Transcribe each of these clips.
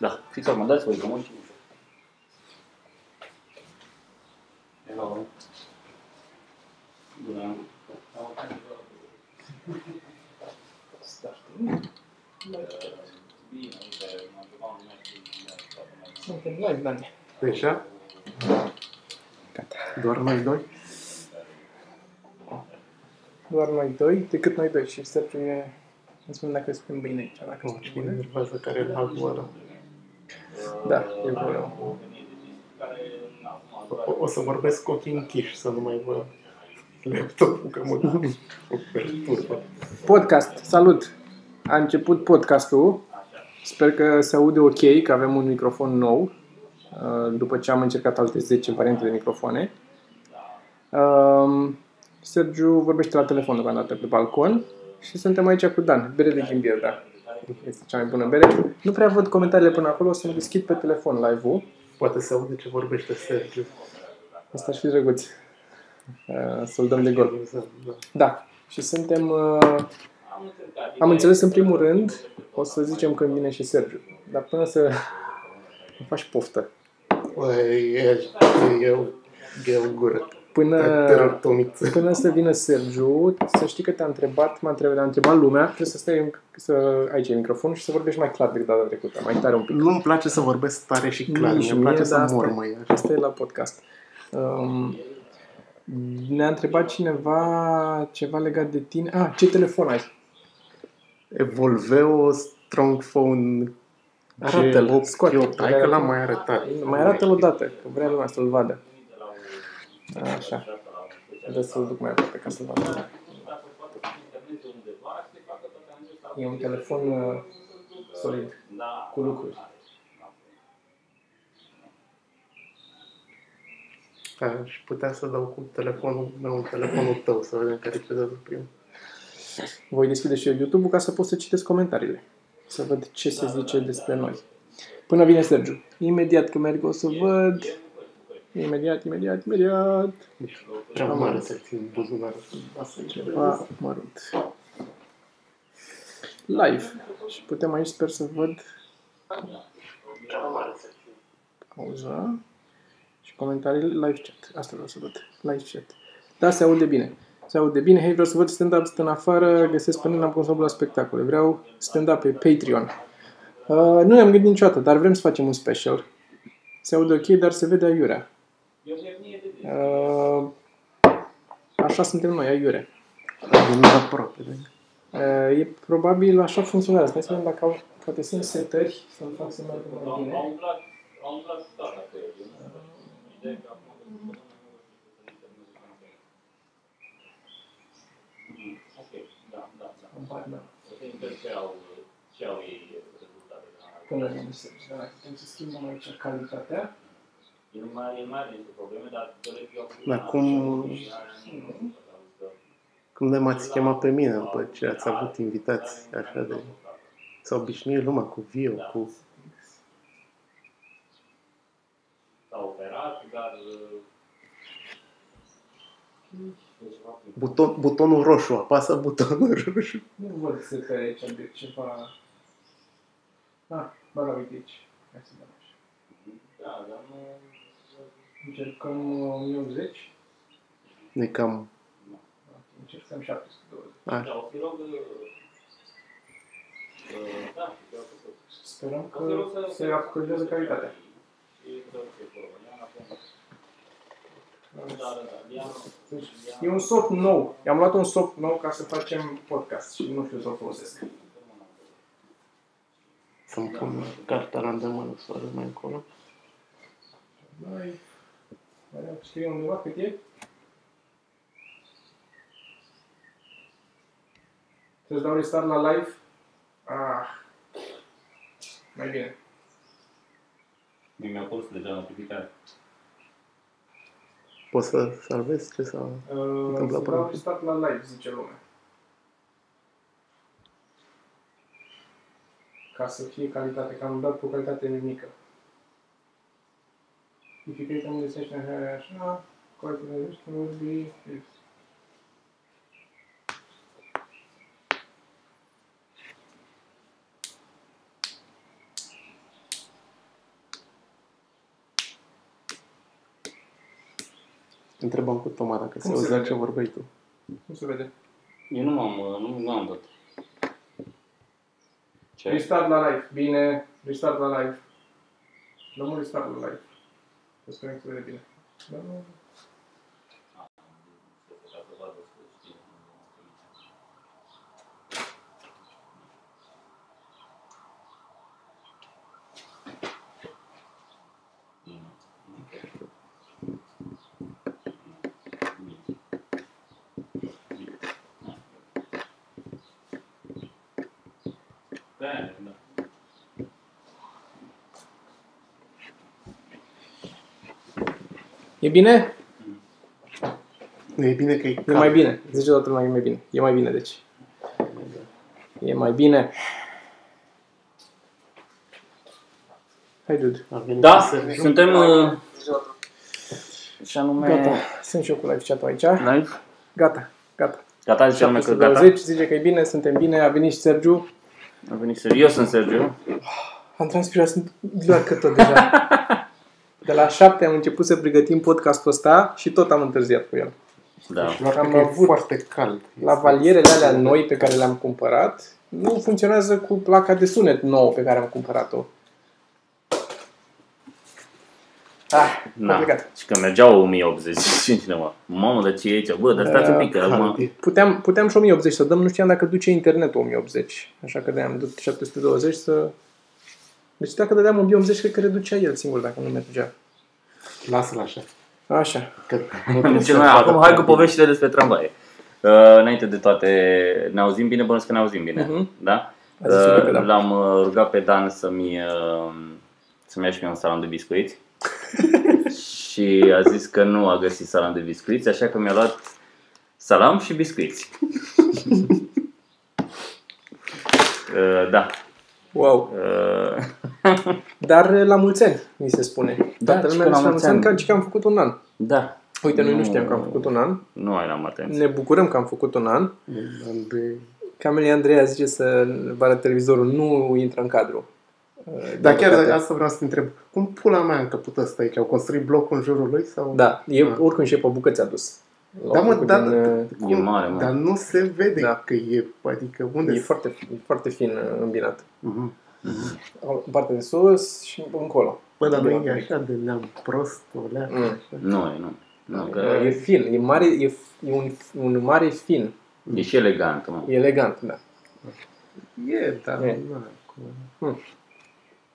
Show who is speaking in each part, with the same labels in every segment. Speaker 1: Da, fix acum, dați voi, că mă știu.
Speaker 2: Hello.
Speaker 1: Bună.
Speaker 3: Suntem live, Dani.
Speaker 2: Așa? Doar noi doi?
Speaker 3: Doar noi doi, decât noi doi și Sergiu e... Îmi spune dacă spun bine aici, dacă
Speaker 2: Nu,
Speaker 3: spun
Speaker 2: cine
Speaker 3: bine.
Speaker 2: nervează care e altul ăla?
Speaker 3: Da, e vreau.
Speaker 2: O, o să vorbesc cu ochii închiși, să nu mai vă laptopul, că mă mă perturbă.
Speaker 3: Podcast, salut! A început podcastul. Sper că se aude ok, că avem un microfon nou. uh, După ce am încercat alte 10 variante de microfoane. Um, Sergiu vorbește la telefon deocamdată pe balcon și suntem aici cu Dan, bere de gimbier, da. Este cea mai bună bere. Nu prea văd comentariile până acolo, o să-mi deschid pe telefon live-ul.
Speaker 2: Poate se aude ce vorbește Sergiu.
Speaker 3: Asta ar fi drăguț. Uh, Să-l dăm de gol.
Speaker 2: Amuzant, da.
Speaker 3: Da. Și suntem... uh, Am înțeles în primul rând, o să zicem când vine și Sergiu. Dar până să... Îmi faci poftă.
Speaker 2: Păi, e, e, e o gură. Te rog,
Speaker 3: Până,
Speaker 2: Tomiță.
Speaker 3: până să vină Sergiu, să știi că te-a întrebat, m-a întrebat, a întrebat lumea, trebuie să stai să, aici e microfonul și să vorbești mai clar decât data trecută, mai tare un pic.
Speaker 2: Nu-mi place să vorbesc tare și clar,
Speaker 3: Nici
Speaker 2: mi
Speaker 3: mie,
Speaker 2: place
Speaker 3: dar
Speaker 2: să
Speaker 3: asta-
Speaker 2: mormăi. așa.
Speaker 3: Asta e la podcast. Um, ne-a întrebat cineva ceva legat de tine. Ah, ce telefon ai?
Speaker 2: Volveo Strong Phone
Speaker 3: Arată-l,
Speaker 2: G8
Speaker 3: scoate.
Speaker 2: Q8. Hai că l-am mai arătat.
Speaker 3: Mai arată-l da. o dată, că vrea lumea să-l vadă. Așa. Trebuie să-l duc mai aproape ca să-l vadă. E un telefon uh, solid, cu lucruri.
Speaker 2: Aș putea să dau cu telefonul meu în telefonul tău să vedem care cedează primul.
Speaker 3: Voi deschide și eu YouTube-ul ca să pot să citesc comentariile. Să văd ce se zice despre noi. Până vine Sergiu. Imediat că merg o să văd. Imediat, imediat, imediat.
Speaker 2: Deci, prea mare să țin buzunarul. Asta e
Speaker 3: Ceva mărunt. Live. Și putem aici, sper să văd
Speaker 2: Prea mare să țin.
Speaker 3: pauza și comentariile live chat. Asta vreau să văd. Live chat. Da, se aude bine. Se aude bine. Hei, vreau să văd stand-up sunt în afară. Găsesc până am consul la spectacole. Vreau stand-up pe Patreon. Uh, nu ne-am gândit niciodată, dar vrem să facem un special. Se aude ok, dar se vede aiurea. Uh, așa suntem noi, aiure.
Speaker 2: Avem aproape da. de
Speaker 3: Uh, e probabil așa funcționează. Stai să vedem dacă au, poate sunt setări să-l fac să meargă mai bine. Habar n-am. Până la urmă, putem să schimbăm aici calitatea.
Speaker 2: Dar cum, cum de m-ați chemat pe mine după ce ați avut invitați așa de... S-a obișnuit lumea cu viu, cu...
Speaker 4: S-a operat, dar... uh, e ceva cu-
Speaker 2: Buton, butonul roșu, apasă butonul roșu.
Speaker 3: Nu văd să pe aici de ceva... Ah, ba da, uite aici. Hai să dăm așa.
Speaker 4: Da, dar nu...
Speaker 3: Încercăm uh, 1080.
Speaker 2: Ne cam...
Speaker 3: Încercăm 720.
Speaker 2: Așa.
Speaker 4: Da, o fi rog... uh, uh, Da, chiar cu tot.
Speaker 3: Sperăm
Speaker 4: O fi
Speaker 3: că
Speaker 4: rog să-
Speaker 3: se upgradează calitatea.
Speaker 4: Și să se problema, acum. Da, da,
Speaker 3: Uh,
Speaker 4: da, ia-
Speaker 3: deci,
Speaker 4: ia-
Speaker 3: E un soft nou. I-am luat un soft nou ca să facem podcast și nu știu să-l folosesc.
Speaker 2: Să-mi pun cartea la îndemână, să o arăt mai încolo.
Speaker 3: Mai... Mai scrie undeva cât e? Să-ți dau restart la live? Ah. Mai bine.
Speaker 4: Mi-a pus deja notificare.
Speaker 2: Poți să salvezi ce s-a...
Speaker 3: Uh,
Speaker 2: Întâmplă
Speaker 3: să
Speaker 2: până
Speaker 3: dau
Speaker 2: acum.
Speaker 3: restart la live, zice lumea. Ca să fie calitate, că am dat cu calitate mică. If you create a new session, așa, quality of the will be fixed.
Speaker 2: Întrebam cu Toma dacă se
Speaker 3: Cum se
Speaker 2: auzea
Speaker 3: vede?
Speaker 2: ce vorbeai tu.
Speaker 3: Nu se vede.
Speaker 1: Eu nu m-am, uh, nu, nu am dat. Ce?
Speaker 3: Restart la live. Bine. Restart la live. Dăm un restart la live. Să sperăm că se vede bine. Da, nu.
Speaker 4: Da, da.
Speaker 3: E bine?
Speaker 2: Nu, E bine că e
Speaker 3: E
Speaker 2: cald.
Speaker 3: mai bine. Zice toată lumea că e mai bine. E mai bine, deci. E mai bine. Hai, dude.
Speaker 2: A venit
Speaker 1: Da,
Speaker 2: să ne-
Speaker 1: suntem uh, și anume
Speaker 3: Gata. Sunt și eu cu live chat-ul aici.
Speaker 1: live.
Speaker 3: Gata. Gata.
Speaker 1: Gata, zice lumea Da. că gata.
Speaker 3: 720, zice că e bine, suntem bine, a venit și Sergiu.
Speaker 1: A venit Sergiu. Eu sunt Sergiu.
Speaker 3: Am transpirat, sunt doar că tot deja. De la 7 am început să pregătim podcastul ăsta și tot am întârziat cu el.
Speaker 1: Da.
Speaker 2: Doar
Speaker 3: Am
Speaker 2: că e
Speaker 3: avut
Speaker 2: foarte cald.
Speaker 3: La valierele alea noi pe care le-am cumpărat, nu funcționează cu placa de sunet nouă pe care am cumpărat-o. Ah,
Speaker 1: Na.
Speaker 3: complicat.
Speaker 1: Și că mergeau 1085 cineva. Mamă, dar ce e aici? Bă, dar stați un pic, că
Speaker 2: Cald
Speaker 1: acum...
Speaker 2: e.
Speaker 3: Puteam, puteam și 1080 să dăm, nu știam dacă duce internetul 1080. Așa că de-aia am dus 720 să... Deci dacă dădeam 1080, cred că reducea el singur dacă nu mergea.
Speaker 2: Lasă-l așa.
Speaker 3: Așa.
Speaker 2: Că nu trebuie
Speaker 1: Ce
Speaker 2: să
Speaker 1: mai,
Speaker 2: facă
Speaker 1: acum hai cu
Speaker 2: cald.
Speaker 1: poveștile despre tramvaie. Uh, înainte de toate, ne auzim bine, bănuiesc că ne auzim bine,
Speaker 3: Mhm.
Speaker 1: da?
Speaker 3: A zis
Speaker 1: Uh,
Speaker 3: Iubi că da.
Speaker 1: L-am uh, rugat pe Dan să-mi, uh, să-mi ia și mie un salam de biscuiți și a zis că nu a găsit salam de biscuiți, așa că mi-a luat salam și biscuiți. Uh, da.
Speaker 3: Wow.
Speaker 1: Uh,
Speaker 3: Dar eh, la mulți ani, mi se spune.
Speaker 1: Da,
Speaker 3: Toată
Speaker 1: și
Speaker 3: lumea
Speaker 1: că la
Speaker 3: zice la
Speaker 1: mulți
Speaker 3: mulți ani,
Speaker 1: ani.
Speaker 3: ca și că am făcut un an.
Speaker 1: da.
Speaker 3: Uite, noi nu
Speaker 1: Nu.
Speaker 3: știam că am făcut un an.
Speaker 1: Nu ai la atenție.
Speaker 3: Ne bucurăm că am făcut un an.
Speaker 2: Un an de-
Speaker 3: Camelia Andreea zice să vă arăt televizorul, nu intră în cadru.
Speaker 2: Dar Da, chiar dacă asta vreau să te întreb. Cum pula mea a încăput ăsta aici? Au construit blocul în jurul lui? Sau...
Speaker 3: Da, e,
Speaker 2: Ah.
Speaker 3: oricum și e pe bucăți adus. L-au
Speaker 2: Da, mă,
Speaker 3: făcut
Speaker 2: da,
Speaker 3: din, uh,
Speaker 1: E mare, mă.
Speaker 2: Dar nu se vede
Speaker 3: Da.
Speaker 2: că e, adică unde
Speaker 3: E
Speaker 2: e
Speaker 3: foarte, e foarte fin uh, îmbinat.
Speaker 2: Mhm.
Speaker 3: Au- În partea de sus și încolo.
Speaker 2: Bă, Păi, dar nu
Speaker 3: Îmbinat
Speaker 2: e
Speaker 3: un pic.
Speaker 2: așa de neam prost, o leacă,
Speaker 3: Da. Mm.
Speaker 2: așa.
Speaker 1: Nu e, nu. nu că
Speaker 3: Uh, E
Speaker 1: e,
Speaker 3: fin, e mare, e, f- e un, un mare fin.
Speaker 1: e și elegant, mă.
Speaker 3: E elegant, da.
Speaker 2: E, dar
Speaker 3: E.
Speaker 2: nu acum.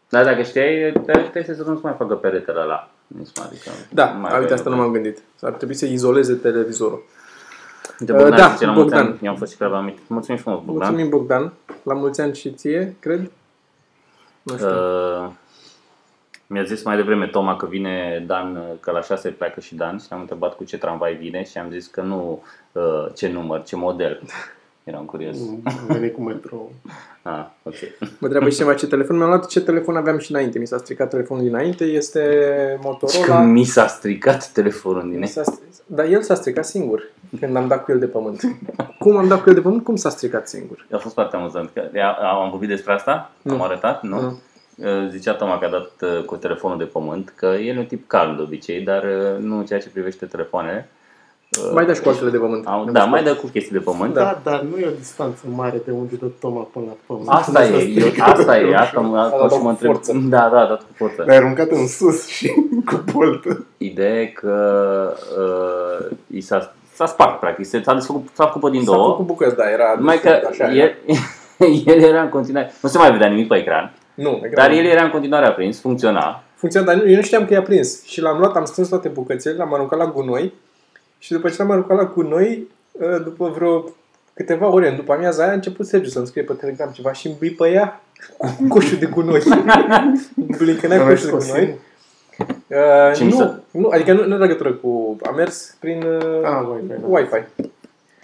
Speaker 1: Da, dacă știai, trebuie să nu-ți mai facă peretele ăla. Nici mai, adică,
Speaker 3: Da,
Speaker 1: mai
Speaker 3: a, uite,
Speaker 1: pe-
Speaker 3: asta nu m-am gândit. Ar trebui să izoleze televizorul.
Speaker 1: Uite,
Speaker 3: Uh,
Speaker 1: Bogdan
Speaker 3: da,
Speaker 1: zice, la
Speaker 3: Bogdan.
Speaker 1: mulți ani, eu am fost și la mic. Mulțumim frumos, Bogdan.
Speaker 3: Mulțumim, Bogdan. La mulți ani și ție, cred. Nu știu.
Speaker 1: Uh, mi-a zis mai devreme Toma că vine Dan, că la 6 pleacă și Dan și l-am întrebat cu ce tramvai vine și am zis că nu uh, ce număr, ce model. Eram curios.
Speaker 3: Mm.
Speaker 2: Am venit cu metrou.
Speaker 1: Ah, ok.
Speaker 3: Mă treabă și ceva ce telefon. Mi-am luat ce telefon aveam și înainte. Mi s-a stricat telefonul dinainte. Este
Speaker 1: Că
Speaker 3: Motorola.
Speaker 1: mi s-a stricat telefonul din
Speaker 3: Mi s-a str- Dar el s-a stricat singur când am dat cu el de pământ. Cum am dat cu el de pământ? Cum s-a stricat singur?
Speaker 1: A fost foarte amuzant. Că a- am vorbit despre asta,
Speaker 3: Nu.
Speaker 1: am arătat, nu?
Speaker 3: Nu.
Speaker 1: Uh, Zicea Toma că a dat uh, cu telefonul de pământ, că el e un tip calm de obicei, dar uh, nu în ceea ce privește telefoanele. Uh,
Speaker 3: Mai da și cu altele de pământ.
Speaker 1: Au, da, mai dă cu chestii de pământ.
Speaker 2: Da, dar nu e o distanță mare de unde dă Toma până la pământ.
Speaker 1: Asta
Speaker 2: Nu se
Speaker 1: e, eu,
Speaker 2: strică.
Speaker 1: asta e, asta mă,
Speaker 3: dat
Speaker 1: asta și
Speaker 3: cu
Speaker 1: mă întreb.
Speaker 3: forță.
Speaker 1: Da, da, a dat cu forță.
Speaker 2: L-ai aruncat în sus și cu boltă.
Speaker 1: Ideea e că uh, i s-a, s-a spart, practic, s-a, desfăcut, s-a făcut din
Speaker 3: S-a făcut
Speaker 1: două.
Speaker 3: cu bucăți, da, era...
Speaker 1: Numai că
Speaker 3: așa, era.
Speaker 1: el, el era în continuare, nu se mai vedea nimic pe ecran,
Speaker 3: Nu, e
Speaker 1: dar
Speaker 3: greu.
Speaker 1: el era în continuare aprins, funcționa.
Speaker 3: funcționa, dar nu- eu nu știam că i-a prins. Și l-am luat, am strâns toate bucățele, l-am aruncat la gunoi și după ce l-am aruncat la gunoi, ă, după vreo câteva ore, în după amiaza aia, a început Sergiu să-mi scrie pe Telegram ceva și îmi bipăia cu coșul de gunoi. Blincănea coșul de
Speaker 2: Dar n-ai scos
Speaker 3: gunoi. Uh,
Speaker 1: Ce mi
Speaker 3: nu,
Speaker 1: s-a-
Speaker 3: nu, adică nu, nu are legătură cu... A mers prin uh,
Speaker 2: Ah, Wi-Fi, da.
Speaker 3: Wi-Fi.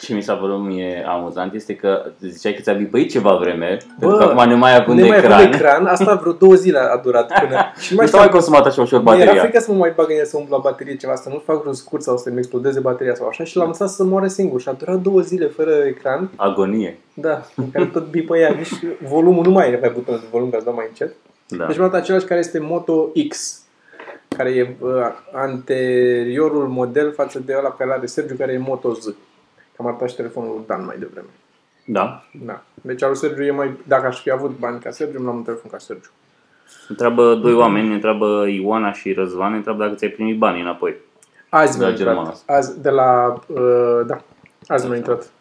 Speaker 1: Ce mi s-a părut mie amuzant este că ziceai că ți-a bipăit ceva vreme,
Speaker 3: Bă,
Speaker 1: pentru că acum ne mai având
Speaker 3: Ne mai
Speaker 1: ecran.
Speaker 3: avut ecran, asta vreo două zile a durat până... Și
Speaker 1: Nu
Speaker 3: nu
Speaker 1: s-a
Speaker 3: mai știam
Speaker 1: mai consumat așa ușor
Speaker 3: Bateria. Era
Speaker 1: bateria.
Speaker 3: frică să mă mai bag în el să umplu la baterie ceva, să nu fac vreun scurt sau să-mi explodeze bateria sau așa și l-am lăsat să moară singur și a durat două zile fără ecran,
Speaker 1: Agonie.
Speaker 3: da, în care tot bipăia, nici volumul nu mai e pe butonul de volum, că ați dat mai încet.
Speaker 1: Da.
Speaker 3: Deci mi-am dat același care este Moto X, care e uh, anteriorul model față de ăla pe care l-are Sergiu, care e Moto Z. Cam arătat și telefonul lui Dan mai devreme.
Speaker 1: Da.
Speaker 3: Da. Deci al lui Sergiu e mai... Dacă aș fi avut bani ca Sergiu, îmi luam un telefon ca Sergiu.
Speaker 1: Întreabă doi oameni, ne întreabă Ioana și Răzvan, ne întreabă dacă ți-ai primit banii înapoi.
Speaker 3: Azi mi-a
Speaker 1: la germană.
Speaker 3: intrat. Azi, de la... Uh, da. Azi mi-a intrat.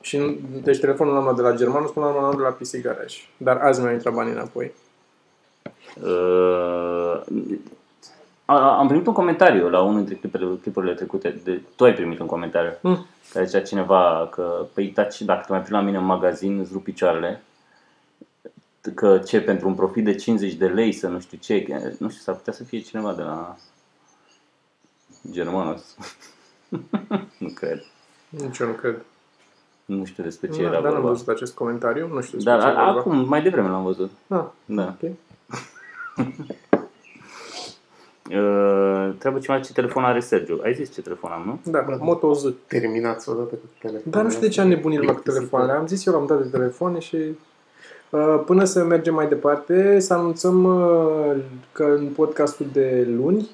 Speaker 3: Și, nu- deci telefonul l-am luat de la Germanus până la urmă l-am luat de la PC Garage. Dar azi mi-au intrat banii înapoi.
Speaker 1: Uh, a- am primit un comentariu la unul dintre clipurile, clipurile trecute. De, tu ai primit un comentariu.
Speaker 3: Mm.
Speaker 1: Care zicea cineva că, păi, da, ce- dacă te mai pui la mine în magazin, îți rup picioarele. Că ce, pentru un profit de 50 de lei, să nu știu ce. Nu știu, s-ar putea să fie cineva de la Germanos. nu cred.
Speaker 3: Nici eu nu cred.
Speaker 1: Nu știu despre ce
Speaker 3: Da,
Speaker 1: era
Speaker 3: dar n-am
Speaker 1: vorba.
Speaker 3: văzut acest comentariu. Nu știu
Speaker 1: Dar
Speaker 3: ce e
Speaker 1: a-
Speaker 3: vorba.
Speaker 1: acum, mai devreme l-am văzut.
Speaker 3: Ah,
Speaker 1: Da.
Speaker 3: ok.
Speaker 1: Uh, trebuie ceva ce telefon are Sergiu. Ai zis ce telefon am, nu?
Speaker 3: Da,
Speaker 2: Bă,
Speaker 3: Moto Z.
Speaker 2: Terminați odată cu telefonul.
Speaker 3: Dar nu știu de ce am nebunit lumea cu telefoanele. Am zis eu, l-am dat de telefoane și... uh, Până să mergem mai departe, să anunțăm uh, că în podcastul de luni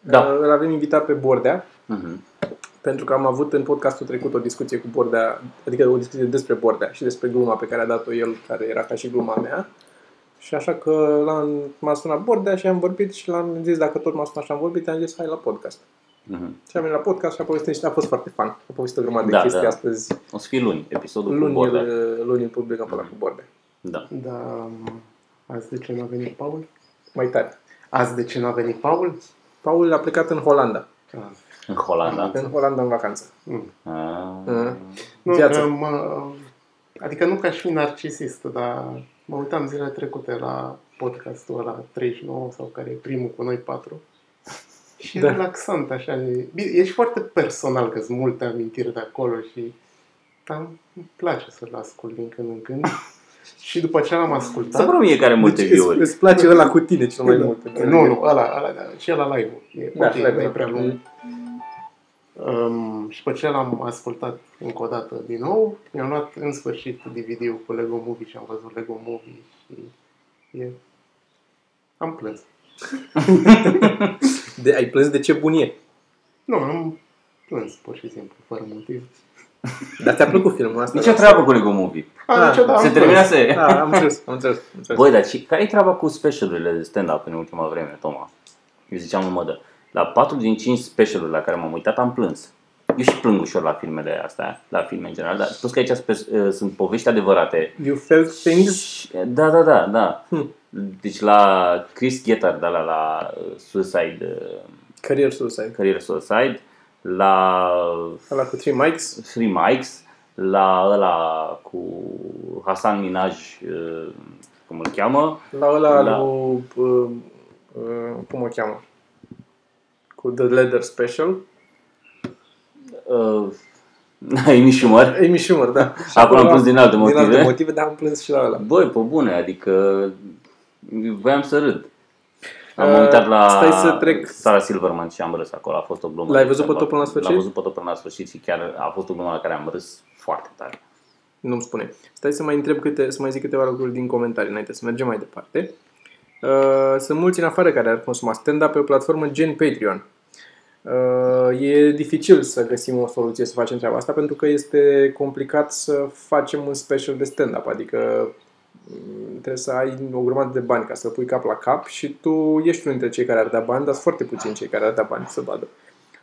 Speaker 1: Da.
Speaker 3: uh, îl avem invitat pe Bordea,
Speaker 1: Uh-huh.
Speaker 3: pentru că am avut în podcastul trecut o discuție cu Bordea, adică o discuție despre Bordea și despre gluma pe care a dat-o el, care era ca și gluma mea. Și așa că l-am, m-a sunat Bordea și am vorbit și l-am zis, dacă tot m-a sunat și am vorbit, am zis, hai la podcast.
Speaker 1: Uh-huh.
Speaker 3: Și am venit la podcast și a povestit și a fost foarte fan. A povestit o grămadă
Speaker 1: Da,
Speaker 3: de chestii
Speaker 1: da.
Speaker 3: astăzi
Speaker 1: O să fie luni, episodul
Speaker 3: Luni,
Speaker 1: cu Bordea.
Speaker 3: îl- luni îl publicăm pe la cu Bordea.
Speaker 1: Da.
Speaker 2: Da, azi de ce n-a venit Paul?
Speaker 3: Mai tare.
Speaker 2: Azi de ce n-a venit Paul?
Speaker 3: Paul a plecat în Holanda.
Speaker 2: Ah,
Speaker 1: În Holanda.
Speaker 3: În Holanda în vacanță.
Speaker 2: mm.
Speaker 1: Ah.
Speaker 3: Uh,
Speaker 2: Nu,
Speaker 3: Viața.
Speaker 2: că mă, adică nu că aș fi narcisist, dar mă uitam zilele trecute la podcastul ăla 39 sau care e primul cu noi patru. Și e
Speaker 3: Da.
Speaker 2: relaxant așa. E, bine, e și foarte personal, că sunt multe amintiri de acolo și dar îmi place să-l ascult din când în când. și după ce l-am ascultat...
Speaker 1: Să vreo mie care multe
Speaker 3: deci îți,
Speaker 1: view-uri.
Speaker 3: îți place ăla cu tine cel mai mult. înțelegi?
Speaker 2: Nu, nu, ăla, ăla, da, și ăla live E
Speaker 3: Da,
Speaker 2: da, ok,
Speaker 3: ăla e
Speaker 2: nu e
Speaker 3: bun.
Speaker 2: prea lung. Um, și pe ce l-am ascultat încă o dată din nou, mi-am luat în sfârșit DVD-ul cu Lego Movie și am văzut Lego Movie și e... Am plâns.
Speaker 3: De, ai plâns de ce bunie.
Speaker 2: Nu, am plâns, pur și simplu, fără motiv.
Speaker 3: Dar ți-a plăcut filmul ăsta?
Speaker 1: Nici o Deci, treabă cu Lego Movie.
Speaker 2: A,
Speaker 3: Ah,
Speaker 2: ah, niciodată
Speaker 1: Se
Speaker 2: am
Speaker 1: termina
Speaker 2: plâns.
Speaker 1: să...
Speaker 3: Da, am înțeles, am înțeles. Am înțeles.
Speaker 1: Băi, dar și care e treaba cu specialurile de stand-up în ultima vreme, Toma? Eu ziceam în modă. La 4 din 5 specialuri la care m-am uitat am plâns. Eu și plâng ușor la filmele astea, la filme în general, dar plus că aici spe- sunt povești adevărate
Speaker 3: You felt things?
Speaker 1: Și- Da, da, da, da.
Speaker 3: Hmm.
Speaker 1: Deci la Chris Gethard, da, la, la uh, Suicide, uh,
Speaker 3: Career Suicide.
Speaker 1: Career Suicide, la uh,
Speaker 3: Ăla cu 3 mics?
Speaker 1: Free Mikes, la ăla cu Hasan Minaj, uh, cum îl cheamă,
Speaker 3: La ăla
Speaker 1: Da.
Speaker 3: lui... uh, uh, cum o cheamă? Cu The Leather Special.
Speaker 1: uh, Amy Schumer.
Speaker 3: Amy Schumer, da. Și
Speaker 1: Acolo am plâns din alte
Speaker 3: Din alte
Speaker 1: motive.
Speaker 3: motive, dar am plâns și la ăla.
Speaker 1: Băi, pe bune, adică voiam să râd. Am
Speaker 3: Uh,
Speaker 1: uitat la
Speaker 3: stai să trec-
Speaker 1: Sara Silverman și am râs acolo, a fost o glumă.
Speaker 3: L-ai văzut pe tot până la sfârșit?
Speaker 1: L-am văzut pe tot până la sfârșit și chiar a fost o glumă la care am râs foarte tare.
Speaker 3: Nu-mi spune. Stai să mai întreb câte, să mai zic câteva lucruri din comentarii înainte să mergem mai departe. Uh, sunt mulți în afară care ar consuma stand-up pe o platformă gen Patreon. Uh, e dificil să găsim o soluție să facem treaba asta pentru că este complicat să facem un special de stand-up, adică m, trebuie să ai o grămadă de bani ca să pui cap la cap și tu ești unul dintre cei care ar da bani, dar sunt foarte puțini cei care ar da bani să vadă.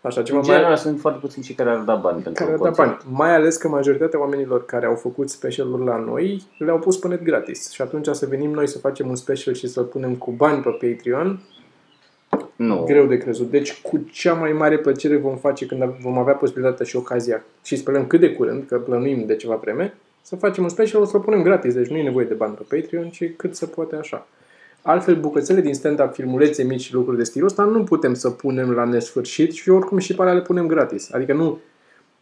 Speaker 3: Așa ceva
Speaker 1: În
Speaker 3: mai,
Speaker 1: general sunt foarte puțini cei care ar da bani pentru
Speaker 3: care
Speaker 1: un
Speaker 3: da
Speaker 1: concert.
Speaker 3: bani. Mai ales că majoritatea oamenilor care au făcut specialuri la noi le-au pus pe net gratis. Și atunci să venim noi să facem un special și să-l punem cu bani pe Patreon,
Speaker 1: Nu.
Speaker 3: greu de crezut. Deci cu cea mai mare plăcere vom face când vom avea posibilitatea și ocazia și sperăm cât de curând, că plănuim de ceva vreme, să facem un special, o să-l punem gratis, deci nu e nevoie de bani pe Patreon, ci cât se poate așa. Altfel, bucățele din stand-up, filmulețe mici și lucruri de stilul ăsta nu putem să punem la nesfârșit și oricum și pe alea le punem gratis. Adică nu,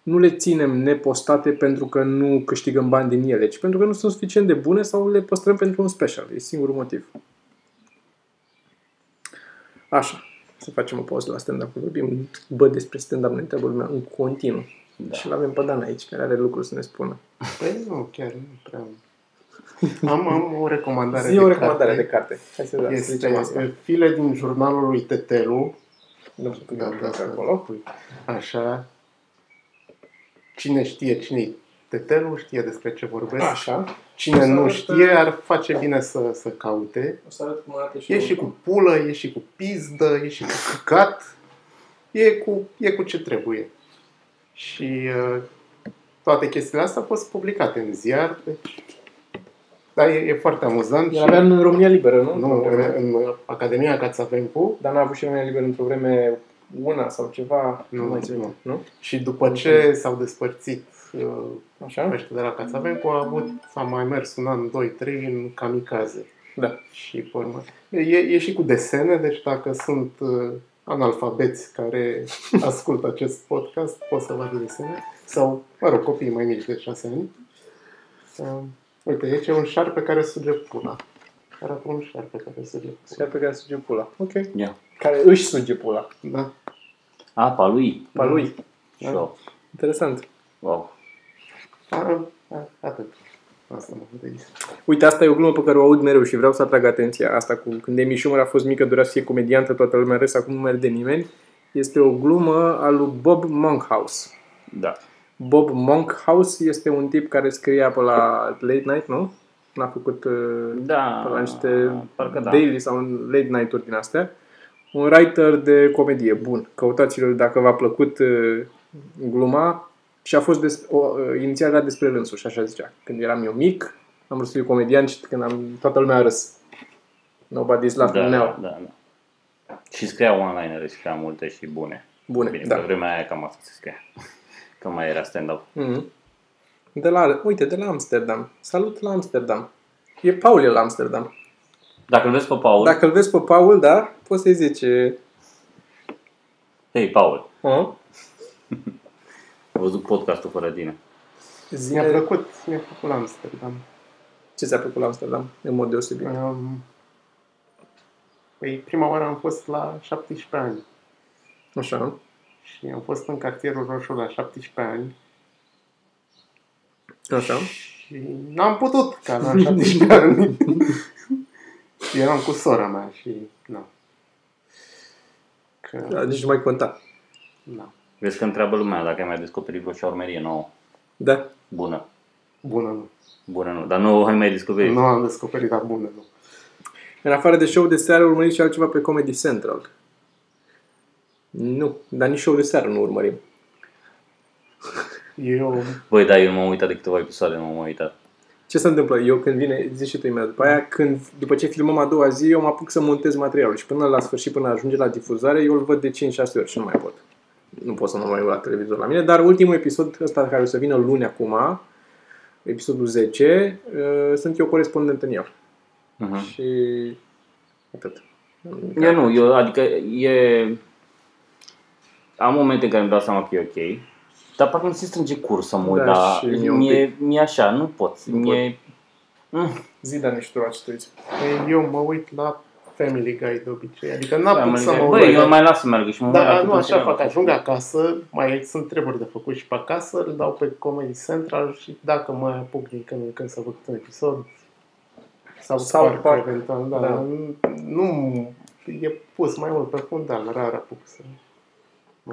Speaker 3: nu le ținem nepostate pentru că nu câștigăm bani din ele, ci pentru că nu sunt suficient de bune sau le păstrăm pentru un special. E singurul motiv. Așa. Să facem o pauză la stand-up. că Vorbim, bă, despre stand-up, ne întreabă lumea în continuu. Da.
Speaker 1: Da.
Speaker 3: Și l-avem pe Dan aici, care are lucruri să ne spună.
Speaker 2: Păi nu, chiar nu prea. Am, am o recomandare
Speaker 3: Zi o recomandare de carte. Hai să da, să zicem
Speaker 2: Este
Speaker 3: asta.
Speaker 2: file din jurnalul lui Tetelu, Da,
Speaker 3: Nu știu când am
Speaker 2: Gata,
Speaker 3: plecat
Speaker 2: asta.
Speaker 3: acolo.
Speaker 2: Așa. Cine știe cine Tetelul știe despre ce vorbesc.
Speaker 3: Așa.
Speaker 2: Cine
Speaker 4: Să
Speaker 2: nu
Speaker 4: arăt,
Speaker 2: știe,
Speaker 4: uh,
Speaker 2: ar face bine să, să caute.
Speaker 4: O să arăt cum arată și
Speaker 2: E și cu pulă, e și cu pizdă, e și cu căcat. E cu, e cu ce trebuie. Și uh, toate chestiile astea au fost publicate în ziar. Deci, da, e, e foarte amuzant.
Speaker 3: El avea în România Liberă, nu?
Speaker 2: nu, în, în Academia Cațavencu
Speaker 3: Dar n-a avut și România Liberă într-o vreme una sau ceva.
Speaker 2: Nu,
Speaker 3: mai
Speaker 2: nu.
Speaker 3: țin, nu?
Speaker 2: și după ce s-au despărțit uh,
Speaker 3: Așa?
Speaker 2: ăștia de la Cațavencu a avut, a mai mers un an, doi, trei în kamikaze.
Speaker 3: Da.
Speaker 2: Și pe urmă. E, e și cu desene, deci dacă sunt uh, analfabeți care ascultă acest podcast, pot să vadă desene. Sau, mă rog, copiii mai mici de șase ani. Uh, uite, aici e un șarpe care suge pula. Care apă un șarpe care suge pula.
Speaker 3: Chiar pe care suge pula. Ok.
Speaker 1: Ia.
Speaker 3: Care își suge pula.
Speaker 2: Da.
Speaker 1: Apa lui.
Speaker 3: Pa lui. Da.
Speaker 1: Și eu.
Speaker 3: Interesant.
Speaker 1: Wow.
Speaker 2: A, a, atât. Asta mă vedeți.
Speaker 3: Uite, asta e o glumă pe care o aud mereu și vreau să atrag atenția. Asta cu când Amy Schumer a fost mică, dorea să fie comediantă, toată lumea râs, acum nu merge nimeni. Este o glumă a lui Bob Monkhouse.
Speaker 1: Da.
Speaker 3: Bob Monkhouse este un tip care scria pe la Late Night, nu? N-a făcut uh,
Speaker 1: Da.
Speaker 3: pe la niște
Speaker 1: Parcă da.
Speaker 3: daily sau un late night-uri din astea. Un writer de comedie bun. Căutați-l dacă v-a plăcut uh, gluma. Și a fost des- o, uh, inițial era despre rânsul și așa zicea. Când eram eu mic, am vrut să fiu comedian și când am, toată lumea a râs. Nobody's
Speaker 1: da,
Speaker 3: laughing
Speaker 1: da,
Speaker 3: now.
Speaker 1: da, da. Și scria online și scria multe și bune.
Speaker 3: Bune,
Speaker 1: Bine, da. pe
Speaker 3: da.
Speaker 1: vremea aia cam asta se scria. Că mai era stand-up.
Speaker 3: Mhm. De la, uite, de la Amsterdam. Salut la Amsterdam. E Paul e la Amsterdam.
Speaker 1: Dacă îl vezi pe Paul, Dacă...
Speaker 3: Dacă îl vezi pe Paul, da, poți să-i zici... eh,
Speaker 1: hei Paul,
Speaker 3: Oh,
Speaker 1: am văzut podcastul fără tine.
Speaker 2: Mi-a
Speaker 3: zine,
Speaker 2: plăcut, mi-a plăcut la Amsterdam.
Speaker 3: ce ți-a plăcut la Amsterdam, în mod deosebit.
Speaker 2: Um, păi prima oară am fost la 17 ani
Speaker 3: Așa, nu?
Speaker 2: și am fost în cartierul roșu la 17 ani
Speaker 3: Așa.
Speaker 2: și n-am putut ca la 17 ani. Eram cu sora mea și nu. Că,
Speaker 3: Da, nici nu mai conta.
Speaker 2: na.
Speaker 1: Vezi că întreabă lumea dacă ai mai descoperit vreo șaurmerie nouă.
Speaker 3: Da.
Speaker 1: Bună.
Speaker 2: Bună nu.
Speaker 1: Bună nu, dar nu ai mai descoperit.
Speaker 2: Nu am descoperit, dar bună nu.
Speaker 3: În afară de show de seară, urmărim și altceva pe Comedy Central. Nu, dar nici show de seară nu urmărim.
Speaker 2: Eu,
Speaker 1: Băi, da, eu nu m-am uitat de câteva episoade, nu m-am mai uitat.
Speaker 3: Ce se întâmplă? Eu când vine, zici și tu imediat după aia, când, după ce filmăm a doua zi, eu mă apuc să montez materialul și până la sfârșit, până ajunge la difuzare, eu îl văd de 5-6 ori și nu mai pot. Nu pot să mă mai uit la televizor la mine, dar ultimul episod ăsta care o să vină luni acum, episodul 10, uh, sunt eu corespondent în el.
Speaker 2: Mhm.
Speaker 1: Uh-huh.
Speaker 3: Și atât.
Speaker 1: Eu nu, eu, adică e... Am momente în care îmi dau seama că e ok, dar parcă nu se strânge cur să mă uit,
Speaker 3: Da,
Speaker 1: dar
Speaker 3: și mie un
Speaker 1: mi-e, mi-e așa, nu pot.
Speaker 3: Nu
Speaker 1: mi-e...
Speaker 3: Zi, Dani, și tu la ce te uiți.
Speaker 2: eu mă uit la Family Guy de obicei, adică n-am putut să mă
Speaker 1: Băi,
Speaker 2: uit.
Speaker 1: eu mai las să meargă și mă uit
Speaker 2: Da,
Speaker 1: la
Speaker 2: nu,
Speaker 1: câte
Speaker 2: așa
Speaker 1: seriale.
Speaker 2: fac. Ajung acasă, mai sunt treburi de făcut și pe acasă, îl dau pe Comedy Central și dacă mai apuc din când în când să văd un episod, sau
Speaker 3: Sau
Speaker 2: Park,
Speaker 3: Park.
Speaker 2: eventual, da,
Speaker 3: Da.
Speaker 2: da. Nu, e pus mai mult pe fundal, rar apuc să...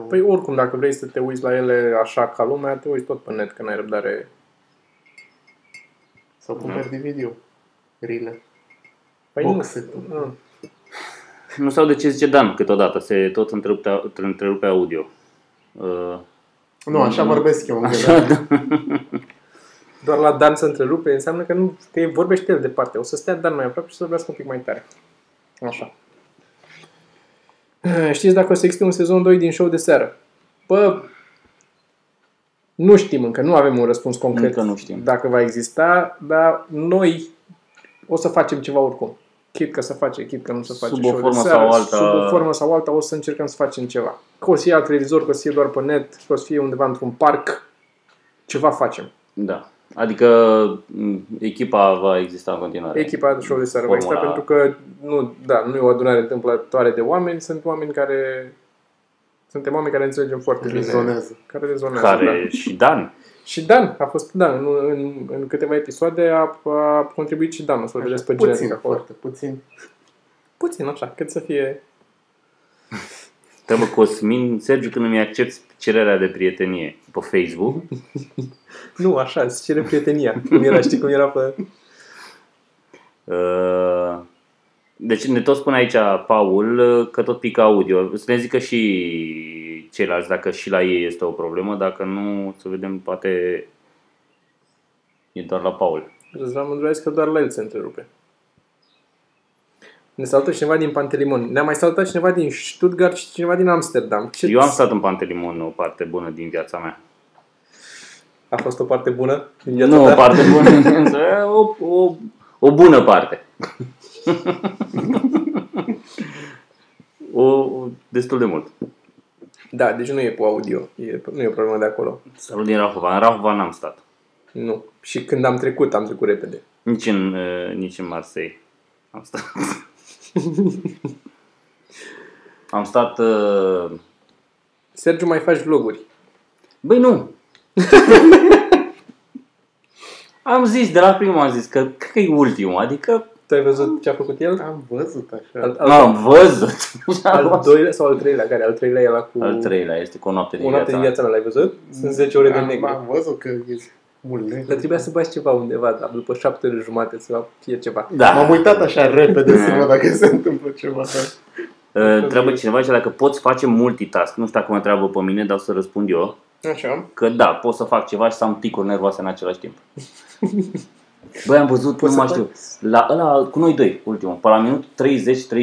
Speaker 3: Păi oricum, dacă vrei să te uiți la ele așa ca lumea, te uiți tot pe net, că n-ai răbdare.
Speaker 2: Sau cumperi DVD-ul. Rile.
Speaker 3: Păi
Speaker 2: Boxe.
Speaker 3: nu. nu.
Speaker 1: Nu sau de ce zice Dan câteodată, se tot întrerupe, întrerupe audio.
Speaker 2: Da.
Speaker 1: Uh,
Speaker 2: Nu, așa
Speaker 1: Mm.
Speaker 2: vorbesc eu. în
Speaker 1: așa,
Speaker 2: general.
Speaker 1: da.
Speaker 3: Doar la Dan să întrerupe înseamnă că, nu, că e- vorbește el departe. O să stea Dan mai aproape și să vorbească un pic mai tare. Așa. Eh, Știți dacă o să existe un sezon 2 din show de seară? Bă, nu știm încă, nu avem un răspuns concret
Speaker 1: Încă nu știm.
Speaker 3: dacă va exista, dar noi o să facem ceva oricum. Chit că să face, chit că nu să face
Speaker 1: Sub o
Speaker 3: show de
Speaker 1: formă
Speaker 3: seară,
Speaker 1: sau alta.
Speaker 3: Sub o formă sau alta o să încercăm să facem ceva. Că o să fie la televizor, că o să fie doar pe net, că o să fie undeva într-un parc, ceva facem.
Speaker 1: da. Adică m, echipa va exista în continuare.
Speaker 3: Echipa de show de seară va
Speaker 1: Formula-
Speaker 3: exista pentru că nu, da, nu e o adunare întâmplătoare de oameni, sunt oameni care suntem oameni care înțelegem foarte bine.
Speaker 2: Rezonează.
Speaker 3: Care rezonează. da.
Speaker 1: Care și Dan.
Speaker 3: Și Dan, a fost Dan. În, în, în câteva episoade a, a contribuit și Dan. O să-l vedeți pe
Speaker 2: puțin,
Speaker 3: Jerry acolo.
Speaker 2: foarte puțin.
Speaker 3: Puțin, așa, cât să fie.
Speaker 1: Trebuie Cosmin, Sergiu, când îmi accepti cererea de prietenie pe Facebook,
Speaker 3: Nu, așa, îți cere prietenia. cum era, știi cum era pe...
Speaker 1: Uh, Deci ne tot spune aici Paul uh, că tot pică audio. Să ne zică și ceilalți dacă și la ei este o problemă, dacă nu, să vedem, poate e doar la Paul.
Speaker 3: Răzvan Mândruiesc că doar la el se întrerupe. Ne salută cineva din Pantelimon. Ne-a mai salutat cineva din Stuttgart și cineva din Amsterdam. Ce
Speaker 1: Eu am stat în Pantelimon, o parte bună din viața mea.
Speaker 3: A fost o parte bună din viața
Speaker 1: Nu,
Speaker 3: ta?
Speaker 1: o parte bună, însă o, o, o bună parte. o, o- destul de mult.
Speaker 3: Da, deci nu e cu audio. E, nu e o problemă de acolo.
Speaker 1: Salut din Rahova. În Rahova n-am stat.
Speaker 3: Nu. Și când am trecut, am trecut repede.
Speaker 1: Nici în, uh, nici în Marseille. Am stat. Am stat... Uh...
Speaker 3: Sergiu, mai faci vloguri.
Speaker 1: Băi, nu! am zis, de la primul am zis că cred că e ultimul, adică
Speaker 3: Tu ai văzut ce a făcut el?
Speaker 2: Am văzut așa.
Speaker 3: Al, al,
Speaker 1: am văzut.
Speaker 3: al doilea sau al treilea? Care? Al treilea e la cu...
Speaker 1: Da, Al treilea da. este cu o noapte
Speaker 3: O
Speaker 1: din viața.
Speaker 3: noapte din
Speaker 1: mea.
Speaker 3: viața mea l-ai văzut? Sunt 10 ore de
Speaker 2: am,
Speaker 3: negru.
Speaker 2: am văzut că e mult negru.
Speaker 3: Dar trebuia să faci ceva undeva, dar după șapte ore jumate să fie ceva.
Speaker 1: Da.
Speaker 2: M-am uitat așa repede să văd dacă se întâmplă ceva.
Speaker 1: Uh, Întreabă cineva și dacă poți face multitask. Nu știu dacă mă întreabă pe mine, dar o să răspund eu.
Speaker 3: Așa.
Speaker 1: Că da, pot să fac ceva și să am ticuri nervoase în același timp. Băi, am văzut,
Speaker 3: Poți
Speaker 1: nu
Speaker 3: să
Speaker 1: mai știu, la ăla, cu noi doi, ultimul, pe la minut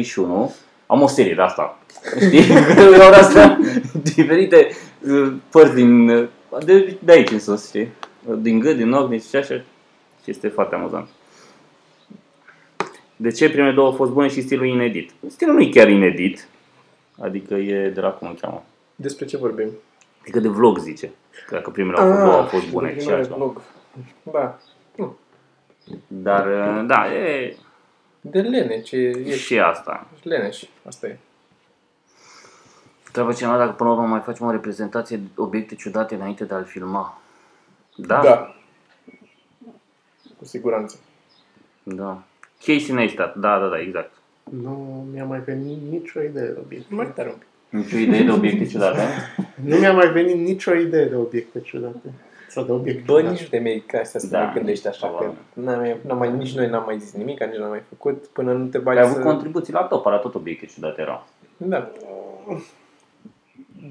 Speaker 1: 30-31, am o serie de asta. Știi? Erau de asta diferite uh, părți din, uh, de, de aici în sus, știi? Din gât, din ochi, și așa. Și este foarte amuzant. De ce primele două au fost bune și stilul inedit? Stilul nu e chiar inedit, adică e de la cum îl cheamă.
Speaker 3: Despre ce vorbim?
Speaker 1: Adică de vlog, zice. Că Dacă primele au fost, două au Ah, fost exact, bune. Și
Speaker 3: Ah, original
Speaker 1: așa.
Speaker 3: vlog. Da. Nu.
Speaker 1: Dar, uh, da, e,
Speaker 3: De lene, ce
Speaker 1: e
Speaker 3: ești
Speaker 1: și asta.
Speaker 3: leneș. Asta e.
Speaker 1: Trebuie cineva dacă până la urmă mai facem o reprezentație de obiecte ciudate înainte de a-l filma. Da?
Speaker 3: da. Cu siguranță.
Speaker 1: da. Casey Neistat, da, da, da, exact.
Speaker 2: Nu mi-a mai venit nicio idee de obiecte.
Speaker 3: Mai tare un pic.
Speaker 1: Nicio idee de obiecte ciudate?
Speaker 2: Nu mi-a mai venit nicio idee de obiecte ciudate. Sau de obiecte
Speaker 3: Bă,
Speaker 2: ciudate.
Speaker 3: nici nu te mei ca asta să
Speaker 1: Da,
Speaker 3: da, mai gândești așa. Că
Speaker 1: probabil.
Speaker 3: n-am mai, n-am mai, nici noi n-am mai zis nimic, nici n-am mai făcut, până nu te
Speaker 1: Ai
Speaker 3: bagi
Speaker 1: avut
Speaker 3: să...
Speaker 1: contribuții la top, la tot obiecte ciudate erau.
Speaker 3: Da.
Speaker 1: Ah.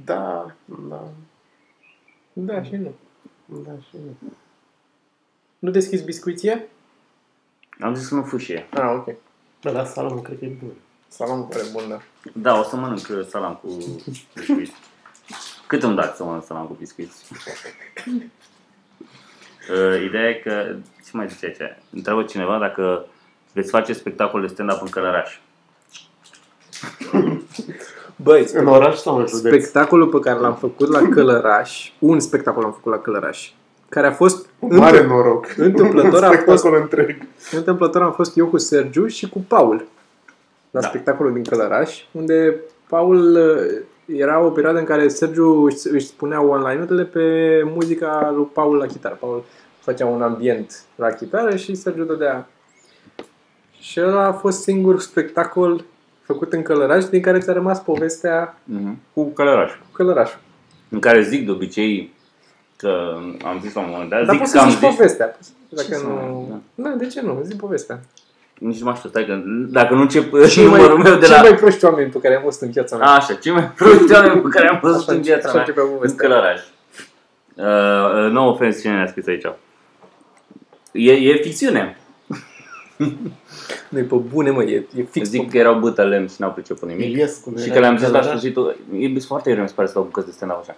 Speaker 2: Da, da,
Speaker 3: Da și nu.
Speaker 2: da și nu.
Speaker 3: Nu deschizi biscuiția?
Speaker 1: Am zis să nu fâșie.
Speaker 3: Ah, ok.
Speaker 2: La salam cred că e bun.
Speaker 3: Salam care bun, da.
Speaker 1: Da, o să mănânc uh, salam cu biscuiți. Cât îmi dați să mănânc salam cu biscuiți? Uh, Ideea e că, ce mai zice aici? Întreabă cineva dacă veți face spectacol de stand-up în Călăraș.
Speaker 3: Băi,
Speaker 2: În oraș sau în județ?
Speaker 3: Spectacolul pe care l-am făcut la Călăraș, un spectacol am făcut la Călăraș, care a fost
Speaker 2: Mare
Speaker 3: întâmpl-
Speaker 2: noroc.
Speaker 3: întâmplător
Speaker 2: Un
Speaker 3: a fost,
Speaker 2: spectacol întreg.
Speaker 3: întâmplător am fost eu cu Sergiu și cu Paul la
Speaker 1: Da.
Speaker 3: spectacolul din Călăraș, unde Paul uh, era o perioadă în care Sergiu își, își spunea online-urile pe muzica lui Paul la chitară. Paul făcea un ambient la chitară și Sergiu dădea. Și ăla a fost singurul spectacol făcut în Călăraș din care ți-a rămas povestea
Speaker 1: Cu Călăraș.
Speaker 3: cu Călărașul.
Speaker 1: În care zic de obicei că am zis la un moment dat,
Speaker 3: Dar
Speaker 1: zic
Speaker 3: poți
Speaker 1: că
Speaker 3: să
Speaker 1: am
Speaker 3: zici
Speaker 1: zis,
Speaker 3: povestea. Dacă
Speaker 1: să
Speaker 3: nu... Da. de ce nu? Zi povestea.
Speaker 1: nici nu mai știu, stai că dacă nu încep uh, numărul meu de
Speaker 3: cei
Speaker 1: la...
Speaker 3: mai proști oameni pe care am văzut în viața mea.
Speaker 1: A, așa, cei mai proști oameni pe care am văzut
Speaker 3: Așa
Speaker 1: în
Speaker 3: înce-
Speaker 1: viața
Speaker 3: așa
Speaker 1: mea.
Speaker 3: începea
Speaker 1: În
Speaker 3: povestea.
Speaker 1: Călăraș. Uh, no offense cine ne-a scris aici. E, e ficțiune.
Speaker 3: Nu e pe bune, mă, e, e fix.
Speaker 1: Zic că erau bâtă lemn și n-au priceput nimic.
Speaker 2: Iliescu. nu
Speaker 1: Și
Speaker 2: era
Speaker 1: că le-am zis la
Speaker 2: Călăraș?
Speaker 1: sfârșitul, e foarte greu, mi se pare să dau bucăți de stand-up așa.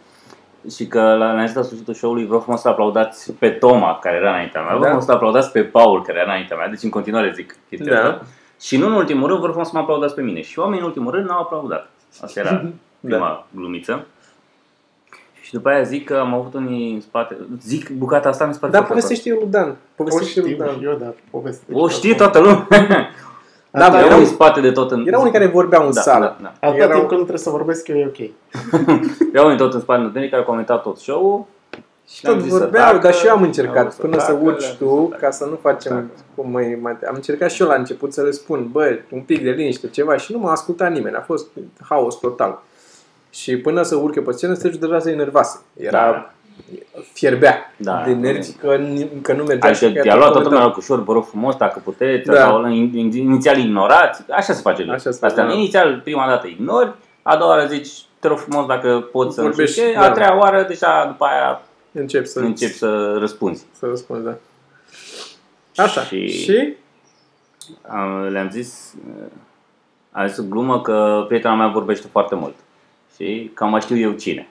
Speaker 1: Și că la, le-am zis la sfârșitul show-ului, vreau frumos să aplaudați pe Toma, care era înaintea mea, vreau
Speaker 3: Da.
Speaker 1: frumos să aplaudați pe Paul, care era înaintea mea, deci în continuare zic chestia
Speaker 3: Da.
Speaker 1: asta. Și nu în ultimul rând, vreau frumos să mă aplaudați pe mine. Și oamenii în ultimul rând n-au aplaudat. Asta
Speaker 3: Da.
Speaker 1: era prima glumiță. Și după aia zic că am avut unii în spate, zic bucata asta mi se pare
Speaker 3: Dar
Speaker 1: foarte
Speaker 3: Da, povestește eu lui Dan.
Speaker 2: O
Speaker 3: Povestește lui
Speaker 2: știu și
Speaker 3: Dan.
Speaker 2: eu, da, dar poveste.
Speaker 1: bună. O știe toată lumea.
Speaker 3: Da,
Speaker 1: Da,
Speaker 3: dar
Speaker 1: erau
Speaker 3: erau,
Speaker 1: în spate de tot în...
Speaker 3: erau unii care vorbeau în
Speaker 1: da,
Speaker 3: sală.
Speaker 1: Da, da.
Speaker 2: Atâta
Speaker 3: Erau-
Speaker 2: timp când nu trebuie să vorbesc eu, e ok.
Speaker 1: Erau unii tot în spate în care au comentat tot show-ul Și
Speaker 3: Tot
Speaker 1: am zis să
Speaker 3: vorbeau,
Speaker 1: tacă,
Speaker 3: dar și eu am încercat
Speaker 1: au să
Speaker 3: până să
Speaker 1: tacă,
Speaker 3: urci
Speaker 1: le-am
Speaker 3: tu,
Speaker 1: zis să
Speaker 3: ca să nu facem
Speaker 1: Tacă.
Speaker 3: cum mai, mai... Am încercat și eu la început să le spun, bă, un pic de liniște, ceva, și nu m-a ascultat nimeni. A fost haos total. Și până să urc eu pe scenă, Sergiu deja se enervase. Era...
Speaker 1: Da.
Speaker 3: Fierbea
Speaker 1: Da,
Speaker 3: de nervi că, ni- că nu mergea.
Speaker 1: Adică
Speaker 3: Da, și că
Speaker 1: i-a luat toată
Speaker 3: comentat.
Speaker 1: lumea la cușor, vă rog frumos, dacă puteți,
Speaker 3: Da.
Speaker 1: da. sau ăla in- in- inițial ignorați, așa se face.
Speaker 3: Așa se face,
Speaker 1: Asta,
Speaker 3: da.
Speaker 1: Inițial, prima dată ignori, a doua oară zici, te rog frumos dacă poți să nu știu
Speaker 3: Vorbești,
Speaker 1: ce,
Speaker 3: da. Păi-
Speaker 1: a treia oară deja după aia
Speaker 3: Încep să,
Speaker 1: începi să răspunzi.
Speaker 3: să răspund, da. Așa.
Speaker 1: Și-
Speaker 3: Și... și...
Speaker 1: Am, le-am zis, uh, am zis o glumă că prietena mea vorbește foarte mult și că mai știu eu cine.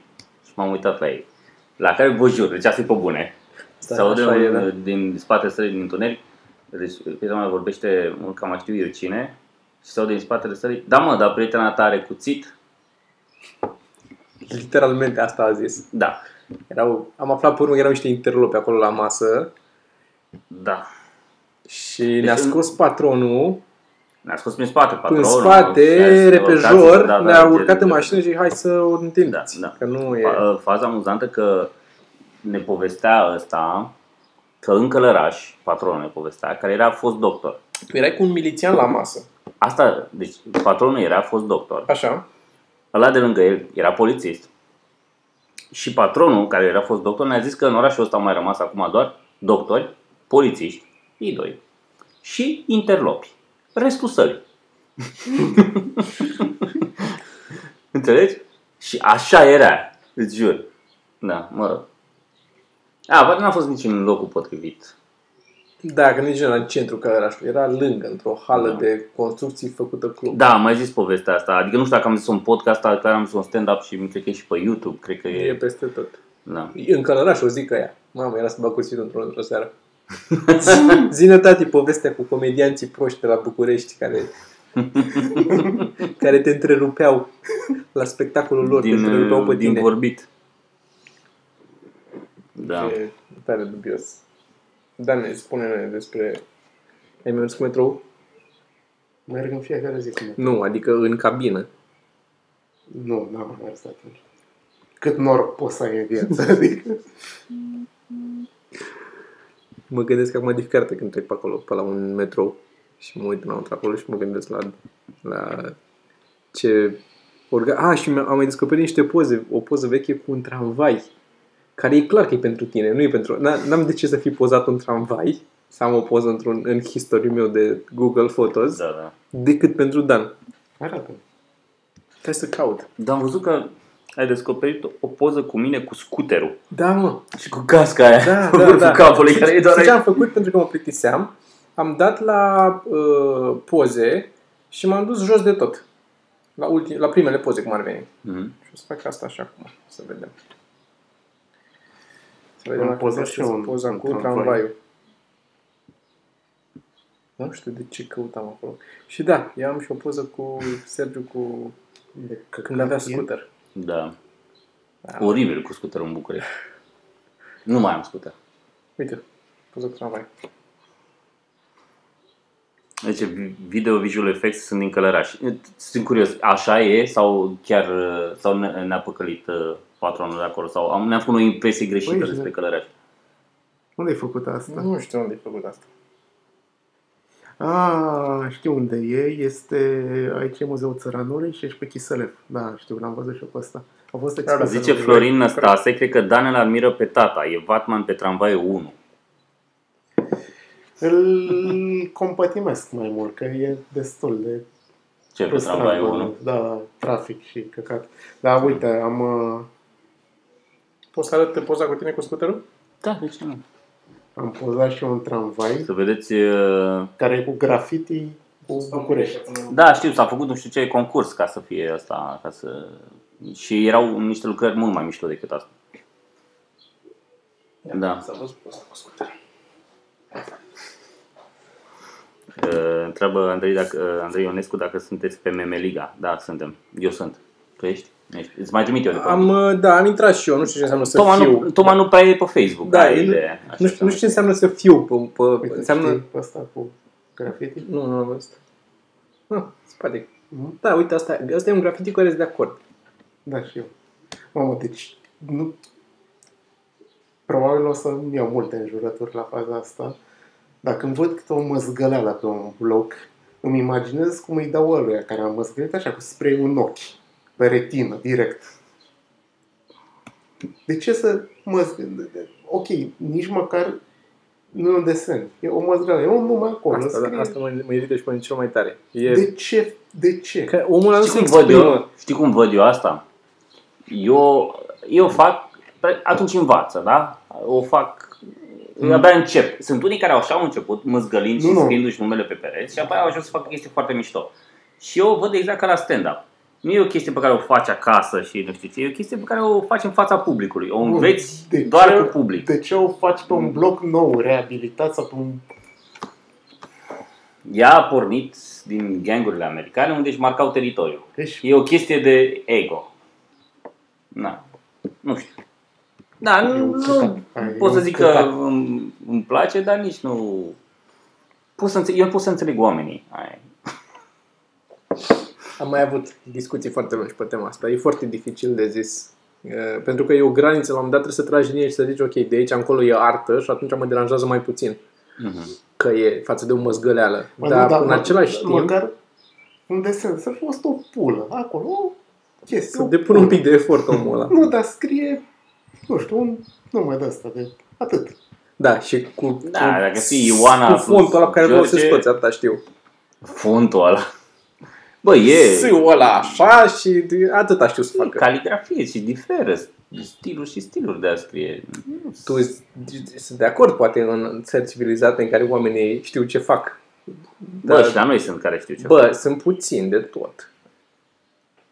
Speaker 1: Și m-am uitat la ei. La care vă jur, deci asta e pe bune.
Speaker 3: Da,
Speaker 1: Da, Sau
Speaker 3: așa e, da.
Speaker 1: din, din spatele sării din întuneric. Deci prietena mea vorbește mult că mai știu eu cine. Și sau din spatele sării. Da mă, dar prietena ta are cuțit?
Speaker 3: Literalmente asta a zis.
Speaker 1: Da.
Speaker 3: Erau, am aflat pe urmă că erau niște interlopi acolo la masă
Speaker 1: Da.
Speaker 3: și ne-a
Speaker 1: Deci în-
Speaker 3: scos patronul
Speaker 1: Ne-a scos prin spate patronul.
Speaker 3: în
Speaker 1: și a zis,
Speaker 3: spate,
Speaker 1: "Urcați-vă",
Speaker 3: repejor,
Speaker 1: da, da,
Speaker 3: ne-a
Speaker 1: de-
Speaker 3: urcat în
Speaker 1: de-
Speaker 3: mașină și hai să o întindeți.
Speaker 1: Da, da.
Speaker 3: Că nu e...
Speaker 1: Fa- Faza amuzantă că ne povestea ăsta că în Călăraș, patronul ne povestea, care era fost doctor.
Speaker 3: Erai cu un milițian la masă.
Speaker 1: Asta, deci patronul era fost doctor.
Speaker 3: Așa.
Speaker 1: Ăla de lângă el era polițist. Și patronul, care era fost doctor, ne-a zis că în orașul ăsta au mai rămas acum doar doctori, polițiști, ei doi. Și interlopi. Restul sării. Înțelegi? Și așa era, îți jur. Da, mă rog. A, poate n-a fost nici în locul potrivit.
Speaker 3: Da, că nici nu era în centru Călărașului, era lângă, într-o hală
Speaker 1: Da.
Speaker 3: de construcții făcută club.
Speaker 1: Da, am mai zis povestea asta. Adică nu știu dacă am zis un podcast, dar clar am zis un stand-up și cred că e și pe YouTube. Cred că
Speaker 3: E
Speaker 1: e...
Speaker 3: peste tot.
Speaker 1: Da.
Speaker 3: În Călăraș o zic că ea. Mamă, era să bag cuțitul într-o, într-o seară. Zine, tati, povestea cu comedianții proști de la București care, care te întrerupeau la spectacolul lor, te
Speaker 1: din, uh,
Speaker 3: întrerupeau pe
Speaker 1: din
Speaker 3: tine.
Speaker 1: vorbit. Da.
Speaker 3: E tare dubios. Dan, spune-ne despre... Ai mers cu metrou?
Speaker 2: Merg în fiecare zi cu metro.
Speaker 3: Nu, adică în cabină.
Speaker 2: Nu, n-am mai mers atunci. Cât noroc poți să ai în viață, adică...
Speaker 3: Mă gândesc că acum de fiecare dată când trec pe acolo, pe la un metrou și mă uit înăuntru acolo și mă gândesc la, la ce... Orga... A, și mi- am mai descoperit niște poze, o poză veche cu un tramvai, care e clar că e pentru tine, nu e pentru... n- N-am de ce să fi pozat un tramvai, să am o poză într-un, în history meu de Google Photos, da.
Speaker 1: Da, da.
Speaker 3: decât pentru Dan.
Speaker 2: Arată.
Speaker 3: Trebuie să caut.
Speaker 1: Dar am văzut că ai descoperit o poză cu mine cu scuterul
Speaker 3: Da, mă.
Speaker 1: și cu casca aia
Speaker 3: Da,
Speaker 1: pe
Speaker 3: da,
Speaker 1: vârful
Speaker 3: da.
Speaker 1: capului
Speaker 3: Și-
Speaker 1: care e
Speaker 3: știi
Speaker 1: doar
Speaker 3: ce
Speaker 1: aici.
Speaker 3: am făcut pentru că mă plictiseam? Am dat la uh, poze și m-am dus jos de tot. La, ultim, la primele poze, cum ar veni.
Speaker 1: Mhm.
Speaker 3: Și o să fac asta așa acum, să vedem. Să
Speaker 2: Am
Speaker 3: vedem dacă
Speaker 2: pozat și
Speaker 3: găsesc
Speaker 2: eu un-
Speaker 3: poza
Speaker 2: un
Speaker 3: cu
Speaker 2: tramvai.
Speaker 3: tramvaiul. Nu știu de ce căutam acolo. Și da, eu am și o poză cu Sergiu cu...
Speaker 2: De căcat
Speaker 3: când avea
Speaker 2: e.
Speaker 3: scooter.
Speaker 1: Da.
Speaker 3: Da.
Speaker 1: Oribil cu scuterul în București. Nu mai am scuter.
Speaker 3: Uite, poză cu tramvai.
Speaker 1: Deci video visual effects sunt din Călăraș. Sunt curios, așa e sau chiar uh, sau ne- ne-a păcălit uh, patronul de acolo sau am, ne-a făcut o impresie greșită
Speaker 2: Păi,
Speaker 1: despre
Speaker 2: da.
Speaker 1: Călăraș.
Speaker 2: Unde ai făcut asta?
Speaker 3: Nu știu unde ai făcut asta.
Speaker 2: A, Ah, știu unde e, este aici e Muzeul Țăranului și ești pe Chiselev. Da, știu, l-am văzut și eu pe ăsta. A fost expunerea
Speaker 1: Da, Zice
Speaker 2: lui-
Speaker 1: Florin Năstase, cred că Dan îl admiră pe tata, e Batman pe tramvaiul 1.
Speaker 2: Îl compătimesc mai mult, că e destul de
Speaker 1: Ce pe
Speaker 2: frustrant,
Speaker 1: tramvaiul
Speaker 2: bă,
Speaker 1: 1?
Speaker 2: Da, trafic și căcat. Dar uite, am... uh,
Speaker 3: Poți să arăt poza cu tine cu scuterul?
Speaker 1: Da, de ce nu?
Speaker 2: Am pozat și eu un tramvai
Speaker 1: Să vedeți... uh,
Speaker 2: care e cu graffiti cu București.
Speaker 1: Da, știu, s-a făcut nu știu ce concurs ca să fie asta, ca să... Și erau niște lucrări mult mai mișto decât asta. Da.
Speaker 3: S-a văzut poza cu scuterul.
Speaker 1: Uh, Întreabă Andrei, dacă, uh, Andrei Ionescu dacă sunteți pe Meme Liga. Da, suntem. Eu sunt. Tu ești? Nu ești. Îți mai trimit eu de pe
Speaker 3: Am, uh, da, am intrat și eu, nu știu ce înseamnă să
Speaker 1: Toma,
Speaker 3: fiu.
Speaker 1: nu, Toma nu prea e pe Facebook.
Speaker 3: Da,
Speaker 1: are
Speaker 3: e, nu-
Speaker 1: ideea. Așa
Speaker 3: nu, știu, nu
Speaker 1: că-
Speaker 3: știu ce înseamnă să fiu pe, pe
Speaker 2: Uite,
Speaker 3: înseamnă...
Speaker 2: știi pe ăsta cu graffiti?
Speaker 3: Nu, nu am văzut. Ah, spate.
Speaker 2: Mhm.
Speaker 3: Da, uite, asta, asta e un grafiti cu care sunt de acord.
Speaker 2: Da, și eu. Mamă, deci nu... probabil o să-mi iau multe înjurături la faza asta. Dacă îmi văd câte o măzgăleală pe un bloc, îmi imaginez cum îi dau ăluia care am măzgălit așa, cu spray un ochi, pe retină, direct. De ce să mă... Ok, nici măcar nu e un desen. E o măzgăleală. E un nume acolo.
Speaker 3: Asta,
Speaker 2: scrie.
Speaker 3: da, asta mă, mă irită și pe mine cel mai tare. E
Speaker 2: De ce? De ce?
Speaker 3: că omul ăla nu se
Speaker 1: Știi cum, văd
Speaker 3: exprimă.
Speaker 1: eu, știi cum văd eu asta? Eu, eu fac, atunci învață, da? O fac, mm. abia încep. Sunt unii care așa au început, măzgălind
Speaker 2: Nu,
Speaker 1: și
Speaker 2: nu.
Speaker 1: scriindu-și numele pe pereți și apoi au ajuns să facă chestii foarte mișto. Și eu o văd exact ca la stand-up. Nu e o chestie pe care o faci acasă și nu știu ce, e o chestie pe care o faci în fața publicului. O
Speaker 2: Bun,
Speaker 1: înveți
Speaker 2: de
Speaker 1: doar
Speaker 2: ce-
Speaker 1: cu public.
Speaker 2: De ce o faci pe
Speaker 3: Mm.
Speaker 2: un bloc nou, reabilitat sau pe un...
Speaker 1: Ea a pornit din gangurile americane unde își marcau teritoriul.
Speaker 2: Deci,
Speaker 1: E o chestie de ego. Na. Nu știu. Da, nu, nu
Speaker 2: Ai,
Speaker 1: pot să
Speaker 2: e un
Speaker 1: zic
Speaker 2: căcat.
Speaker 1: că îmi, îmi place, dar nici nu... Pot să înțeleg, eu pot să înțeleg oamenii. Ai.
Speaker 3: Am mai avut discuții foarte lungi pe tema asta. E foarte dificil de zis. Uh, Pentru că e o graniță, la un moment dat trebuie să tragi linie și să zici, ok, de aici încolo e artă și atunci mă deranjează mai puțin
Speaker 1: Mhm.
Speaker 3: că e față de o măzgăleală.
Speaker 2: Mă,
Speaker 3: Dar
Speaker 2: nu,
Speaker 3: Da, în
Speaker 2: mă-
Speaker 3: același timp
Speaker 2: Măcar un desen, să fost o pulă. Acolo, o chestie.
Speaker 3: să
Speaker 2: o
Speaker 3: depun un pic de efort omul ăla.
Speaker 2: Nu, dar scrie, nu știu, un numai de asta, de atât.
Speaker 3: Da, și cu,
Speaker 1: Da,
Speaker 3: cu,
Speaker 1: dacă fii Ioana
Speaker 3: cu fontul ăla pe care vreau să
Speaker 1: George-
Speaker 3: scoți, atâta știu.
Speaker 1: Fontul ăla. Bă, e...
Speaker 3: Sâul ăla așa și de- atâta știu să
Speaker 1: e
Speaker 3: facă.
Speaker 1: Caligrafie și diferă stiluri și stiluri de a scrie.
Speaker 3: Tu z- z- sunt de acord, poate, în țări civilizate în care oamenii știu ce fac.
Speaker 1: Bă, și la noi sunt care știu ce
Speaker 3: Bă, sunt puțini de tot.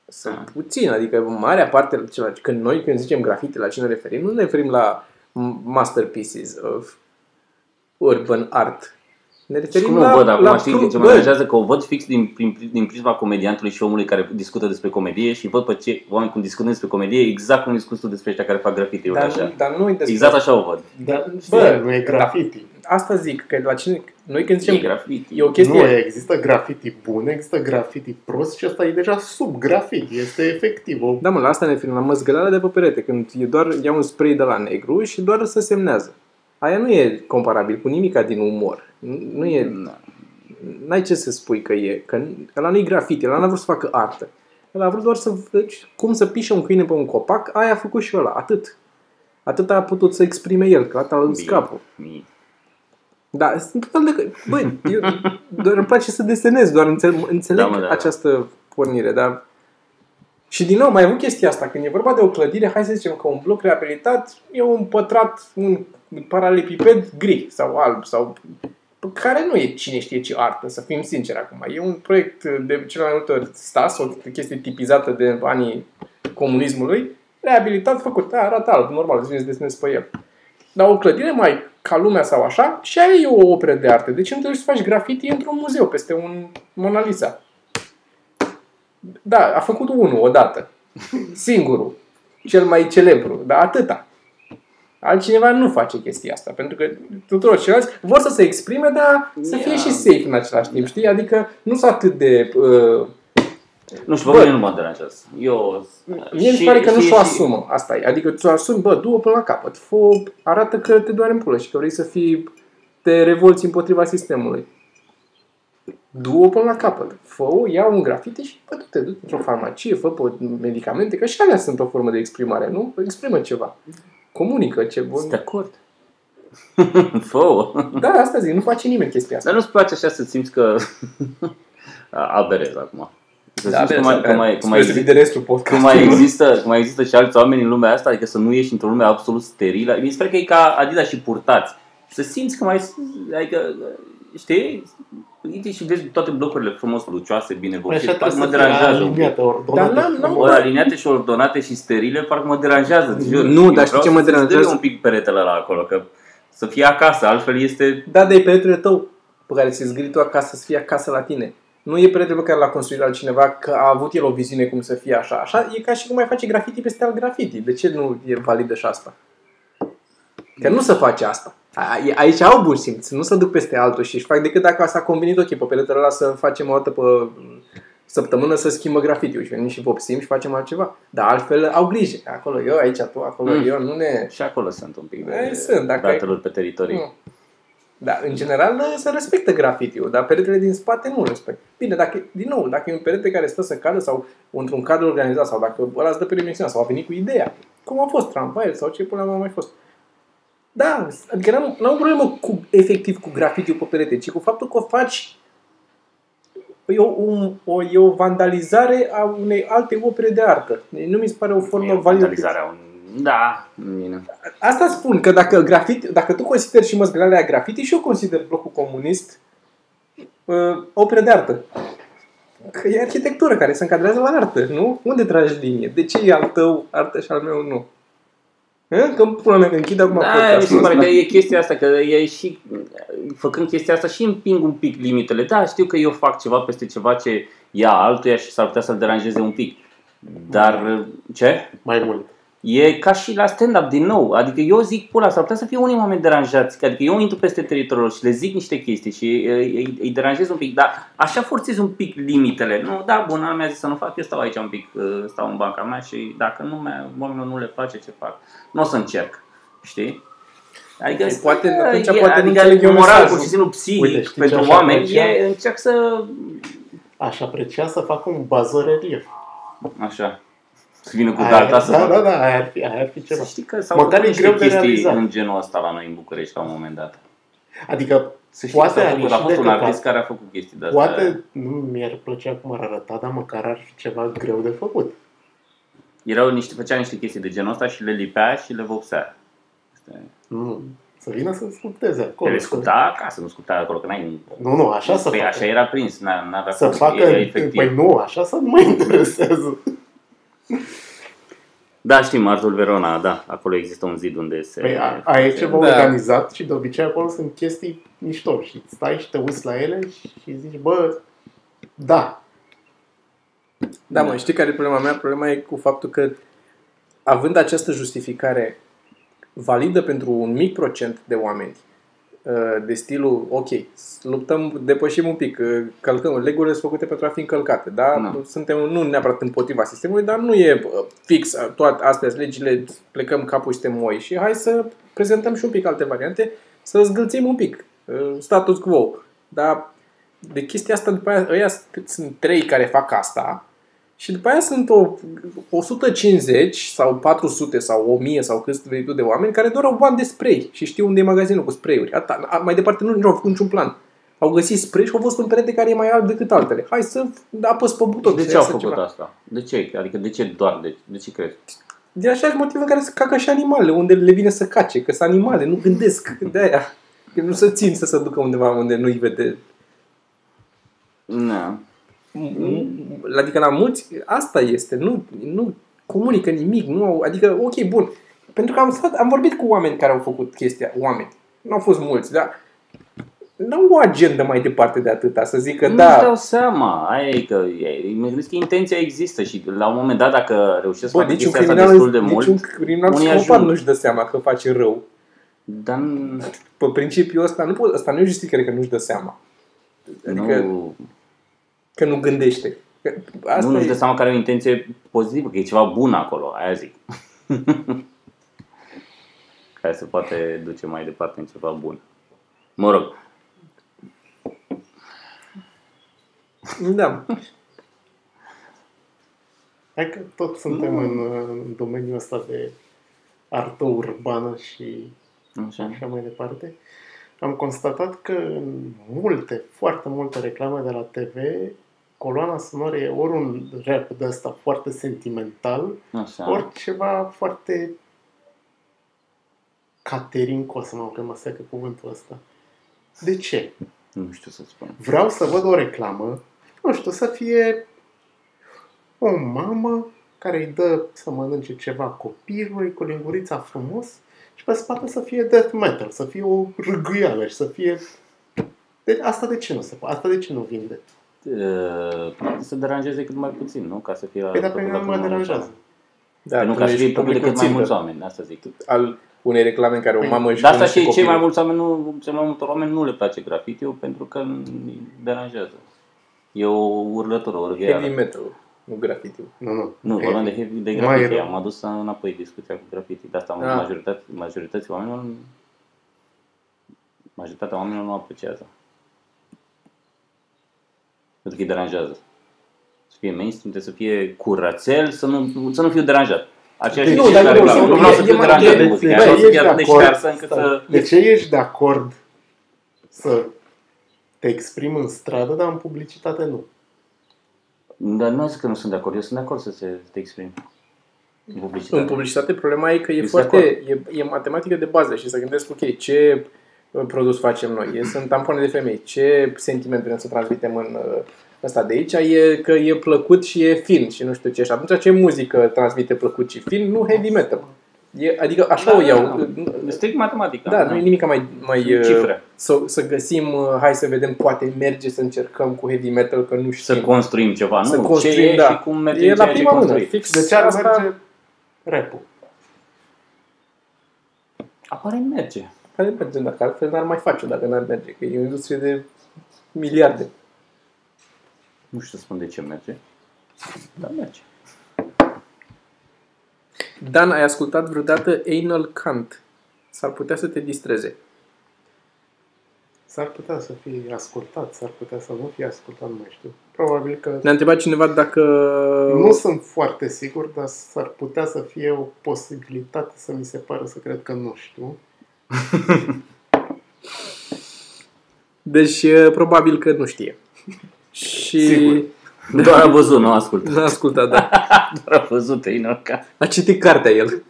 Speaker 3: Sunt
Speaker 1: Ah.
Speaker 3: puțini, adică marea parte, cel- când noi când zicem grafite, la ce ne referim? Nu ne referim la m- masterpieces of urban art. Ne
Speaker 1: Și
Speaker 3: referim
Speaker 1: cum
Speaker 3: Deci la,
Speaker 1: o văd acum,
Speaker 3: la
Speaker 1: știi de ce mă
Speaker 3: bă,
Speaker 1: deranjează? Că o văd fix din, prin, din prisma comediantului și omului care discută despre comedie și văd pe ce oameni cum discută despre comedie, exact cum discută despre ăștia care fac grafiti
Speaker 3: dar, nu-
Speaker 1: așa.
Speaker 3: dar nu e despre
Speaker 1: Exact așa o văd.
Speaker 2: Dar
Speaker 3: Bă,
Speaker 2: bă, nu e graffiti.
Speaker 3: Asta zic, că la cine, noi când
Speaker 1: E
Speaker 3: zicem
Speaker 1: grafiti.
Speaker 3: e o
Speaker 2: Da. Nu,
Speaker 3: chestie,
Speaker 2: există graffiti bun, există graffiti prost și asta e deja sub graffiti. Este efectiv o...
Speaker 3: Da, mă, la asta ne referim, la măzgăleala de pe perete, când e doar, ia un spray de la negru și doar să semnează. Aia nu e comparabil cu nimica din umor. Nu nu e,
Speaker 1: Da.
Speaker 3: n-ai ce să spui că e, că ăla nu e grafiti, ăla n-a vrut să facă artă. Ăla a vrut doar să vezi cum să pișe un câine pe un copac, aia a făcut și ăla, atât. Atât a putut să exprime el, că atât a dus
Speaker 1: Bine.
Speaker 3: capul.
Speaker 1: Mi-
Speaker 3: Da, sunt total de... Băi, eu doar îmi place să desenez, doar înțeleg, înțeleg
Speaker 1: Da, mă, da, da.
Speaker 3: această pornire, dar... Și din nou, mai avut chestia asta, când e vorba de o clădire, hai să zicem că un bloc reabilitat e un pătrat, un paralepiped gri sau alb sau pe care nu e cine știe ce artă, să fim sinceri acum. E un proiect de cel mai multe ori stas, o chestie tipizată de anii comunismului, reabilitat, făcut, da, arată alb, normal, să desenezi pe el. Dar o clădire mai ca lumea sau așa, și aia e o operă de artă. De ce nu te duci să faci grafiti într-un muzeu peste un Mona Lisa? Da, a făcut unul odată. Singurul. Cel mai celebru. Dar atâta. Altcineva nu face chestia asta, pentru că tuturor ceilalți vor să se exprime, dar să fie
Speaker 1: Ia.
Speaker 3: și safe în același timp, știi? Adică nu sunt atât de... Uh,
Speaker 1: Nu știu,
Speaker 3: Bă.
Speaker 1: bă, mie nu mă deranjează. Eu...
Speaker 3: mie mi se
Speaker 1: și-
Speaker 3: pare că nu
Speaker 1: și-
Speaker 3: și-o
Speaker 1: și-
Speaker 3: asumă. Asta e. Adică ți-o asumi, bă, du-o până la capăt. Fă, arată că te doare în pulă și că vrei să fii, te revolți împotriva sistemului. Du-o până la capăt. fă ia un grafite și bă, du-te, du într-o farmacie, fă pe medicamente, că și alea sunt o formă de exprimare, nu? Exprimă ceva. Comunică ce bun.
Speaker 1: Sunt de acord. Fă-o.
Speaker 3: Da, asta zic, nu face nimeni chestia asta.
Speaker 1: Dar nu-ți place așa să simți că aberez acum. Să
Speaker 3: Da,
Speaker 1: simți
Speaker 3: bine,
Speaker 1: cum ai,
Speaker 3: să-
Speaker 1: cum ai, cum ai,
Speaker 3: spre de restul podcast.
Speaker 1: Că mai există, că mai există și alți oameni în lumea asta, adică să nu ieși într-o lume absolut sterilă. Mi se pare că e ca Adidas și purtați. Să simți că mai, adică, știi, uite și vezi toate blocurile frumos lucioase, bine
Speaker 3: Păi
Speaker 1: vopsite, parcă mă deranjează un pic.
Speaker 2: aliniată, ordonată.
Speaker 3: Dar n-am- n-am-
Speaker 2: frumos.
Speaker 1: Ori aliniate și ordonate și sterile, parcă mă deranjează, îți jur.
Speaker 3: Nu,
Speaker 1: Eu vreau
Speaker 3: dar știi ce
Speaker 1: să
Speaker 3: mă
Speaker 1: se
Speaker 3: deranjează?
Speaker 1: stere un pic peretele ăla acolo, că să fie acasă, altfel este...
Speaker 3: Da, dar e peretele tău pe care ți-l zgâri tu acasă să fie acasă la tine. Nu e peretele pe care l-a construit altcineva că a avut el o viziune cum să fie așa. Așa e ca și cum mai face grafiti peste alt grafiti. De ce nu e validă și asta? Că nu se face asta. A- e- Aici au bun simț, nu se duc peste altul și își fac decât dacă s-a combinit, ok, pe peretele ăla să facem o dată pe săptămână să schimbă grafitiul și venim și vopsim și facem altceva. Dar altfel au grijă. Acolo eu, aici tu, acolo
Speaker 1: Mm.
Speaker 3: eu, nu ne...
Speaker 1: Și acolo sunt un pic de
Speaker 3: Ei, sunt, dacă ai-
Speaker 1: datelor pe teritorii.
Speaker 3: Nu. Da, în general se respectă grafitiul, dar peretele din spate nu îl respectă. Bine, dacă, din nou, dacă e un perete care stă să cadă sau într-un cadru organizat sau dacă ăla îți dă permisiunea sau a venit cu ideea, cum a fost tramvaiul sau ce până la mai fost. Da, adică n-am, n-am o problemă cu, efectiv cu grafitiul pe perete, ci cu faptul că o faci E o, un, o, e o vandalizare a unei alte opere de artă. Deci Nu mi se pare o formă
Speaker 1: E
Speaker 3: validă.
Speaker 1: vandalizarea un... Da, bine.
Speaker 3: Asta spun, că dacă, grafit, dacă tu consideri și măzgălarea aia grafiti, și eu consider blocul comunist uh, operă de artă. Că e arhitectură care se încadrează la artă, nu? Unde tragi linie? De ce e al tău artă și al meu nu? Hă? Că pula mea, că închid acum
Speaker 1: Da, mi
Speaker 3: podcastul
Speaker 1: se pare
Speaker 3: ăsta.
Speaker 1: că e chestia asta, că e și făcând chestia asta și împing un pic limitele. Da, știu că eu fac ceva peste ceva ce ia altuia și s-ar putea să-l deranjeze un pic. Dar ce?
Speaker 2: Mai mult.
Speaker 1: E ca și la stand-up din nou. Adică eu zic pula, s-ar putea să fie unii oameni deranjați. că Adică eu intru peste teritoriul lor și le zic niște chestii și îi, îi, îi deranjez un pic. Dar așa forțez un pic limitele. Nu, da, bun, ăla mi-a zis să nu fac, eu stau aici un pic, uh, stau în banca mea și dacă nu, mea- oamenilor nu le place ce fac, nu o să încerc. Știi? Adică,
Speaker 3: Ok, poate-
Speaker 1: e-
Speaker 3: atunci poate nu
Speaker 1: adică
Speaker 3: înțeleg eu
Speaker 1: moral,
Speaker 3: mesajul.
Speaker 1: pur și simplu psihic,
Speaker 2: Uite,
Speaker 1: Uite,
Speaker 2: știi
Speaker 1: pentru
Speaker 2: ce aș
Speaker 1: oameni,
Speaker 2: aprecia?
Speaker 1: e, încerc să...
Speaker 2: Aș aprecia să fac un bazorelief.
Speaker 1: Așa. Să vină cu data să
Speaker 2: da,
Speaker 1: fac-
Speaker 2: da, da, aia ar fi, aia ar fi ceva.
Speaker 1: Să știi că s-au
Speaker 2: Măcar
Speaker 1: făcut
Speaker 2: e
Speaker 1: niște
Speaker 2: greu de
Speaker 1: chestii
Speaker 2: realizat.
Speaker 1: în genul ăsta la noi în București la un moment dat.
Speaker 2: Adică,
Speaker 1: Să știi
Speaker 2: Poate
Speaker 1: că s-a
Speaker 2: a
Speaker 1: făcut,
Speaker 2: ieșit
Speaker 1: a fost
Speaker 2: de
Speaker 1: un
Speaker 2: căcat.
Speaker 1: artist care a făcut chestii de astea.
Speaker 2: poate nu mi-ar plăcea cum ar arăta, dar măcar ar fi ceva greu de făcut.
Speaker 1: Erau niște, făcea niște chestii de genul ăsta și le lipea și le vopsea. Este-
Speaker 2: Nu. Să vină să sculpteze acolo.
Speaker 1: Le sculpta acasă, nu sculpta acolo, că n-ai...
Speaker 2: Nu, nu, așa să
Speaker 1: păi
Speaker 2: facă.
Speaker 1: așa era prins, n- n-avea
Speaker 2: Să
Speaker 1: cum,
Speaker 2: facă,
Speaker 1: era efectiv.
Speaker 2: păi nu, așa să nu mă interesează.
Speaker 1: Da, știm, Artul Verona, da, acolo există un zid unde se...
Speaker 2: Păi a- aia e
Speaker 1: se-
Speaker 2: ceva
Speaker 3: Da.
Speaker 2: organizat și de obicei acolo sunt chestii mișto și stai și te uiți la ele și zici, bă, da,
Speaker 3: Da, mă, știi care e problema mea? Problema e cu faptul că, având această justificare validă pentru un mic procent de oameni, uh, de stilul, ok, s- luptăm, depășim un pic, uh, călcăm, legurile sunt făcute pentru a fi încălcate, da?
Speaker 1: Da.
Speaker 3: Suntem nu neapărat împotriva sistemului, dar nu e uh, fix, uh, toate astea sunt legile, plecăm capul și suntem moi și hai să prezentăm și un pic alte variante, să zgâlțim un pic uh, status quo. Dar de chestia asta, după aia, ăia sunt- sunt trei care fac asta, și după aia sunt o, 150 sau 400 sau 1000 sau câți vrei tu de oameni care doar au bani de spray și știu unde e magazinul cu spray-uri. Ata, a- mai departe nu, nu au făcut niciun plan. Au găsit spray și au fost un perete care e mai alb decât altele. Hai să apăs pe buton.
Speaker 1: de
Speaker 3: să
Speaker 1: ce au
Speaker 3: iasă
Speaker 1: făcut
Speaker 3: ceva.
Speaker 1: asta? De ce? Adică de ce doar? De, de ce crezi?
Speaker 3: De așa motiv în care se cacă și animalele, unde le vine să cace, că sunt animale, nu gândesc de aia. Că nu se țin să se ducă undeva unde nu-i vede
Speaker 2: Da.
Speaker 1: Nu.
Speaker 3: Adică la mulți asta este, nu, nu comunică nimic, nu au, adică ok, bun, pentru că am, stat, am vorbit cu oameni care au făcut chestia, oameni, nu au fost mulți, dar n-au o agendă mai departe de atâta, să zic că
Speaker 1: nu
Speaker 3: da,
Speaker 1: îmi dau seama. Aia e că, e, mă gândesc că intenția există și la un moment dat dacă reușesc să
Speaker 3: bă,
Speaker 1: fac
Speaker 3: niciun
Speaker 1: chestia asta
Speaker 3: criminal,
Speaker 1: destul de
Speaker 3: niciun
Speaker 1: mult,
Speaker 3: criminal
Speaker 1: unii
Speaker 3: psihopat
Speaker 1: ajung.
Speaker 3: nu-și dă seama că face rău.
Speaker 1: dar nu-
Speaker 3: Pe principiul ăsta, nu, pot- ăsta nu e justificare că nu-și dă seama, Adică-
Speaker 1: nu,
Speaker 3: că nu gândește. Că Asta
Speaker 1: nu nu-și
Speaker 3: e.
Speaker 1: dă seama că are o intenție pozitivă, că e ceva bun acolo, aia zic. Care se poate duce mai departe în ceva bun. Mă rog,
Speaker 3: Da.
Speaker 2: hai că tot suntem
Speaker 1: Mm.
Speaker 2: în, uh, în domeniul ăsta de artă urbană și
Speaker 1: așa.
Speaker 2: așa mai departe. Am constatat că în multe, foarte multe reclame de la TV, coloana sonoră e ori un rap de ăsta foarte sentimental,
Speaker 1: așa.
Speaker 2: ori ceva foarte caterinco, să mă că mă seacă cuvântul ăsta. De ce?
Speaker 1: Nu știu să spun.
Speaker 2: Vreau să văd o reclamă, nu știu, să fie o mamă care îi dă să mănânce ceva copilului cu lingurița frumos și pe spate să fie death metal, să fie o râgâială și să fie... De, asta de ce nu se poate? Asta de ce nu vinde? Păi
Speaker 1: Uh, poate să deranjeze cât mai puțin, nu? Ca să fie
Speaker 2: Păi dar
Speaker 1: plăcut
Speaker 2: pe mine
Speaker 1: la
Speaker 2: nu mă
Speaker 1: cât mai mulți
Speaker 2: deranjează.
Speaker 1: oameni.
Speaker 3: da
Speaker 1: Nu, ca să
Speaker 3: ești da.
Speaker 1: fie public cât mai
Speaker 3: țintă
Speaker 1: mulți oameni, asta zic.
Speaker 3: al unei reclame în care o mamă își
Speaker 1: De asta
Speaker 3: pune
Speaker 1: și cei
Speaker 3: copilul.
Speaker 1: mai mulți oameni, nu, cel mai multor oameni nu le place grafitiul pentru că îi deranjează. E o urlătură,
Speaker 5: Heavy
Speaker 1: urgheară.
Speaker 5: metal, nu graffiti
Speaker 2: Nu, nu.
Speaker 1: Nu,
Speaker 2: E,
Speaker 1: vorbeam de, heavy- de
Speaker 2: Mai
Speaker 1: graffiti.
Speaker 2: rău.
Speaker 1: Am adus înapoi discuția cu graffiti. De asta
Speaker 5: Ah.
Speaker 1: majoritatea, majoritatea oamenilor majoritatea oamenilor nu apreciază. Pentru că îi deranjează. Să fie mainstream, trebuie să fie curățel, să nu, să nu fiu deranjat. Aceeași
Speaker 2: Deci,
Speaker 1: chestie
Speaker 2: nu, dar
Speaker 1: la
Speaker 2: nu,
Speaker 1: reclamă.
Speaker 2: nu,
Speaker 1: Nu vreau
Speaker 2: e-
Speaker 1: să
Speaker 2: e
Speaker 1: fiu
Speaker 2: mai-
Speaker 1: deranjat
Speaker 2: e-
Speaker 1: de muzică.
Speaker 2: bă,
Speaker 1: Vreau să
Speaker 2: ești
Speaker 1: fie
Speaker 2: de
Speaker 1: atât de
Speaker 2: acord,
Speaker 1: ștearsă încât să...
Speaker 2: De ce ești de acord să te exprimi în stradă, dar în publicitate nu?
Speaker 1: Dar nu zic că nu sunt de acord. Eu sunt de acord să se, să te exprimi. În
Speaker 3: Da. În
Speaker 1: publicitate.
Speaker 3: publicitate problema e că e
Speaker 1: Ești
Speaker 3: foarte,
Speaker 1: de
Speaker 3: e, e matematică de bază și să gândesc, ok, ce uh, produs facem noi? E, sunt tampoane de femei, ce sentiment vrem să transmitem în uh, ăsta de aici? E că e plăcut și e fin și nu știu ce. Și atunci ce muzică transmite plăcut și fin? Nu heavy metal. E, adică așa
Speaker 1: Da,
Speaker 3: o
Speaker 1: da,
Speaker 3: iau.
Speaker 1: da. Strict matematică.
Speaker 3: Da, nu e nimic mai, mai uh,
Speaker 1: Cifre.
Speaker 3: Să, să găsim, uh, hai să vedem, poate merge să încercăm cu heavy metal, că nu știm.
Speaker 1: Să construim ceva,
Speaker 3: Să
Speaker 1: nu?
Speaker 3: construim,
Speaker 1: ce e
Speaker 3: da.
Speaker 1: și cum merge
Speaker 3: e la
Speaker 1: ceea ce
Speaker 3: prima mână,
Speaker 1: construi.
Speaker 3: fix.
Speaker 2: De ce deci ar
Speaker 3: asta-
Speaker 2: merge rap
Speaker 1: Aparent merge.
Speaker 3: Care merge, dacă altfel n-ar mai face, dacă n-ar merge, că e o industrie de miliarde.
Speaker 1: Nu știu să spun de ce merge, dar merge.
Speaker 3: Dan, ai ascultat vreodată Anal Kant? S-ar putea să te distreze.
Speaker 2: S-ar putea să fie ascultat, s-ar putea să nu fie ascultat, nu mai știu. Probabil că
Speaker 3: Ne-a întrebat cineva dacă...
Speaker 2: nu sunt foarte sigur, dar s-ar putea să fie o posibilitate să mi se pară să cred că nu știu.
Speaker 3: Deci, e, probabil că nu știe. Și...
Speaker 2: Sigur.
Speaker 1: Doar a văzut, nu a ascultat.
Speaker 3: N-a ascultat, da.
Speaker 1: Doar a văzut Inoca.
Speaker 3: A citit cartea el.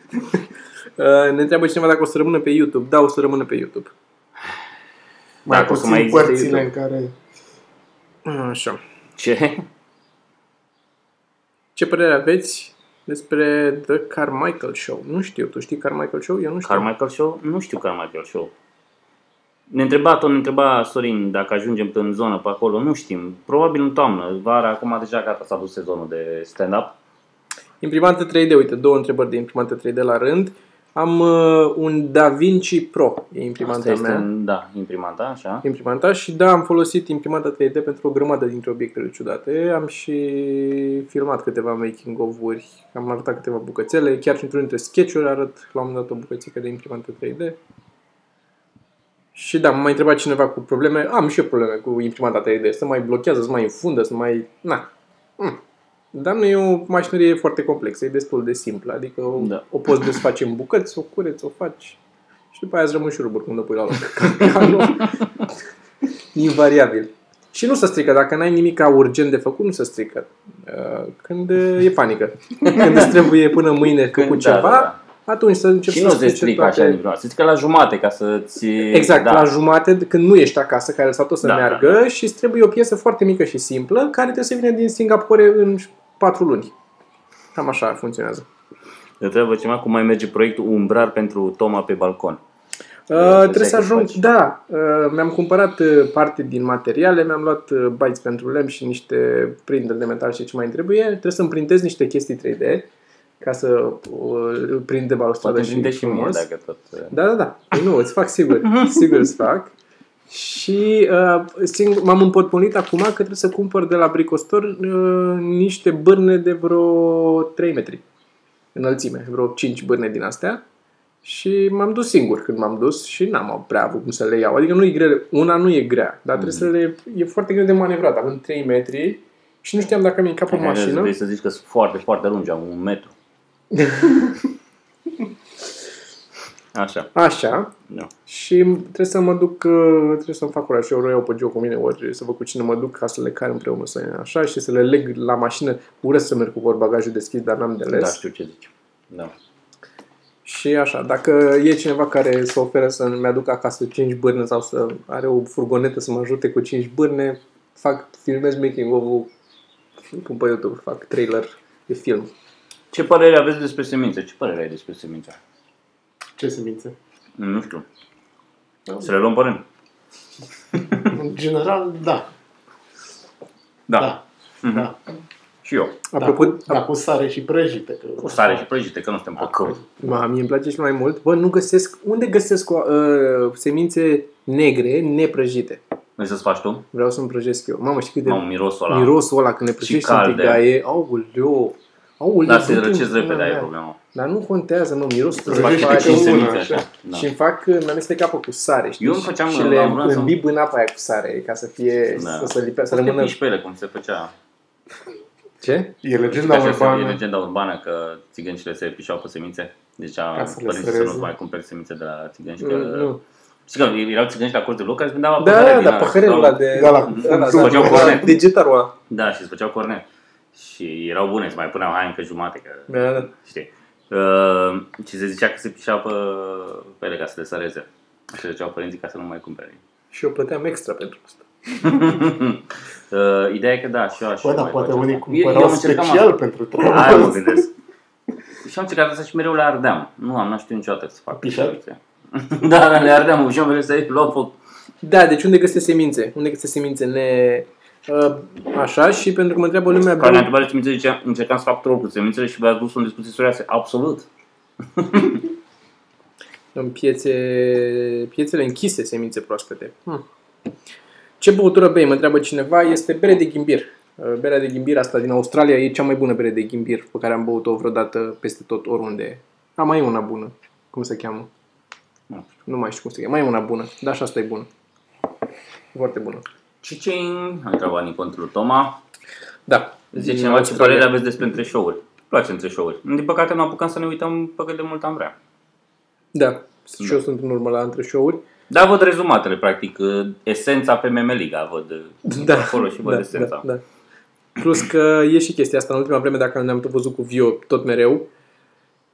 Speaker 3: Uh, ne întreabă cineva dacă o să rămână pe YouTube. Da, o să rămână pe YouTube.
Speaker 2: Mai
Speaker 1: Dacă o să
Speaker 2: puțin
Speaker 1: mai existe
Speaker 2: părțile
Speaker 1: YouTube.
Speaker 2: în care...
Speaker 3: Uh, Așa.
Speaker 1: Ce?
Speaker 3: Ce părere aveți despre The Carmichael Show? Nu știu. Tu știi Carmichael Show? Eu nu știu.
Speaker 1: Carmichael Show? Nu știu Carmichael Show. Ne întreba tot, ne întreba Sorin dacă ajungem în zonă pe acolo, nu știm. Probabil în toamnă, vara, acum deja gata, s-a dus sezonul de stand-up.
Speaker 3: Imprimantă 3D, uite, două întrebări de imprimantă 3D la rând. Am uh, un DaVinci Pro, e imprimanta
Speaker 1: Asta
Speaker 3: este
Speaker 1: este,
Speaker 3: mea,
Speaker 1: în, da, imprimanta, așa.
Speaker 3: imprimanta și da, am folosit imprimanta 3D pentru o grămadă dintre obiectele ciudate. Am și filmat câteva making of-uri, am arătat câteva bucățele, chiar și într-un dintre sketch-uri arăt la un moment dat o bucățică de imprimantă 3D. Și da, m-a mai întrebat cineva cu probleme. Am și eu probleme cu imprimanta 3D. Să mai blochează, să mai înfundă, să mai... Na. Mm. Dar nu e o mașinărie foarte complexă, e destul de simplă. Adică o, da.
Speaker 1: Da.
Speaker 3: o poți desface în bucăți, o cureți, o faci și după aia îți rămân șuruburi când o pui la loc. Ca- ca nu- Invariabil. Și nu se strică. Dacă n-ai nimic urgent de făcut, nu se strică. Uh, Când uh, e panică. Când îți trebuie până mâine
Speaker 1: Când-
Speaker 3: făcut
Speaker 1: da,
Speaker 3: ceva,
Speaker 1: da, da.
Speaker 3: atunci să începi
Speaker 1: Și
Speaker 3: să
Speaker 1: nu se
Speaker 3: strice
Speaker 1: strică
Speaker 3: toate-
Speaker 1: așa niciodată. Se strică la jumate ca să-ți...
Speaker 3: Exact,
Speaker 1: da.
Speaker 3: da. la jumate, d- când nu ești acasă, care s-a tot să da,
Speaker 1: Da,
Speaker 3: meargă da. și îți trebuie o piesă foarte mică și simplă, care trebuie să vină din Singapore în 4 luni. Cam așa funcționează.
Speaker 1: Ne Întreabă cineva cum mai merge proiectul Umbrar pentru Toma pe balcon.
Speaker 3: Uh, trebuie
Speaker 1: Deci
Speaker 3: să
Speaker 1: ai
Speaker 3: ajung,
Speaker 1: faci.
Speaker 3: da, uh, mi-am cumpărat uh, parte din materiale, mi-am luat uh, bytes pentru lemn și niște prinderi de metal și ce mai îmi trebuie. Trebuie să-mi printez niște chestii 3D ca să uh, îl prind de balustradă
Speaker 1: Poate
Speaker 3: și,
Speaker 1: și, și mie,
Speaker 3: frumos.
Speaker 1: dacă tot... uh,
Speaker 3: Da, da, da. Păi Nu, îți fac sigur. sigur îți fac. Și uh, sing- m-am împotmolit acum că trebuie să cumpăr de la Bricostor uh, niște bârne de vreo 3 metri înălțime, vreo 5 bârne din astea. Și m-am dus singur când m-am dus și n-am prea avut cum să le iau. Adică nu e greu, una nu e grea, dar trebuie
Speaker 1: Mm.
Speaker 3: să le... E foarte greu de manevrat, având 3 metri și nu știam dacă mi încap în
Speaker 1: Hai, hai,
Speaker 3: mașină.
Speaker 1: Vrei să zici că sunt foarte, foarte lungi, am un metru. Așa,
Speaker 3: Așa,
Speaker 1: nu.
Speaker 3: Și trebuie să mă duc, uh, trebuie să-mi fac curaj și eu o iau pe Gio cu mine, ori să văd cu cine mă duc ca să le car împreună să așa și să le leg la mașină. Urăsc să merg cu portbagajul deschis, dar n-am de
Speaker 1: Da,
Speaker 3: ales.
Speaker 1: știu ce zici. Da.
Speaker 3: Și așa, dacă e cineva care se oferă să-mi aducă acasă 5 bârne sau să are o furgonetă să mă ajute cu 5 bârne, fac, filmez making of-ul, îl pun pe YouTube, fac trailer de film.
Speaker 1: Ce părere aveți despre semințe? Ce părere ai despre semințe?
Speaker 2: Ce semințe?
Speaker 1: Nu știu.
Speaker 3: Da.
Speaker 1: Să le luăm pe rând.
Speaker 2: În general, da.
Speaker 1: Da.
Speaker 2: Da. da.
Speaker 1: Și eu.
Speaker 3: Apropo,
Speaker 2: da, cu, da, cu sare și prăjite. Că...
Speaker 1: Cu sare și prăjite, că nu suntem pe cău.
Speaker 3: Ma, mie îmi place și mai mult. Bă, nu găsesc... Unde găsesc uh, semințe negre, neprăjite?
Speaker 1: Vrei să-ți faci tu?
Speaker 3: Vreau să-mi prăjesc eu. Mamă, știi cât de
Speaker 1: Mamă, mirosul ăla.
Speaker 3: mirosul ăla când ne prăjești în
Speaker 1: cald de-
Speaker 3: tigaie? Aoleu! Aoleu!
Speaker 1: Da, se
Speaker 3: sunt
Speaker 1: răcesc
Speaker 3: în-
Speaker 1: repede, ai
Speaker 3: Da.
Speaker 1: problema.
Speaker 3: Dar nu contează, mă, mirosul
Speaker 1: Faci
Speaker 2: Îți Prăjești
Speaker 1: câte
Speaker 2: pe
Speaker 1: 5
Speaker 2: una,
Speaker 1: semințe,
Speaker 2: așa.
Speaker 1: așa. Da.
Speaker 3: Și îmi fac, mi amestec apă cu sare, știi?
Speaker 1: Eu îmi făceam
Speaker 3: și
Speaker 1: la
Speaker 3: le
Speaker 1: un lanț,
Speaker 3: îmbib în apa aia cu sare, ca să fie,
Speaker 1: Da.
Speaker 3: să, să, lipe, să
Speaker 1: Să te
Speaker 3: rămână...
Speaker 1: piși pe ele, cum se făcea. Deci
Speaker 3: Ce?
Speaker 2: E
Speaker 1: Legenda
Speaker 2: legenda
Speaker 1: urbană. E
Speaker 2: urbană.
Speaker 1: legenda urbană că țigăncile se pișau pe semințe. Deci
Speaker 2: Ca să le
Speaker 1: părinții să
Speaker 2: săreze.
Speaker 1: nu mai cumperi semințe de la țigănci.
Speaker 3: Nu,
Speaker 1: Că...
Speaker 3: Mm, nu.
Speaker 1: Știi că erau țigănci la colț de bloc care îți vindeau
Speaker 3: Da,
Speaker 1: pahare
Speaker 3: da,
Speaker 1: din
Speaker 3: da,
Speaker 1: alea,
Speaker 3: păhărelul
Speaker 1: sau-
Speaker 3: ăla de...
Speaker 2: Da, la-
Speaker 3: da, da,
Speaker 1: făceau
Speaker 3: da,
Speaker 1: cornet.
Speaker 3: degetarul ăla.
Speaker 1: Da, și îți făceau cornet. Și erau bune, îți mai puneau haine încă jumate, că
Speaker 3: Da, da.
Speaker 1: știi. Uh, și se zicea că se pișau pe, pe ele ca să le săreze. Și ziceau părinții ca să nu mai cumpere.
Speaker 3: Și eu plăteam extra pentru asta.
Speaker 1: Uh, ideea e că da, și eu aș
Speaker 2: Bă, dar
Speaker 1: mai
Speaker 2: poate
Speaker 1: face
Speaker 2: unii
Speaker 1: asta. Eu- eu
Speaker 2: cumpărau
Speaker 1: am încercat, mă.
Speaker 2: special pentru treaba
Speaker 1: Aia mă
Speaker 2: asta.
Speaker 1: gândesc. Și am încercat asta și mereu le ardeam. Nu am, n-am știut niciodată să fac
Speaker 2: Pișat?
Speaker 1: soluție. da, da, le ardeam, și am mereu să luau foc.
Speaker 3: Da, deci unde găsesc semințe? Unde găsesc semințe? Ne... Uh, așa și pentru că mă întreabă lumea
Speaker 1: Care ne-a
Speaker 3: bă,
Speaker 1: întrebat semințe, zicea, încercam să fac troll cu semințele și v-ați dus în discuții serioase. Absolut.
Speaker 3: în piețe, piețele închise semințe proaspete. Hmm. Ce băutură bei? Mă întreabă cineva. Este bere de ghimbir. Uh, Berea de ghimbir asta din Australia e cea mai bună bere de ghimbir pe care am băut-o vreodată peste tot oriunde. A, mai e una bună. Cum se cheamă?
Speaker 1: Nu
Speaker 3: Nu mai știu cum se cheamă. Mai e una bună. Dar și asta e bună. Foarte bună.
Speaker 1: Cicing, a întrebat Nicontul Toma.
Speaker 3: Da.
Speaker 1: Zice
Speaker 3: Din
Speaker 1: cineva ce
Speaker 3: Australia.
Speaker 1: părere aveți despre întreșouri. Îmi place întreșouri. Din păcate nu apucam să ne uităm pe cât de mult am vrea.
Speaker 3: Da. Și eu sunt în urmă la între show-uri.
Speaker 1: Dar văd rezumatele, practic, esența pe meme Liga, văd
Speaker 3: Da.
Speaker 1: acolo și văd
Speaker 3: da,
Speaker 1: esența.
Speaker 3: da, da. Plus că e și chestia asta în ultima vreme, dacă ne-am tot văzut cu Vio tot mereu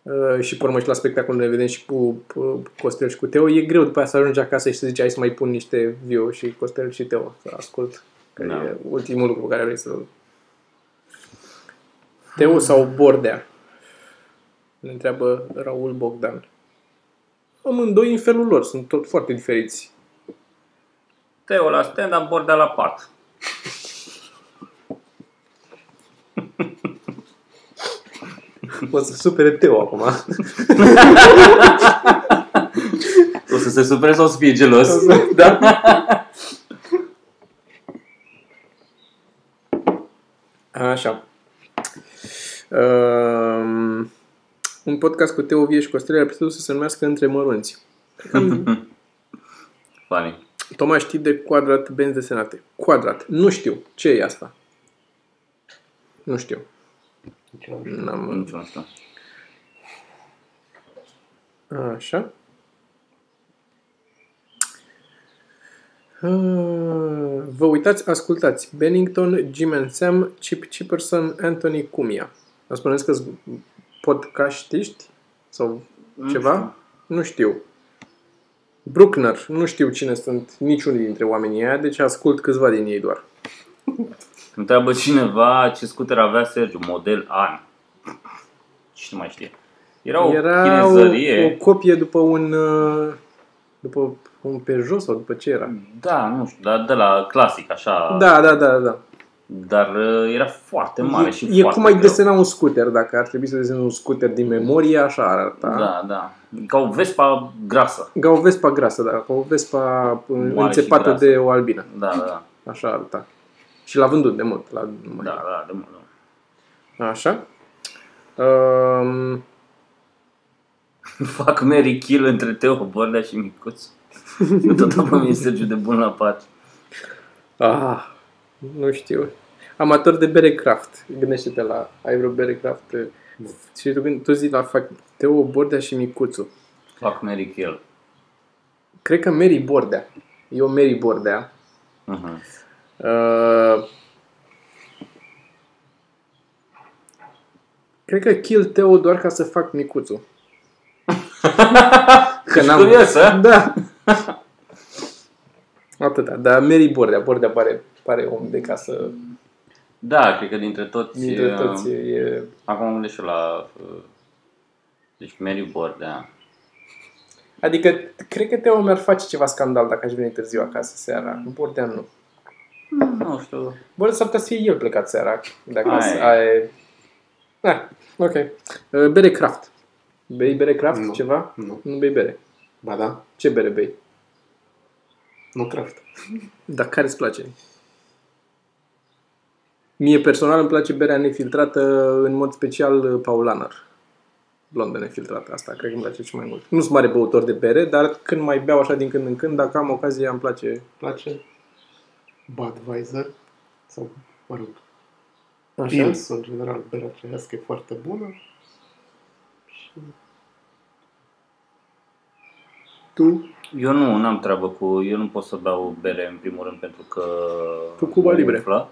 Speaker 3: uh, și pe urmă și la spectacol ne vedem și cu uh, Costel și cu Teo, e greu după aia să ajungi acasă și să zici hai să mai pun niște Vio și Costel și Teo să ascult. Că
Speaker 1: Da.
Speaker 3: e ultimul lucru pe care vrei să... Teo sau Bordea? Ne întreabă Raul Bogdan. Amândoi în felul lor, sunt tot foarte diferiți.
Speaker 1: Teo la stand-up, Bordea la pat.
Speaker 3: O să supere Teo acum.
Speaker 1: O să se supere sau o să fie gelos?
Speaker 3: da? Așa. Um, un podcast cu Teo Vie și Costel ar putea să se numească Între Mărunți.
Speaker 1: Funny.
Speaker 3: Toma știi de quadrat benzi desenate. Quadrat. Nu știu. Ce e asta? Nu știu. N-am...
Speaker 1: Nici nu știu.
Speaker 3: Așa. Uh, Vă uitați, ascultați. Bennington, Jim and Sam, Chip Chipperson, Anthony Cumia. Vă spuneți că podcastiști? Sau
Speaker 1: Nu
Speaker 3: ceva? Nu știu. Bruckner, nu știu cine sunt niciunul dintre oamenii aia, deci ascult câțiva din ei doar.
Speaker 1: Întreabă cineva ce scuter avea Sergiu, model an. Și nu mai știe. Era o
Speaker 3: Era o, o
Speaker 1: chinezărie.
Speaker 3: copie după un, uh, după un Peugeot sau după ce era?
Speaker 1: Da, nu știu, dar de la clasic, așa.
Speaker 3: Da, da, da, da.
Speaker 1: Dar uh, era foarte mare
Speaker 3: e,
Speaker 1: și
Speaker 3: E
Speaker 1: foarte
Speaker 3: cum ai
Speaker 1: greu.
Speaker 3: desena un scooter, dacă ar trebui să desene un scooter din memorie, așa arăta.
Speaker 1: Da, da. Ca o Vespa grasă.
Speaker 3: Ca o Vespa grasă, da, ca o Vespa
Speaker 1: Mare și
Speaker 3: înțepată
Speaker 1: grasă.
Speaker 3: de o albină.
Speaker 1: Da, da, da.
Speaker 3: Așa arăta. Și l-a vândut de mult. La...
Speaker 1: Da, da, de mult. de mult.
Speaker 3: Așa. Um,
Speaker 1: Fac Mary Kill între Teo Bordea și Micuț. Tot apă mi Sergiu de bun la pat.
Speaker 3: ah, nu știu. Amator de bere craft. Gândește-te la... Ai vreo bere craft? eh, Și tu, gând- tu zici la fac Teo Bordea și Micuțu.
Speaker 1: Fac Mary Kill.
Speaker 3: Cred că Mary Bordea. Eu Mary Bordea.
Speaker 1: Uh-huh.
Speaker 3: Uh, cred că kill Teo doar ca să fac micuțul.
Speaker 1: Ești curios, a?
Speaker 3: Da. Atâta, dar Mary Bordea. Bordea pare, pare om de casă.
Speaker 1: Da, cred că dintre toți,
Speaker 3: Dintre
Speaker 1: uh,
Speaker 3: toți e...
Speaker 1: Acum am gândit și eu la... uh, Deci Mary Bordea.
Speaker 3: Adică, cred că Teo mi-ar face ceva scandal dacă aș veni târziu acasă seara. Bordea nu.
Speaker 1: Nu știu.
Speaker 3: Bordea s-ar putea să fie el plecat seara. Dacă
Speaker 1: Ai.
Speaker 3: ai... ai... Da, ok. Uh, Bere craft. Bei bere craft?
Speaker 2: Nu.
Speaker 3: Ceva?
Speaker 2: Nu.
Speaker 3: Nu bei bere.
Speaker 2: Ba da.
Speaker 3: Ce bere bei?
Speaker 2: Nu craft.
Speaker 3: Dar care îți place? Mie personal îmi place berea nefiltrată, în mod special uh, paulaner. Blondă nefiltrată, asta cred că îmi place cel mai mult. Nu sunt mare băutor de bere, dar când mai beau așa din când în când, dacă am ocazia, îmi place.
Speaker 2: place Budweiser sau, mă rog,
Speaker 3: Așa.
Speaker 2: Pils, în general, berea cerească e foarte bună. Și
Speaker 3: Tu?
Speaker 1: Eu nu, n-am treabă cu... Eu nu pot să beau bere în primul rând pentru că...
Speaker 3: Tu Cuba
Speaker 1: mă
Speaker 3: Libre.
Speaker 1: umflă.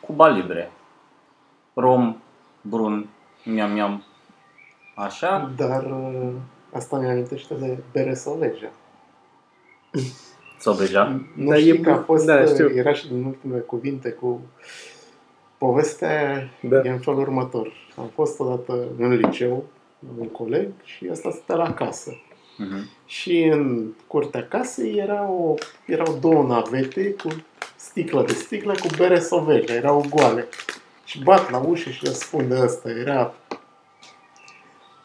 Speaker 1: Cuba Libre. Rom, brun, miam miam.
Speaker 3: Da.
Speaker 1: Așa?
Speaker 2: Dar uh, asta mi amintește de bere sau legea.
Speaker 1: Sau deja?
Speaker 2: Nu
Speaker 3: Mm. Dar
Speaker 2: știi
Speaker 3: e
Speaker 2: că a
Speaker 3: bun.
Speaker 2: fost,
Speaker 3: Da,
Speaker 2: da,
Speaker 3: știu.
Speaker 2: era și din ultimele cuvinte cu povestea aia
Speaker 3: Da.
Speaker 2: e în felul următor. Am fost odată în liceu, la un coleg și ăsta stă la casă.
Speaker 1: Mhm.
Speaker 2: Și în curtea casei era o, erau două navete cu sticlă de sticlă cu bere sovele, erau goale. Și bat la ușă și răspunde asta, era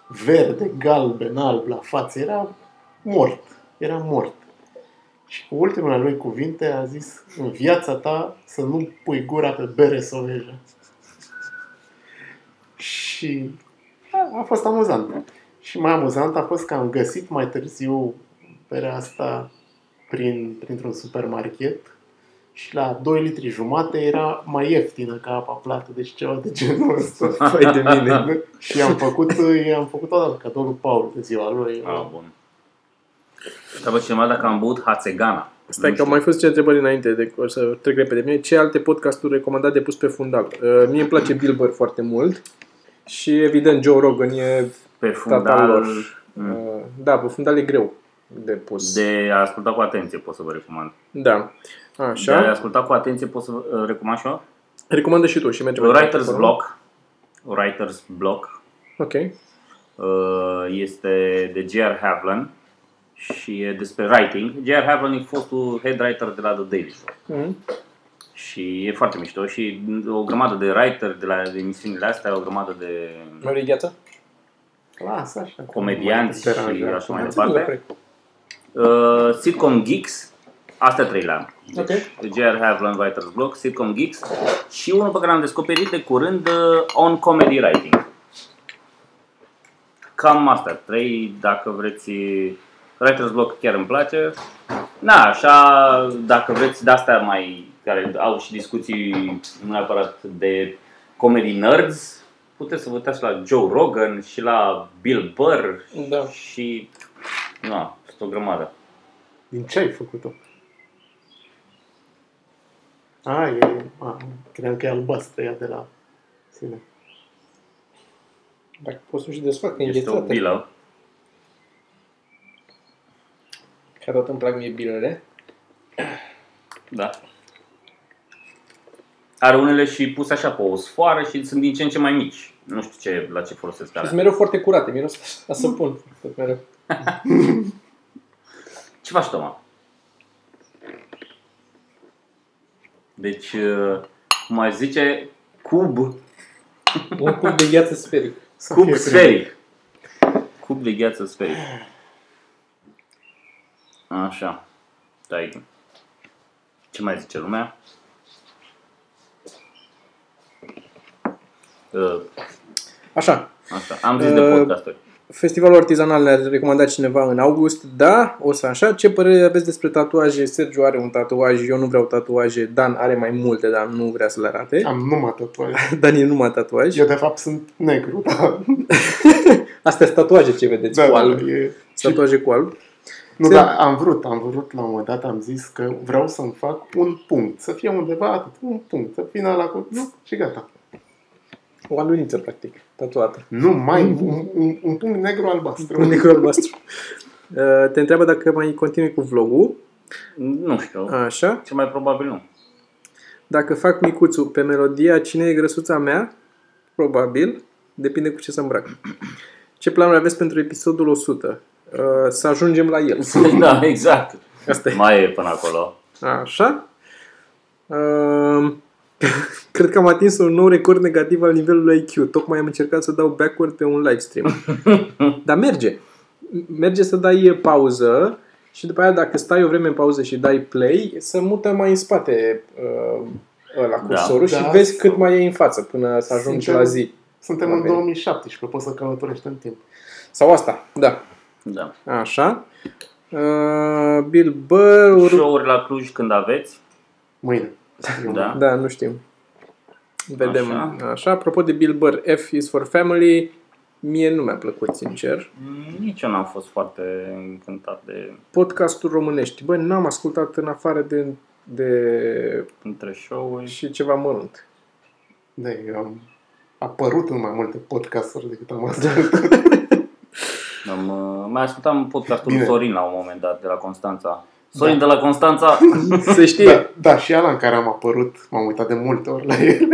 Speaker 2: verde, galben, alb la față, era mort, era mort. Și cu ultimele lui cuvinte a zis, în viața ta să nu pui gura pe bere soveja. Și a, a fost amuzant. Și mai amuzant a fost că am găsit mai târziu berea asta prin, printr-un supermarket și la 2 litri jumate era mai ieftină ca apa plată, deci ceva de genul ăsta.
Speaker 3: Fai Păi de mine.
Speaker 2: și am făcut, i-am făcut o dată cadou lui Paul de ziua lui.
Speaker 1: Ah, bun. Treabă cineva dacă am băut Hațegana.
Speaker 3: Stai că au mai fost ce întrebări înainte, de, o să trec repede. Mie, ce alte podcasturi recomandate de pus pe fundal? Uh, mie îmi place Bill Burr foarte mult și evident Joe Rogan e
Speaker 1: Pe
Speaker 3: tata
Speaker 1: fundal...
Speaker 3: lor.
Speaker 1: Mm.
Speaker 3: Uh, da, pe fundal e greu de pus.
Speaker 1: De a asculta cu atenție pot să vă recomand.
Speaker 3: Da.
Speaker 1: De a
Speaker 3: Așa.
Speaker 1: asculta cu atenție pot să vă uh, recomand și eu?
Speaker 3: Recomandă și tu și mergem. mai departe,
Speaker 1: Writer's
Speaker 3: acolo.
Speaker 1: Block. Writer's Block
Speaker 3: Ok.
Speaker 1: uh, este de J.R. Havlan și e despre writing. J.R. Havlan e fostul head writer de la The Daily Show.
Speaker 3: Mhm.
Speaker 1: Și e foarte mișto și o grămadă de writer de la emisiunile astea, o grămadă de
Speaker 3: Mergi gheață?
Speaker 2: Lasă așa. că
Speaker 1: comedianți
Speaker 2: nu
Speaker 1: și
Speaker 2: mă deranjează.
Speaker 1: așa mai departe. Uh, sitcom Geeks, astea trei le am. Deci,
Speaker 3: Ok.
Speaker 1: J.R. Havlan, Writer's Block, Sitcom Geeks și unul pe care l-am descoperit de curând, uh, On Comedy Writing. Cam asta, trei, dacă vreți, Writer's Block chiar îmi place. Na, așa, dacă vreți de-astea mai, care au și discuții nu neapărat de comedy nerds, puteți să vă uitați la Joe Rogan și la Bill Burr
Speaker 3: Da.
Speaker 1: și, na, sunt o grămadă.
Speaker 2: Din ce ai făcut-o? A, e... A, credeam că e albastră ea de la sine.
Speaker 3: Dacă poți să și desfac, că e
Speaker 1: Este o
Speaker 3: înghețată.
Speaker 1: bilă.
Speaker 3: Ca tot îmi plac mie bilele.
Speaker 1: Da. Are unele și pus așa pe o sfoară și sunt din ce în ce mai mici. Nu știu ce, la ce folosesc
Speaker 3: Sunt
Speaker 1: alea.
Speaker 3: mereu foarte curate, miros a săpun. Tot mereu.
Speaker 1: Ce faci, Toma? Deci, uh, cum ai zice, cub,
Speaker 3: Un cub de gheață sferic.
Speaker 2: Să
Speaker 1: cub
Speaker 2: fie
Speaker 1: sferic. Cub de gheață sferic. Așa. Stai. Ce mai zice lumea? Uh,
Speaker 3: Așa,
Speaker 1: Asta. Am zis de
Speaker 3: Uh,
Speaker 1: podcasturi.
Speaker 3: Festivalul artizanal ne-a recomandat cineva în august, da, o să așa. Ce părere aveți despre tatuaje? Sergiu are un tatuaj, eu nu vreau tatuaje, Dan are mai multe, dar nu vrea să le arate.
Speaker 2: Am numai tatuaje.
Speaker 3: Dan e numai tatuaj.
Speaker 2: Ah. Eu de fapt sunt negru, dar...
Speaker 3: Astea sunt tatuaje ce vedeți
Speaker 2: Da,
Speaker 3: Deci cu
Speaker 2: da,
Speaker 3: alb.
Speaker 2: da, e...
Speaker 3: Sunt Tatuaje cu alb.
Speaker 2: Nu,
Speaker 3: Se-
Speaker 2: dar am vrut, am vrut la un moment dat, am zis că vreau să-mi fac un punct, să fie undeva atât, un punct, să fie la cu... Nu, și gata.
Speaker 3: O aluniță, practic, tatuată.
Speaker 2: Nu mai un, un, un punct negru albastru.
Speaker 3: Un necru albastru. Uh, Te întreabă dacă mai continui cu vlogul,
Speaker 1: Nu știu.
Speaker 3: așa.
Speaker 1: Cel Uh, mai probabil nu.
Speaker 3: Dacă fac micuțul pe melodia Cine e grăsuța mea? Probabil. Depinde cu ce să îmbrac. Ce planuri aveți pentru episodul 100? Uh, Să ajungem la el.
Speaker 1: da, exact.
Speaker 3: Asta e.
Speaker 1: Mai e până acolo.
Speaker 3: Așa. Uh, Cred că am atins un nou record negativ al nivelului IQ. Tocmai am încercat să dau backward pe un live stream. Dar merge. M- Merge să dai pauză și după aia dacă stai o vreme în pauză și dai play, se mută mai în spate uh, ăla cursorul
Speaker 2: Da.
Speaker 3: și
Speaker 2: Da.
Speaker 3: vezi cât mai e în față până să ajungi
Speaker 2: Suntem-
Speaker 3: la zi.
Speaker 2: Suntem
Speaker 3: Va
Speaker 2: în
Speaker 3: veni.
Speaker 2: 2017, poți să călătorești în timp.
Speaker 3: Sau asta, da.
Speaker 1: Da.
Speaker 3: Așa. Uh, Bill Burr,
Speaker 1: Show-uri la Cluj când aveți.
Speaker 2: Mâine.
Speaker 1: Da.
Speaker 3: da, nu știu. Vedem. Așa.
Speaker 1: Așa.
Speaker 3: Așa. Apropo de Bill Burr, F is for Family, mie nu mi-a plăcut, sincer.
Speaker 1: Mm, Nici eu n-am fost foarte încântat de
Speaker 3: Podcastul românești. Bă, n-am ascultat în afară de, de
Speaker 1: între show-uri.
Speaker 3: și ceva mărunt.
Speaker 2: Da, eu am apărut în mai multe podcasturi decât am ascultat.
Speaker 1: Am, uh, mai ascultam podcastul lui
Speaker 2: Bine.
Speaker 1: Sorin la un moment dat, de la Constanța. Sorin de la Constanța,
Speaker 3: Se știe. uh,
Speaker 2: Da, da, și ala în care am apărut, m-am uitat de multe ori la el.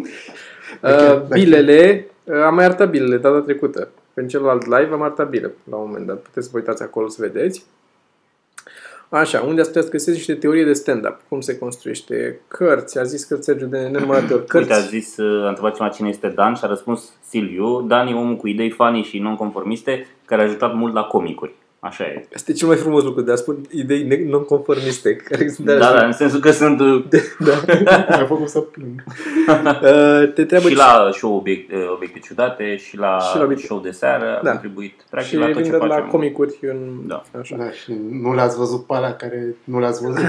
Speaker 3: Uh,
Speaker 2: Dacă-
Speaker 3: bilele, uh, am mai arătat bilele data trecută. În celălalt live am arătat bile la un moment dat. Puteți să vă uitați acolo să vedeți. Așa, unde ați putea să găsesc niște teorie de stand-up. Cum se construiește cărți. A zis că Sergiu de nenumărate ori
Speaker 1: Cărți. Uite, a
Speaker 3: cărți.
Speaker 1: zis, uh, a întrebat cineva cine este Dan și a răspuns Silviu. Dan e omul cu idei funny și nonconformiste care a ajutat mult la comicuri. Așa e.
Speaker 3: Este cel mai frumos lucru de a spune idei ne- nonconformiste. Care sunt
Speaker 1: Da, da, în sensul că sunt uh,
Speaker 3: da.
Speaker 2: Mi-a făcut să plâng.
Speaker 3: Uh, te treabă
Speaker 1: și
Speaker 3: ce-
Speaker 1: la show obiect, uh, obiecte ciudate și la,
Speaker 3: Și la obiecte.
Speaker 1: show de seară.
Speaker 3: Da.
Speaker 1: Da. Am contribuit practic
Speaker 3: și
Speaker 1: la tot
Speaker 3: vin
Speaker 1: ce
Speaker 3: de
Speaker 1: facem.
Speaker 3: la comicuri în...
Speaker 1: Da.
Speaker 3: Așa.
Speaker 2: Da, și nu le-ați văzut pe alea care nu le-ați văzut.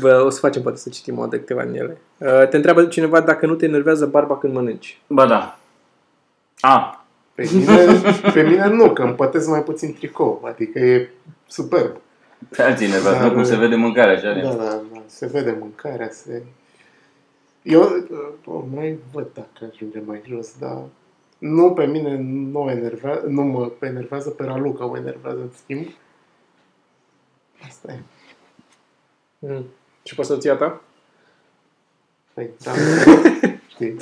Speaker 3: Bă, o să facem poate să citim o dată câteva în ele. Uh, te întreabă cineva dacă nu te enervează barba când mănânci.
Speaker 1: Ba da. A,
Speaker 2: Pe mine, pe mine nu, că îmi pătesc mai puțin tricou. Adică e superb.
Speaker 1: pe alții nervoasă,
Speaker 2: Dar,
Speaker 1: nu cum se
Speaker 2: uh,
Speaker 1: vede mâncarea așa.
Speaker 2: Da,
Speaker 1: Da.
Speaker 2: da, da, se vede mâncarea, se... Eu o mai văd dacă ajungem mai jos, dar nu pe mine nu, o enervează, nu mă enervează, pe Raluca o enervează în schimb. Asta e.
Speaker 3: Mm. Și poți să-ți ia ta?
Speaker 2: Păi, da, știi,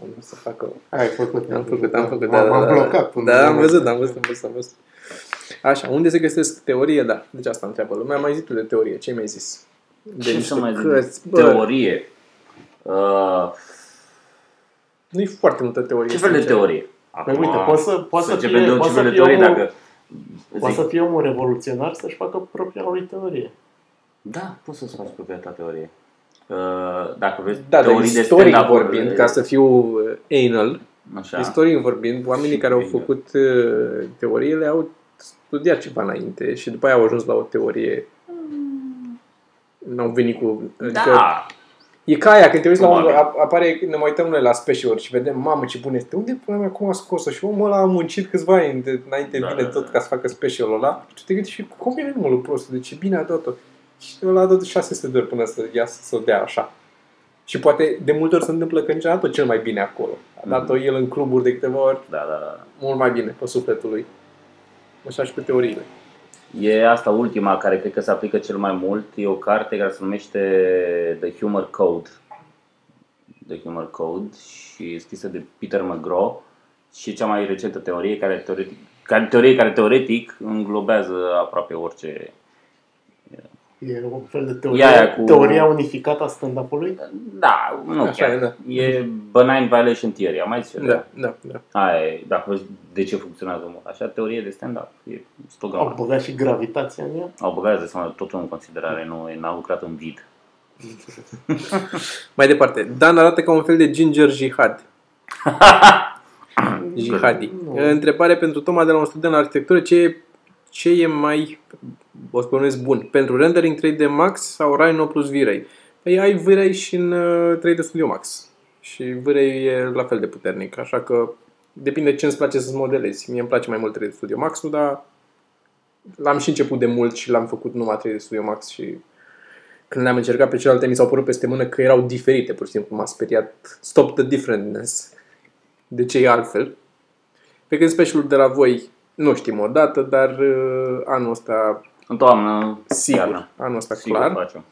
Speaker 3: Am vrut să fac o...
Speaker 2: ai făcut.
Speaker 3: Am făcut, am făcut, da, da,
Speaker 2: M-am
Speaker 3: da,
Speaker 2: am
Speaker 3: da.
Speaker 2: blocat. un
Speaker 3: Da, am
Speaker 2: moment.
Speaker 3: văzut, am văzut, am văzut, am văzut. Așa, unde se găsesc teorie? Da, deci asta întreabă lumea. Mai zis tu de teorie, ce mi-ai zis? De
Speaker 1: Ce să
Speaker 3: niște
Speaker 1: mai
Speaker 3: cărți,
Speaker 1: zic?
Speaker 3: Deci bă,
Speaker 1: Teorie. Uh,
Speaker 3: Nu e foarte multă teorie.
Speaker 1: ce fel de
Speaker 3: sincer.
Speaker 1: teorie?
Speaker 2: Păi uite, poate să, poate să,
Speaker 1: începem
Speaker 2: fie,
Speaker 1: de un
Speaker 2: poate
Speaker 1: fel
Speaker 2: să
Speaker 1: de
Speaker 2: fie
Speaker 1: teorie
Speaker 2: omul,
Speaker 1: dacă...
Speaker 2: poate
Speaker 1: zic.
Speaker 2: să fie omul revoluționar să-și facă propria lui teorie.
Speaker 1: Da, poți să-ți faci propria ta teorie. Uh, dacă vezi
Speaker 3: Da, dar
Speaker 1: teorii de
Speaker 3: istoric
Speaker 1: stand-up
Speaker 3: vorbind, ca să fiu uh, anal,
Speaker 1: Așa.
Speaker 3: Istoric vorbind, oamenii
Speaker 1: Și
Speaker 3: care au
Speaker 1: bine.
Speaker 3: făcut uh, teoriile au studiat ceva înainte și după aia au ajuns la o teorie. N-au venit cu... Adică,
Speaker 1: Da,
Speaker 3: e ca aia, când te uiți la un,
Speaker 1: Probabil.
Speaker 3: ap- apare, ne mai uităm noi la special și vedem, mamă ce bun este, unde până mea, cum a scos-o? Și omul ăla a muncit câțiva ani de- înainte da,
Speaker 1: Da,
Speaker 3: vine
Speaker 1: da,
Speaker 3: tot
Speaker 1: da.
Speaker 3: ca să facă specialul ăla. Și te gândești și cum e omul prostul, de ce bine a dat-o. Și ăla a dat 600 de ori până să, ia, să o dea așa. Și poate de multe ori se întâmplă că nici n-a dat cel mai bine acolo. A dat-o el în cluburi de câteva ori,
Speaker 1: da, da, da.
Speaker 3: mult mai bine pe sufletul lui. Așa și cu teoriile.
Speaker 1: E asta ultima care cred că se aplică cel mai mult. E o carte care se numește The Humor Code. The Humor Code și e scrisă de Peter McGraw și e cea mai recentă teorie care teoretic, care, teorie care teoretic înglobează aproape orice.
Speaker 2: E un fel de teorie,
Speaker 1: Ia aia cu-
Speaker 2: teoria unificată a stand-up-ului.
Speaker 1: Da, nu
Speaker 3: Așa
Speaker 1: chiar.
Speaker 3: e, da.
Speaker 1: E benign violation theory, am mai zis eu de ea.
Speaker 3: Da, da, da.
Speaker 1: Aia e, dacă vezi de ce funcționează mult. Așa, teorie de stand-up. E
Speaker 2: Au
Speaker 1: slogan.
Speaker 2: băgat și gravitația în ea.
Speaker 1: Au băgat de seama totul în considerare, nu e- n-au lucrat în vid.
Speaker 3: Mai departe, Dan arată ca un fel de ginger jihad. Jihadi.
Speaker 2: Nu.
Speaker 3: Întrebare pentru Toma de la un student la arhitectură. Ce e, ce e mai, o spuneți bun, pentru rendering 3D Max sau Rhino plus V-Ray? Păi ai V-Ray și în uh, 3D Studio Max. Și V-Ray e la fel de puternic, așa că depinde ce îți place să-ți modelezi. Mie îmi place mai mult 3D Studio Max-ul, dar l-am și început de mult și l-am făcut numai 3D Studio Max și când le-am încercat pe celelalte mi s-au părut peste mână că erau diferite, pur și simplu m-a speriat. Stop the differentness. De ce e altfel? Pe când specialul de la voi nu știm odată, dar uh, anul ăsta
Speaker 1: În toamnă,
Speaker 3: sigur,
Speaker 1: iarnă.
Speaker 3: anul ăsta
Speaker 1: Sigur
Speaker 3: clar.
Speaker 1: facem.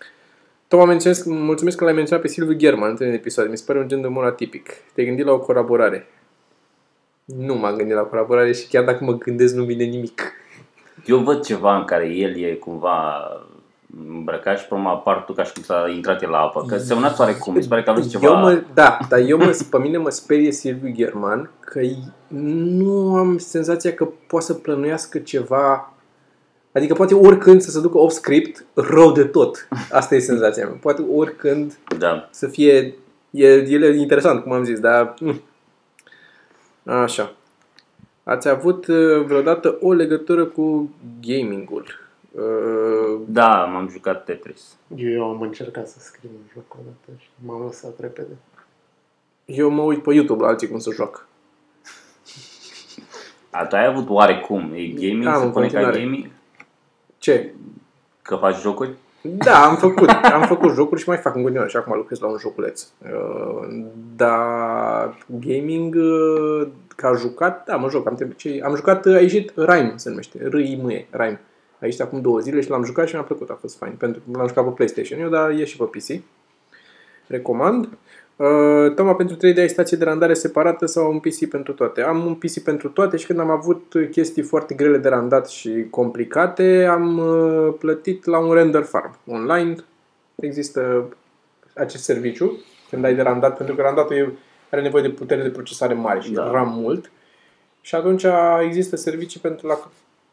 Speaker 3: Toma, menționez, mulțumesc că l-ai menționat pe Silviu German în întâlnire episod. Mi se pare un gen de umor atipic. Te-ai gândit la o colaborare? Nu m-am gândit la colaborare și chiar dacă mă gândesc nu vine nimic.
Speaker 1: Eu văd ceva în care el e cumva îmbrăcat și până apar tu ca și cum s-a intrat el la apă. Că semnați oarecum, mi se pare că aveți ceva...
Speaker 3: Eu mă, da, dar eu mă, pe mine mă sperie Silviu German că nu am senzația că poate să plănuiască ceva Adică poate oricând să se ducă off script rău de tot. Asta e senzația mea. Poate oricând
Speaker 1: Da.
Speaker 3: să fie... E, el e interesant, cum am zis, dar... mm. Așa. Ați avut uh, vreodată o legătură cu gaming-ul? Uh,
Speaker 1: Da, m-am jucat Tetris.
Speaker 2: Eu am încercat să scriu un joc odată și m-am lăsat repede.
Speaker 3: Eu mă uit pe YouTube la alții cum să joacă.
Speaker 1: A, tu ai avut oarecum, e gaming,
Speaker 3: Am,
Speaker 1: se
Speaker 3: Da, în
Speaker 1: pune ca
Speaker 3: continuare.
Speaker 1: gaming?
Speaker 3: Ce?
Speaker 1: Că faci jocuri?
Speaker 3: Da, am făcut, am făcut jocuri și mai fac în continuare și acum lucrez la un joculeț. Uh, Dar gaming, uh, ca jucat, da, mă joc. Am, timp- ce, am jucat, uh, a ieșit Rime, se numește, R-I-M-E, Rime. A ieșit acum două zile și l-am jucat și mi-a plăcut, a fost fain. Pentru că l-am jucat pe PlayStation eu, dar e și pe PC. Recomand. Uh, Toma, pentru 3D ai stație de randare separată sau un PC pentru toate? Am un PC pentru toate și când am avut uh, chestii foarte grele de randat și complicate, am uh, plătit la un render farm online. Există acest serviciu când ai de randat, pentru că randatul e, are nevoie de putere de procesare mare și da.
Speaker 1: Da.
Speaker 3: RAM mult. Și atunci există servicii pentru la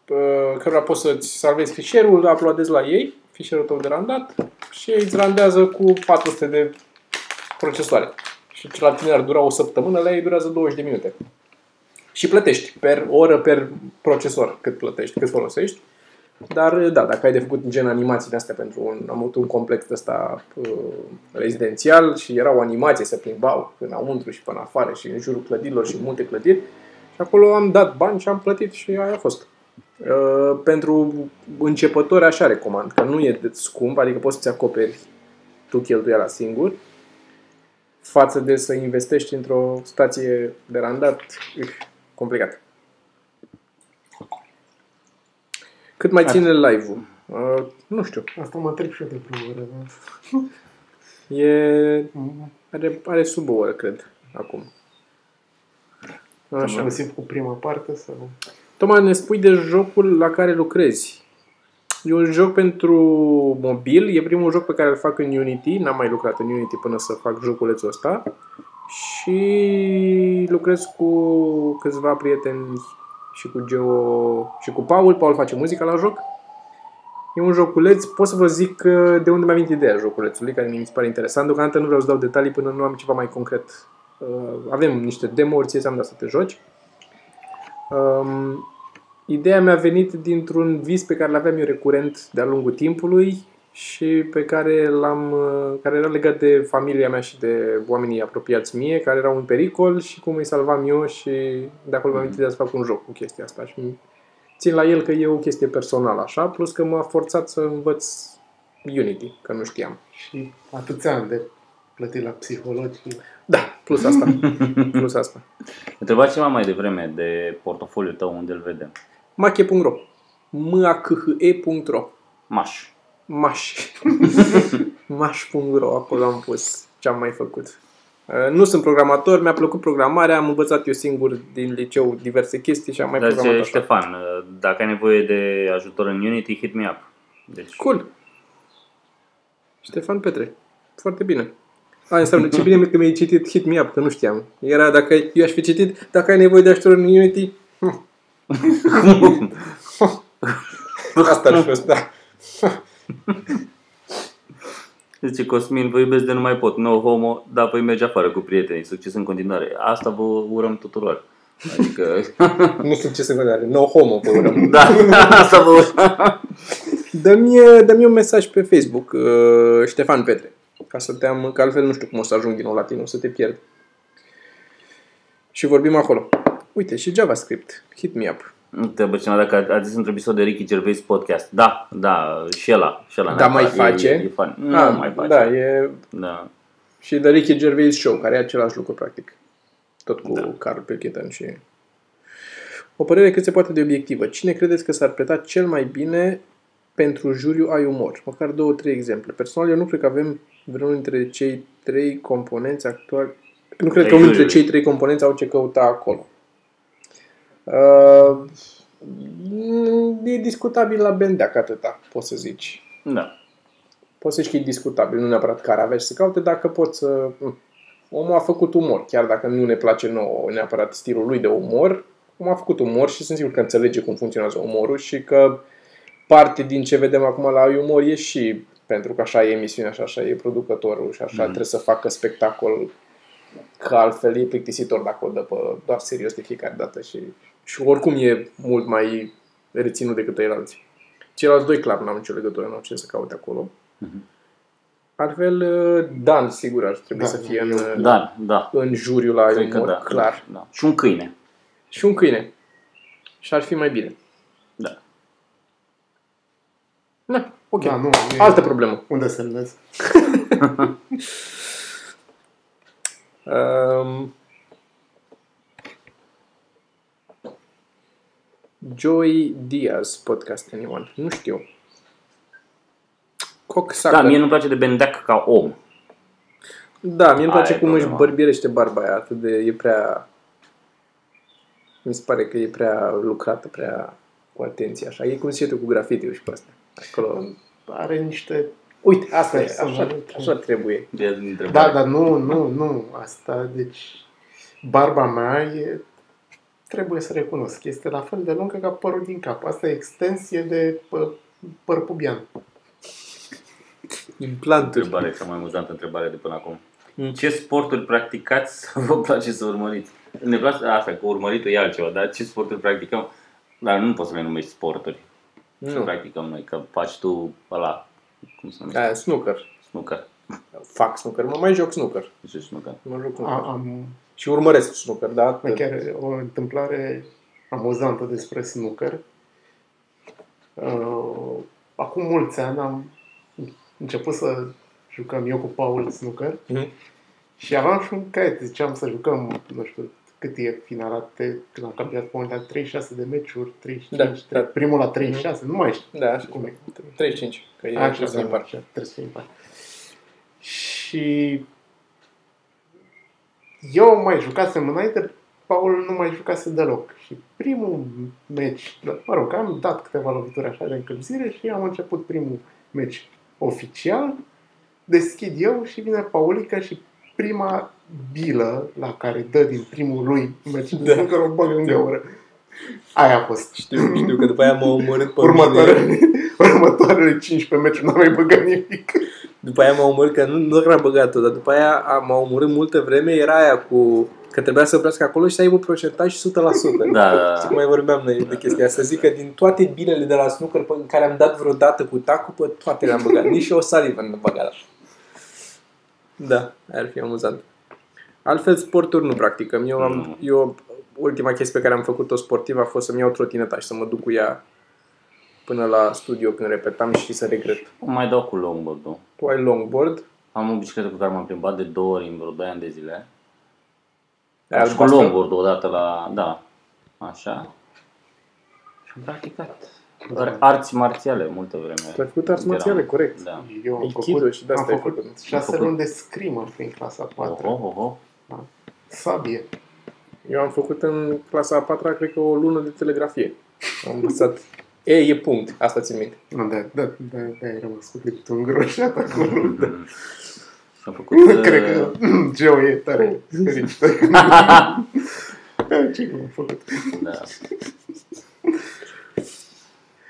Speaker 3: uh, cărora poți să-ți salvezi fișierul, uploadezi la ei fișierul tău de randat și îți randează cu 400 de procesoare. Și ce la tine ar dura o săptămână, la ei durează 20 de minute. Și plătești per oră, per procesor cât plătești, cât folosești. Dar, da, dacă ai de făcut gen animații de astea pentru un, am avut un complex de ăsta uh, rezidențial și erau animații, se plimbau înăuntru și până afară și în jurul clădirilor și multe clădiri. Și acolo am dat bani și am plătit și aia a fost. Uh, pentru începători așa recomand, că nu e de scump, adică poți să-ți acoperi tu cheltuiala singur față de să investești într-o stație de randat, ih, complicat. Cât mai ține live-ul? Uh, nu știu.
Speaker 2: Asta mă trec și eu de vreo oră, da?
Speaker 3: E,
Speaker 2: Mm,
Speaker 3: are, are sub o oră, cred, acum. Așa.
Speaker 2: Inclusiv cu prima parte sau...
Speaker 3: Toma, ne spui de jocul la care lucrezi. E un joc pentru mobil, e primul joc pe care îl fac în Unity, n-am mai lucrat în Unity până să fac joculețul ăsta și lucrez cu câțiva prieteni și cu Geo și cu Paul. Paul face muzica la joc. E un joculeț, pot să vă zic uh, de unde mi-a venit ideea joculețului, care mi se pare interesant. Deocamdată nu vreau să dau detalii până nu am ceva mai concret. Uh, Avem niște demo-uri, ție ți-am dat să te joci. Um, ideea mi-a venit dintr-un vis pe care l-aveam eu recurent de-a lungul timpului și pe care l-am, uh, care era legat de familia mea și de oamenii apropiați mie, care erau în pericol și cum îi salvam eu și de acolo mi-am venit de să fac un joc cu chestia asta și țin la el că e o chestie personală așa, plus că m-a forțat să învăț Unity, că nu știam.
Speaker 2: Și atâția ani de plătit la psihologi.
Speaker 3: Da, plus asta. plus asta.
Speaker 1: Întreba ceva mai devreme de portofoliul tău, unde îl vedem.
Speaker 3: Mache.ro m a k h e.ro
Speaker 1: Maș.
Speaker 3: Maș. Maș.ro, acolo am pus ce am mai făcut. Uh, Nu sunt programator, mi-a plăcut programarea, am învățat eu singur din liceu diverse chestii și am mai
Speaker 1: Dar
Speaker 3: programat
Speaker 1: zice
Speaker 3: așa.
Speaker 1: Ștefan, dacă ai nevoie de ajutor în Unity, hit me up. Deci,
Speaker 3: Cool. Ștefan Petre. Foarte bine. A, înseamnă, ce bine că mi-ai citit Hit Me Up, că nu știam. Era, dacă ai- eu aș fi citit, dacă ai nevoie de ajutor în Unity, hm. Asta ar fi fost, da.
Speaker 1: Zice Cosmin, vă iubesc de nu mai pot, no homo, dar voi merge afară cu prietenii, succes în continuare. Asta vă urăm tuturor. Adică,
Speaker 3: Nu știu ce să vă are. No homo, vă urăm.
Speaker 1: da, asta vă urăm.
Speaker 3: Dă-mi, dă-mi un mesaj pe Facebook, uh, Ștefan Petre, ca să te am, că altfel nu știu cum o să ajung din nou la tine, o să te pierd. Și vorbim acolo. Uite, și JavaScript. Hit me up.
Speaker 1: Nu te bă, cineva, dacă a zis într-un episod de Ricky Gervais podcast. Da, da, și ăla, și ăla.
Speaker 3: Dar mai
Speaker 1: neapărat.
Speaker 3: face?
Speaker 1: E, e, e fan. Nu
Speaker 3: Ah,
Speaker 1: mai face.
Speaker 3: Da, e
Speaker 1: da.
Speaker 3: și The Ricky Gervais Show, care e același lucru, practic. Tot cu da. Carl Pilkington și... O părere cât se poate de obiectivă. Cine credeți că s-ar preta cel mai bine pentru juriu ai umor? Măcar două, trei exemple. Personal, eu nu cred că avem vreunul dintre cei trei componenți actuali. Nu cred
Speaker 1: Ai
Speaker 3: că unul dintre
Speaker 1: juriului.
Speaker 3: cei trei componenți au ce căuta acolo. Uh, e discutabil la Bendeac atâta, poți să zici
Speaker 1: Da.
Speaker 3: poți să știi discutabil, nu neapărat care avea și să caute, dacă poți să... mm. Omul a făcut umor, chiar dacă nu ne place nouă neapărat stilul lui de umor, omul a făcut umor și sunt sigur că înțelege cum funcționează umorul și că parte din ce vedem acum la umor e și pentru că așa e emisiunea și așa e producătorul și așa mm. trebuie să facă spectacol că altfel e plictisitor dacă o dă pe doar serios de fiecare dată și, și oricum e mult mai reținut decât ceilalți. Ceilalți doi clar n-au nicio legătură, n-au ce să caute acolo. Altfel, Dan sigur ar trebui
Speaker 2: Da,
Speaker 3: să fie în,
Speaker 2: eu-
Speaker 1: Da, da.
Speaker 3: în juriu la
Speaker 1: Cred că
Speaker 3: umor,
Speaker 1: da.
Speaker 3: clar.
Speaker 1: Da. Și un câine.
Speaker 3: Și un câine. Și ar fi mai bine.
Speaker 1: Da.
Speaker 3: Na, ok.
Speaker 2: Da,
Speaker 3: Da,
Speaker 2: nu, e-
Speaker 3: Altă problemă.
Speaker 2: Unde semnez?
Speaker 3: Um, Joey Diaz, podcast anyone. Nu știu. Cocksucker.
Speaker 1: Da, mie nu-mi place de Bendeac ca om.
Speaker 3: da, mie îmi
Speaker 1: Aia
Speaker 3: place
Speaker 1: e
Speaker 3: cum își
Speaker 1: problema.
Speaker 3: bărbirește barba aia. Atât de, e prea... Mi se pare că e prea lucrată, prea cu atenție. Așa. E cum zice tu cu grafitiu și pe astea. Acolo.
Speaker 2: Are niște...
Speaker 3: Uite, asta e,
Speaker 2: Sper să
Speaker 3: așa,
Speaker 2: mănânc.
Speaker 3: așa trebuie.
Speaker 1: De întrebare.
Speaker 2: Da, dar nu, nu, nu. Asta, deci... Barba mea e... Trebuie să recunosc. Este la fel de lungă ca părul din cap. Asta e extensie de pă, păr pubian.
Speaker 3: Implanturi.
Speaker 1: Întrebare, cea mai amuzantă întrebare de până acum.
Speaker 3: Mm.
Speaker 1: Ce sporturi practicați sau vă place să urmăriți? Ne place asta, că urmăritul e altceva, dar ce sporturi practicăm? Dar nu poți să le numești sporturi. Nu.
Speaker 3: Nu.
Speaker 1: Practicăm noi, că faci tu ăla, cum se numește?
Speaker 3: Aia,
Speaker 1: Da.
Speaker 3: snooker.
Speaker 1: Snooker.
Speaker 3: Fac snooker. Mă mai joc snooker.
Speaker 1: Zice snooker.
Speaker 3: Mă joc snooker.
Speaker 2: A, am
Speaker 3: Și urmăresc snooker, da?
Speaker 2: Mai chiar o întâmplare amuzantă despre snooker. Uh, Acum mulți ani am început să jucăm eu cu Paul snooker
Speaker 3: Mhm.
Speaker 2: și aveam și un caiet, ziceam să jucăm, nu știu, cât e finala, te, când am cambiat pe la 36 de meciuri, 35,
Speaker 3: Da, da.
Speaker 2: primul la 36, nu mai știu
Speaker 3: Da, așa.
Speaker 2: cum e.
Speaker 3: 35. Că e
Speaker 2: Așa,
Speaker 3: așa să
Speaker 2: da,
Speaker 3: impar.
Speaker 2: așa, trebuie să fie impar. Și eu mai jucasem înainte, Paul nu mai jucase deloc. Și primul meci, mă rog, am dat câteva lovituri așa de încălzire și am început primul meci oficial. Deschid eu și vine Paulica și prima bilă la care dă din primul lui meci de
Speaker 3: Da.
Speaker 2: da. o bagă în gaură. Aia a fost.
Speaker 3: Știu, știu că după aia m-a omorât pe mine.
Speaker 2: Următoarele, următoarele 15 meciuri n-am mai băgat nimic.
Speaker 3: După aia m-a omorât, că nu, nu era băgat-o, dar după aia a- m-a omorât multă vreme, era aia cu... Că trebuia să oprească acolo și să aibă procentaj 100%.
Speaker 1: Da, da, da.
Speaker 3: Știi cum mai vorbeam noi de chestia asta? Zic că din toate bilele de la snooker pe care am dat vreodată cu tacul, pe toate le-am băgat. Nici o salivă nu băgat așa. Da, ar fi amuzant. Altfel, sporturi nu practicăm. Eu, am, eu ultima chestie pe care am făcut-o sportiv a fost să-mi iau trotineta și să mă duc cu ea până la studio când repetam și să regret.
Speaker 1: Cum mai dau cu longboard
Speaker 3: Tu ai longboard,
Speaker 1: Am o bicicletă cu care m-am plimbat de două ori în vreo 2 ani de zile.
Speaker 3: ai
Speaker 1: și cu
Speaker 3: albastră.
Speaker 1: longboard odată la... Da. Așa. Și am practicat ar- arți marțiale multă vreme.
Speaker 3: Tu ai făcut arți marțiale,
Speaker 1: Eram-
Speaker 3: corect.
Speaker 1: Da.
Speaker 2: Eu am
Speaker 3: Aikido
Speaker 2: făcut,
Speaker 3: și de
Speaker 2: am
Speaker 3: asta ai
Speaker 2: făcut
Speaker 3: făcut.
Speaker 1: Am
Speaker 2: șase
Speaker 1: făcut.
Speaker 2: luni de scrimă prin clasa 4.
Speaker 1: Oho, oho.
Speaker 2: Sabie.
Speaker 3: Eu am făcut în clasa a patra, cred că o lună de telegrafie. Am învățat. E, e punct. Asta țin minte.
Speaker 2: Nu, da, da, da, da, ai rămas cu dreptul îngroșat acolo. Da.
Speaker 1: Am făcut...
Speaker 3: Da.
Speaker 1: uh,
Speaker 2: Cred că Geo e
Speaker 3: Păi,
Speaker 2: tare fericită. Ce cum am făcut?
Speaker 1: Da.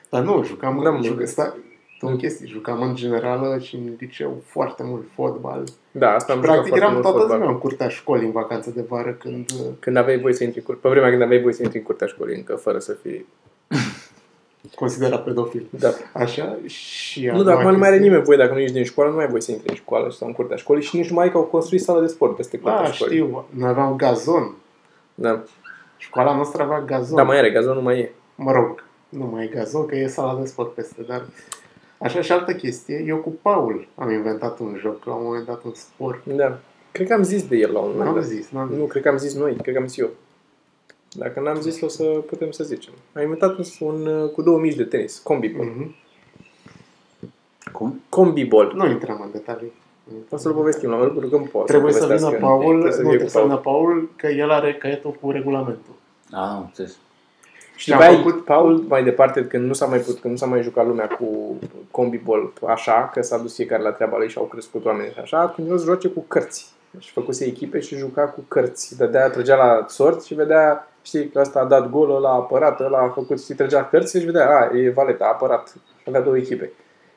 Speaker 2: Dar nu, jucam,
Speaker 3: Da, mă.
Speaker 2: da, juc, sta, două
Speaker 3: Mm.
Speaker 2: chestii, jucam în generală și în liceu foarte mult fotbal.
Speaker 3: Da, asta am jucat
Speaker 2: Practic
Speaker 3: foarte
Speaker 2: eram
Speaker 3: mult
Speaker 2: toată
Speaker 3: fotbal.
Speaker 2: ziua în curtea școlii în vacanță de vară când uh,
Speaker 3: Când aveai voie să intri în cur- pe vremea când aveai voie să intri în curtea școlii încă, fără să fii...
Speaker 2: considera pedofil.
Speaker 3: Da.
Speaker 2: Așa? Și a
Speaker 3: Nu, dar
Speaker 2: doua
Speaker 3: acum nu mai are
Speaker 2: chestie-
Speaker 3: nimeni voie, dacă nu ești din școală, nu mai ai voie să intri în școală sau în curtea școlii și nici nu mai că au construit sala de sport peste curtea
Speaker 2: Da,
Speaker 3: școlii.
Speaker 2: știu. Noi aveam gazon.
Speaker 3: Da,
Speaker 2: Școala noastră avea gazon.
Speaker 3: da, mai are, gazonul mai e.
Speaker 2: mă rog, nu mai e gazon, că e sala de sport peste, dar așa și altă chestie, eu cu Paul am inventat un joc, la un moment dat un sport.
Speaker 3: Da. Cred că am zis de el la un
Speaker 2: Nu
Speaker 3: moment
Speaker 2: am
Speaker 3: dat.
Speaker 2: zis, n-am zis.
Speaker 3: Da. Nu, cred că am zis noi, cred că am zis eu. Dacă n-am zis, o să putem să zicem. Am inventat un, un uh, cu două mici de tenis, combi ball.
Speaker 2: Mhm.
Speaker 1: Cum?
Speaker 3: Combi ball.
Speaker 2: Nu intrăm în detalii.
Speaker 3: O să-l povestim la urmă, rugăm pe
Speaker 2: Trebuie să vină
Speaker 3: povestească.
Speaker 2: Paul, nu,
Speaker 3: Trebuie să vină
Speaker 2: trebuie
Speaker 3: cu
Speaker 2: să vină
Speaker 3: Paul.
Speaker 2: Paul, că el are caietul cu regulamentul.
Speaker 1: A, Ah, am înțeles.
Speaker 3: Și
Speaker 2: am
Speaker 3: după aia
Speaker 2: făcut-
Speaker 3: Paul mai departe, când nu s-a mai putut, când nu s-a mai jucat lumea cu combi ball așa, că s-a dus fiecare la treaba lui și au crescut oamenii și așa, a continuat să joace cu cărți. Și făcuse echipe și juca cu cărți. Dădea, trăgea la sorți și vedea știi, că ăsta a dat golul, ăla a apărat, ăla a făcut, știi, trăgea cărți și vedea, a, e Valeta, a apărat. Avea două echipe.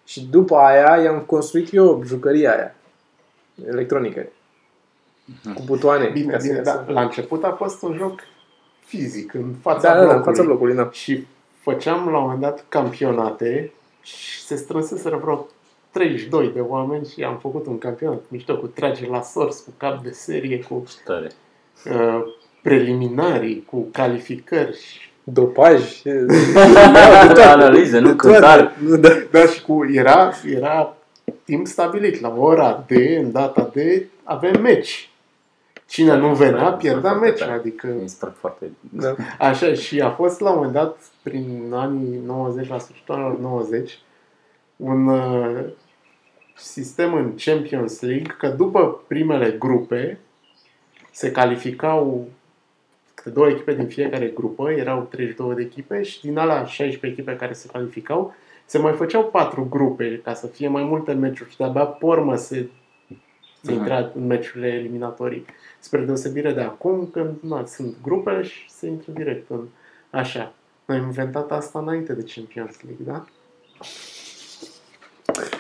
Speaker 3: Și după aia i-am construit eu jucăria aia, electronică, cu butoane.
Speaker 2: Bine,
Speaker 3: ca să
Speaker 2: bine,
Speaker 3: iasă.
Speaker 2: dar la început a fost un joc fizic, în fața
Speaker 3: Da, da, da,
Speaker 2: blocului.
Speaker 3: în fața blocului, da.
Speaker 2: Și făceam la un moment dat campionate și se strânseseră vreo 32 de oameni și am făcut un campionat mișto cu trage la sorți, cu cap de serie, cu
Speaker 1: Tare.
Speaker 2: uh, preliminarii, cu calificări și
Speaker 3: Dopaj. e-
Speaker 1: Analize, nu cântare.
Speaker 3: Nu, da.
Speaker 2: Da, și cu, era, era timp stabilit, la ora de, în data de, avem meci. Cine nu venea, pierdea meci, adică
Speaker 1: Mi se pare foarte...
Speaker 3: Da.
Speaker 2: așa. Și a fost la un moment dat, prin anii 90, la sfârșitul anilor 90, un uh, sistem în Champions League, că după primele grupe se calificau câte două echipe din fiecare grupă, erau 32 de echipe și din alea 16 echipe care se calificau, se mai făceau patru grupe ca să fie mai multe meciuri și de-abia pormă se se intra în meciurile eliminatorii. Spre deosebire de acum, când na, sunt grupe și se intră direct în așa. Noi am inventat asta înainte de Champions League, da?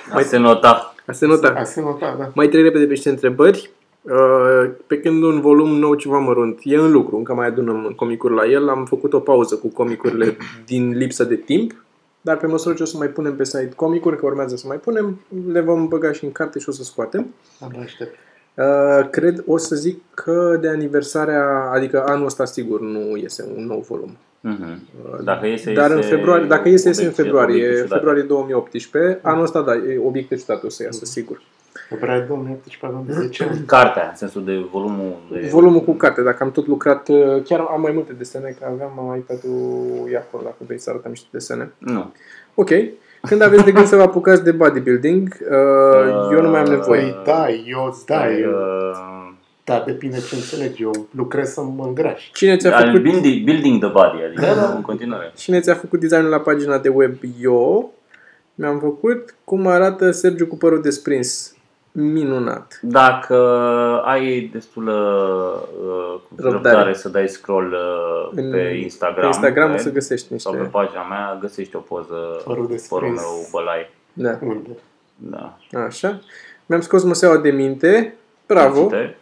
Speaker 1: Mai Păi se nota.
Speaker 3: Asta e nota.
Speaker 2: A se nota, da.
Speaker 3: Mai trec repede pe niște întrebări. Uh, Pe când un volum nou ceva mărunt e în lucru, încă mai adunăm comicuri la el, am făcut o pauză cu comicurile din lipsă de timp, dar pe măsură ce o să mai punem pe site comicuri, că urmează să mai punem, le vom băga și în carte și o să scoatem.
Speaker 2: Abia aștept.
Speaker 3: Uh, Cred, o să zic că de aniversarea, adică anul ăsta sigur nu iese un nou volum.
Speaker 1: Mhm. Dacă iese,
Speaker 3: Dar în
Speaker 1: iese deci
Speaker 3: februarie, dacă este, este în
Speaker 1: obiecte-
Speaker 3: februarie,
Speaker 1: obiecte
Speaker 3: februarie 2018, anul ăsta da, e obiecte ciudate o să iasă, sigur.
Speaker 2: Februarie 2018 avem de 10 ani.
Speaker 1: Cartea, în sensul de volumul... De...
Speaker 3: Volumul cu carte, dacă am tot lucrat, uh, chiar am mai multe desene, că aveam iPad-ul e acolo, dacă vrei să arătăm niște desene.
Speaker 1: Nu.
Speaker 3: Ok. Când aveți de gând să vă apucați de bodybuilding, uh, eu nu mai am nevoie.
Speaker 2: Păi da, eu da, eu.
Speaker 1: Uh,
Speaker 2: Da, depinde ce înțelegi. Eu lucrez să mă îngraș.
Speaker 3: Cine ți-a
Speaker 1: al
Speaker 3: făcut,
Speaker 1: building, building the body, adică
Speaker 2: Da, da.
Speaker 1: în continuare.
Speaker 3: cine ți-a făcut designul la pagina de web? Eu mi-am făcut cum arată Sergiu cu părul desprins. Minunat.
Speaker 1: Dacă ai destulă uh,
Speaker 3: Răbdare.
Speaker 1: răbdare să dai scroll uh,
Speaker 3: În-
Speaker 1: pe Instagram,
Speaker 3: Pe Instagram o
Speaker 1: cred,
Speaker 3: să găsești
Speaker 1: da. sau pe
Speaker 3: niște.
Speaker 1: pagina mea găsești o poză
Speaker 2: Părul
Speaker 1: cu
Speaker 2: desprins.
Speaker 1: părul meu bălai.
Speaker 3: Da.
Speaker 2: Unde?
Speaker 1: Da.
Speaker 3: Așa. Mi-am scos măseaua de minte. Bravo.
Speaker 1: Cite.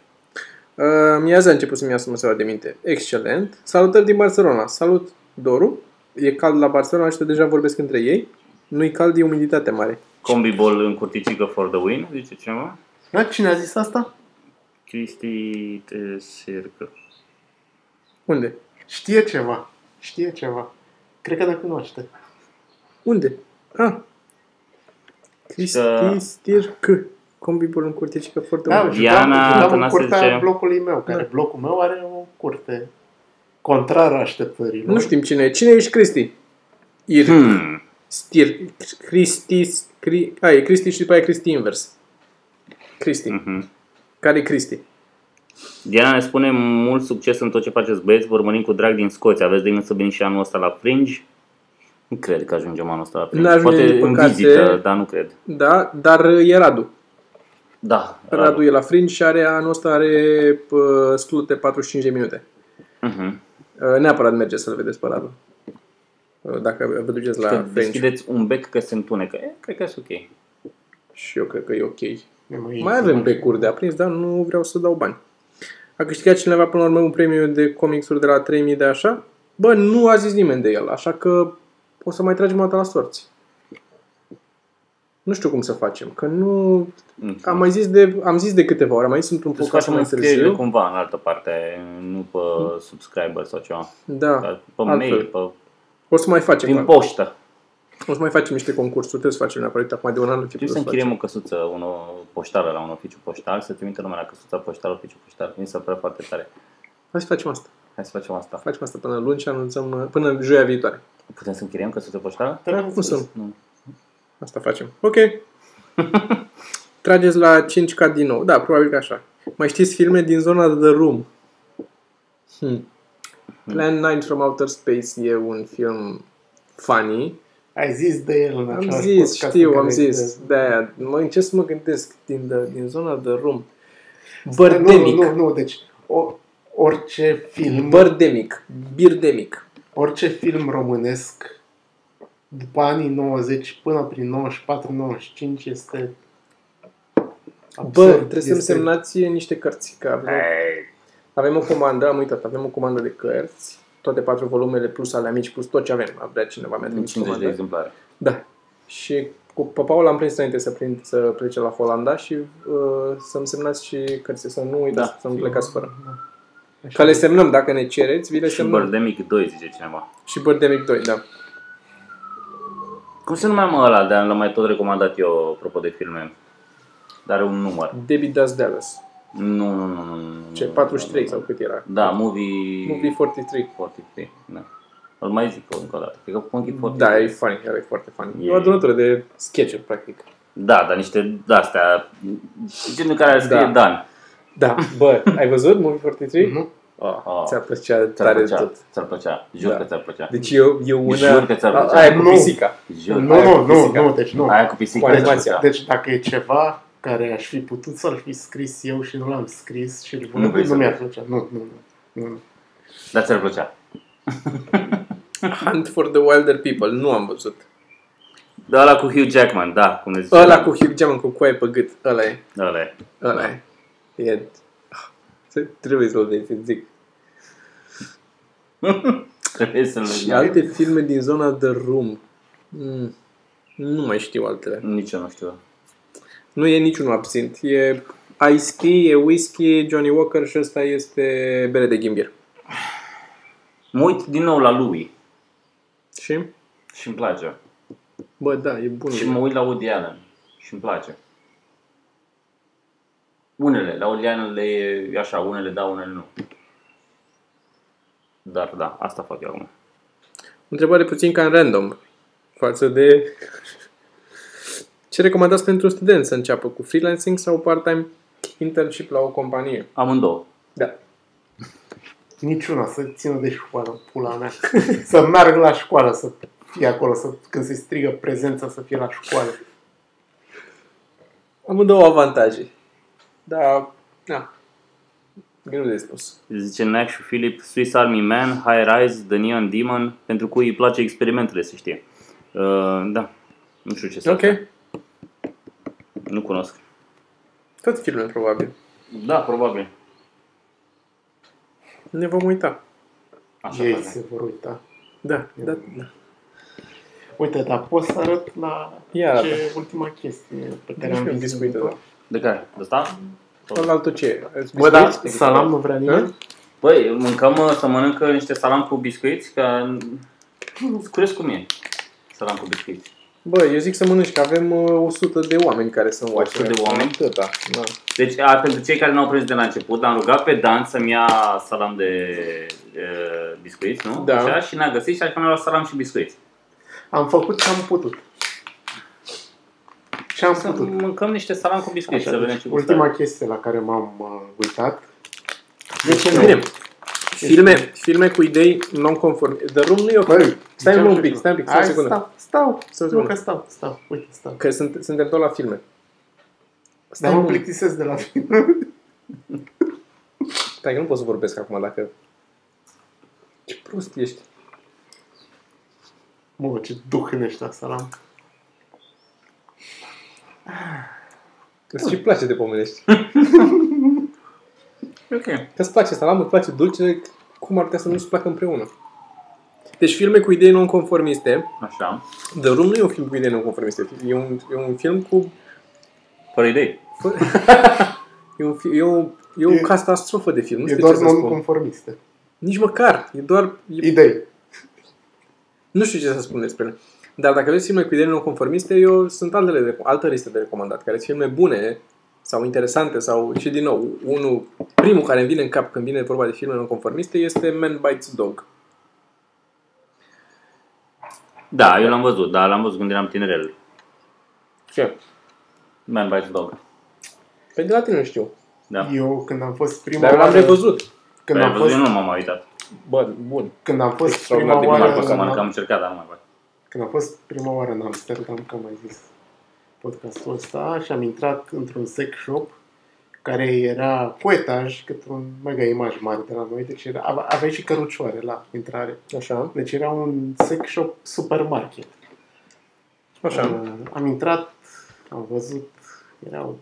Speaker 3: Uh, mi-azi a început să-mi iasă măseaua de minte. Excelent. Salutări din Barcelona. Salut, Doru. E cald la Barcelona și deja vorbesc între ei. Nu-i cald, e umiditate mare.
Speaker 1: Combi ball în curticică for the win, zice cineva.
Speaker 2: Da, cine a zis asta?
Speaker 1: Cristi Tesercă.
Speaker 3: Unde?
Speaker 2: Știe ceva. Știe ceva. Cred că ne cunoaște.
Speaker 3: Unde? Ah.
Speaker 1: Că-
Speaker 3: Cristi Stirc. Combibol în curte și că foarte
Speaker 2: Da,
Speaker 3: da,
Speaker 2: jucam,
Speaker 1: Diana
Speaker 2: jucam în
Speaker 1: Tănase
Speaker 2: curtea
Speaker 1: zice-
Speaker 2: blocului meu, care
Speaker 3: Da.
Speaker 2: blocul meu are o curte contrară așteptărilor.
Speaker 3: Nu știm cine e. Cine ești Cristi? Ir. Hmm.
Speaker 1: Hmm.
Speaker 3: Stir. Cristi. Cri... A, e Cristi și după aia Cristi invers. Cristi.
Speaker 1: Mhm.
Speaker 3: Care e Cristi?
Speaker 1: Diana ne spune mult succes în tot ce faceți băieți, vă urmărim cu drag din Scoția. Aveți de gând să veniți și anul ăsta la Fringe? Nu cred că ajungem anul ăsta la Fringe.
Speaker 3: N-ajungem,
Speaker 1: Poate
Speaker 3: din
Speaker 1: în
Speaker 3: păcate.
Speaker 1: vizită, dar nu cred.
Speaker 3: Da, dar e Radu.
Speaker 1: Da.
Speaker 3: Radu e la fringe și are anul ăsta are pă, slute 45 de minute.
Speaker 1: Mhm.
Speaker 3: Uh, Neapărat mergeți să-l vedeți pe Radu. Uh, Dacă vă duceți la
Speaker 1: Că
Speaker 3: fringe.
Speaker 1: deschideți un bec că se întunecă. E, cred că e ok.
Speaker 3: Și eu cred că e ok.
Speaker 2: E mai,
Speaker 3: Mai avem becuri de aprins, dar nu vreau să dau bani. A câștigat cineva până la urmă un premiu de comicsuri de la 3000 de așa? Bă, nu a zis nimeni de el, așa că o să mai tragem o dată la sorți. Nu știu cum să facem, că nu... Am mai zis de, am zis de câteva ori, am mai zis într-un
Speaker 1: Trebuie să
Speaker 3: podcast
Speaker 1: facem
Speaker 3: mai
Speaker 1: înscriere
Speaker 3: târziu.
Speaker 1: cumva în altă parte, nu pe subscriber sau ceva.
Speaker 3: Da,
Speaker 1: Dar Pe
Speaker 3: altfel.
Speaker 1: mail, pe,
Speaker 3: o să mai facem.
Speaker 1: prin poștă.
Speaker 3: O să mai facem niște concursuri, trebuie să facem neapărat, uite, acum de un an nu știu
Speaker 1: Trebuie să
Speaker 3: să facem.
Speaker 1: închiriem o căsuță, o poștală la un oficiu poștal, să trimite lumea la căsuța poștală, oficiu poștal. Mi se pare foarte tare.
Speaker 3: Hai să facem asta.
Speaker 1: Hai să facem asta.
Speaker 3: Facem asta până luni și anunțăm uh, până joia viitoare.
Speaker 1: Putem să închiriem căsuța poștală?
Speaker 3: Cum să nu?
Speaker 1: Nu.
Speaker 3: Asta facem. Ok. Trageți la 5K din nou. Da, probabil că așa. Mai știți filme din zona The Room? Hmm. Plan 9 from Outer Space e un film funny.
Speaker 2: Ai zis de el
Speaker 3: Am
Speaker 2: în același
Speaker 3: zis,
Speaker 2: podcast în
Speaker 3: știu,
Speaker 2: care
Speaker 3: am
Speaker 2: ai
Speaker 3: zis.
Speaker 2: de-
Speaker 3: De aia. Mă încerc să mă gândesc din, the, din zona The Room.
Speaker 2: Nu,
Speaker 3: Bărdenic.
Speaker 2: nu, nu, deci o, orice film,
Speaker 3: Birdemic. Birdemic.
Speaker 2: orice film românesc după anii 90 până prin 94-95 este
Speaker 3: Bă,
Speaker 2: absurd,
Speaker 3: trebuie să-mi
Speaker 2: este-
Speaker 3: semnați niște cărți. Că avem,
Speaker 1: Ei,
Speaker 3: avem o comandă, am uitat, avem o comandă de cărți. Toate patru volumele, plus ale mici, plus tot ce avem. Abia cineva mi-a trimis
Speaker 1: 50 de
Speaker 3: comandă.
Speaker 1: exemplare.
Speaker 3: Da. Și cu pe Paul am prins înainte să, prind, să plece la Holanda și uh, să-mi semnați și cărți, să nu uitați,
Speaker 1: Da,
Speaker 3: să nu
Speaker 1: sigur.
Speaker 3: plecați fără.
Speaker 2: Așa.
Speaker 3: Că le semnăm, dacă ne cereți, vi le
Speaker 1: Și
Speaker 3: semnăm.
Speaker 1: Birdemic 2, zice cineva.
Speaker 3: Și Birdemic 2, da.
Speaker 1: Cum se numea mă ăla, de l-am mai tot recomandat eu, apropo de filme. Dar are un număr.
Speaker 3: Debbie Does Dallas.
Speaker 1: Nu, nu, nu, nu, nu.
Speaker 3: Ce,
Speaker 1: nu,
Speaker 3: 43
Speaker 1: nu, nu.
Speaker 3: sau cât era?
Speaker 1: Da, movie...
Speaker 3: Movie 43.
Speaker 1: 43, da. Îl mai zic încă o dată. Cred că pun Kid 43.
Speaker 3: Da, e funny, chiar e foarte funny. E
Speaker 1: E-
Speaker 3: o adunătură de sketch practic.
Speaker 1: Da, dar niște de-astea, genul care ar scrie
Speaker 3: Da.
Speaker 1: Dan.
Speaker 3: Da, bă, ai văzut Movie 43?
Speaker 2: Mhm.
Speaker 3: Oh,
Speaker 1: Oh,
Speaker 3: ți-a plăcea
Speaker 1: ți-ar
Speaker 3: tare de
Speaker 1: plăcea,
Speaker 3: tot.
Speaker 1: ți-ar plăcea, jur
Speaker 3: Da.
Speaker 1: că ți-ar plăcea.
Speaker 3: Deci eu, eu una...
Speaker 1: Jur că ți-ar
Speaker 3: A-
Speaker 1: plăcea.
Speaker 3: Aia cu
Speaker 2: Nu.
Speaker 3: pisica.
Speaker 1: Jur.
Speaker 2: Nu,
Speaker 3: Aia
Speaker 2: nu,
Speaker 3: cu
Speaker 2: nu,
Speaker 3: pisica.
Speaker 2: nu, deci nu.
Speaker 1: Aia cu pisica.
Speaker 3: Cu animația.
Speaker 1: Da.
Speaker 2: Deci dacă e ceva care aș fi putut să-l fi scris eu și nu l-am scris și îl
Speaker 1: Nu vrei
Speaker 2: văd,
Speaker 1: să
Speaker 2: nu mi-ar
Speaker 1: vezi.
Speaker 2: plăcea. Nu, nu, nu. nu.
Speaker 1: Dar Da, ți-ar plăcea.
Speaker 3: Hunt for the Wilder People, nu am văzut.
Speaker 1: Da, ăla cu Hugh Jackman, da, cum ne zice.
Speaker 3: Ăla cu Hugh Jackman cu coaie pe gât, ăla e.
Speaker 1: Ăla e.
Speaker 3: Ăla e. e. Se- Trebuie să-l vezi, îți zic.
Speaker 1: Trebuie să-l
Speaker 3: Și
Speaker 1: vezi.
Speaker 3: alte filme din zona The Room. Mm. Nu mai știu altele.
Speaker 1: Nici eu nu știu.
Speaker 3: Nu e niciunul absint. E Ice Tea, e Whisky, Johnny Walker și ăsta este bere de ghimbir.
Speaker 1: Mă uit din nou la lui
Speaker 3: Și?
Speaker 1: și îmi place.
Speaker 3: Bă, da, e bun.
Speaker 1: Și mă uit la Woody Allen și îmi place. Unele, la Woody Allen le e așa, unele da, unele nu. Dar da, asta fac eu acum.
Speaker 3: Întrebare puțin ca în random. Față de... Ce recomandați pentru un student să înceapă cu freelancing sau part-time internship la o companie?
Speaker 1: Amândouă.
Speaker 3: Da.
Speaker 2: Niciuna să țină de școală, pula mea. să meargă la școală, să fie acolo, să, când se strigă prezența, să fie la școală.
Speaker 3: Amândouă avantaje. Da, da. Greu de spus.
Speaker 1: Zice Nac și Philip, Swiss Army Man, High Rise, The Neon Demon, pentru cui îi place experimentele, să știe. Uh, da, nu știu ce să
Speaker 3: Ok.
Speaker 1: Nu cunosc.
Speaker 3: Tot filme, probabil.
Speaker 1: Da, probabil.
Speaker 3: Ne vom uita.
Speaker 1: Așa
Speaker 2: Ei
Speaker 1: pare.
Speaker 2: se vor uita.
Speaker 3: Da, da, da.
Speaker 2: Uite, dar pot să arăt la
Speaker 3: Ia arată.
Speaker 2: ce ultima chestie pe care
Speaker 3: Nu
Speaker 2: am
Speaker 3: știu,
Speaker 2: vizionat-o.
Speaker 3: biscuită, da.
Speaker 1: De care? De asta?
Speaker 3: Tot altul ce e?
Speaker 2: Bă, dar
Speaker 3: Biscuiți?
Speaker 2: salam nu vrea nimeni?
Speaker 1: Băi, mâncăm uh, să mănâncă niște salam cu biscuiți, că sunt curios cum e salam cu biscuiți.
Speaker 3: Bă, eu zic să mănânci, că avem uh, 100 de oameni care sunt watching.
Speaker 1: 100 de oameni?
Speaker 3: Atâta, da.
Speaker 1: Deci, a, pentru cei care nu au prins de la început, am rugat pe Dan să-mi ia salam de, de uh, biscuiți, nu?
Speaker 3: Da.
Speaker 1: Așa, și n-a găsit și așa mi-a luat salam și biscuiți.
Speaker 2: Am făcut ce am putut. Ce am
Speaker 1: Să
Speaker 2: putut.
Speaker 1: mâncăm niște salam cu biscuiți,
Speaker 2: Așa,
Speaker 1: să
Speaker 2: deci,
Speaker 1: vedem ce gust are.
Speaker 2: ultima chestie la care m-am uh, uitat. Deci,
Speaker 3: De ce nu? Bine. Filme, filme cu idei non-conforme. The Room nu e ok.
Speaker 2: Băi,
Speaker 3: Stai
Speaker 2: ziceam
Speaker 3: un
Speaker 2: și
Speaker 3: pic,
Speaker 2: eu.
Speaker 3: stai un pic, stai
Speaker 2: Hai,
Speaker 3: o secundă.
Speaker 2: Stau, stau,
Speaker 3: Stai o
Speaker 2: nu că
Speaker 3: secundă.
Speaker 2: stau, stau, uite, stau.
Speaker 3: Că sunt, suntem tot la filme.
Speaker 2: Dar
Speaker 3: Stai,
Speaker 2: mă
Speaker 3: mă,
Speaker 2: plictisesc de la film.
Speaker 3: stai că nu pot să vorbesc acum dacă... Ce prost ești.
Speaker 2: Mă, ce duh în ăștia salam.
Speaker 3: Îți și place de pomenești.
Speaker 1: Ok.
Speaker 3: Că îți place salamul, îți place dulcele, cum ar putea să nu-ți placă împreună? Deci filme cu idei non-conformiste.
Speaker 1: Așa.
Speaker 3: The Room nu e un film cu idei non-conformiste. E un, e un film cu...
Speaker 1: Fără idei.
Speaker 3: E, un, fi- e, o, e o
Speaker 2: E-
Speaker 3: catastrofă de film. Nu
Speaker 2: E
Speaker 3: știu ce
Speaker 2: doar
Speaker 3: să spun.
Speaker 2: non-conformiste.
Speaker 3: Nici măcar. E doar... E
Speaker 2: Idei.
Speaker 3: Nu știu ce să spun despre ele. Dar dacă vreți filme cu idei non-conformiste, eu sunt altele de, altă listă de recomandat, care sunt filme bune sau interesante sau și din nou, unul, primul care îmi vine în cap când vine vorba de filme non-conformiste este Man Bites Dog.
Speaker 1: Da, eu l-am văzut, dar l-am văzut când eram tinerel.
Speaker 3: Ce?
Speaker 1: Man bites dog.
Speaker 3: Pe Păi de la tine nu știu.
Speaker 1: Da.
Speaker 2: Eu când am fost prima
Speaker 3: Dar eu l-am
Speaker 2: oară-
Speaker 3: revăzut.
Speaker 2: Când
Speaker 1: Ai
Speaker 2: am
Speaker 1: văzut,
Speaker 2: fost,
Speaker 1: eu nu m-am mai uitat.
Speaker 3: Bă, bun.
Speaker 2: când am fost
Speaker 3: Extraordinar
Speaker 2: prima
Speaker 3: de bine
Speaker 1: Mai
Speaker 3: Oare-
Speaker 2: oară,
Speaker 1: pot să mănânc, am
Speaker 2: în-
Speaker 1: încercat, dar nu mai fac.
Speaker 2: când am fost prima oară în Amsterdam, că am mai zis podcastul ăsta, și am intrat într-un sex shop care era cu etaj, cât un mega imaj mare de la noi, deci era, ave- aveai și cărucioare la intrare.
Speaker 3: Așa.
Speaker 2: Deci era un sex shop supermarket.
Speaker 3: Așa.
Speaker 2: Uh, am intrat, am văzut, erau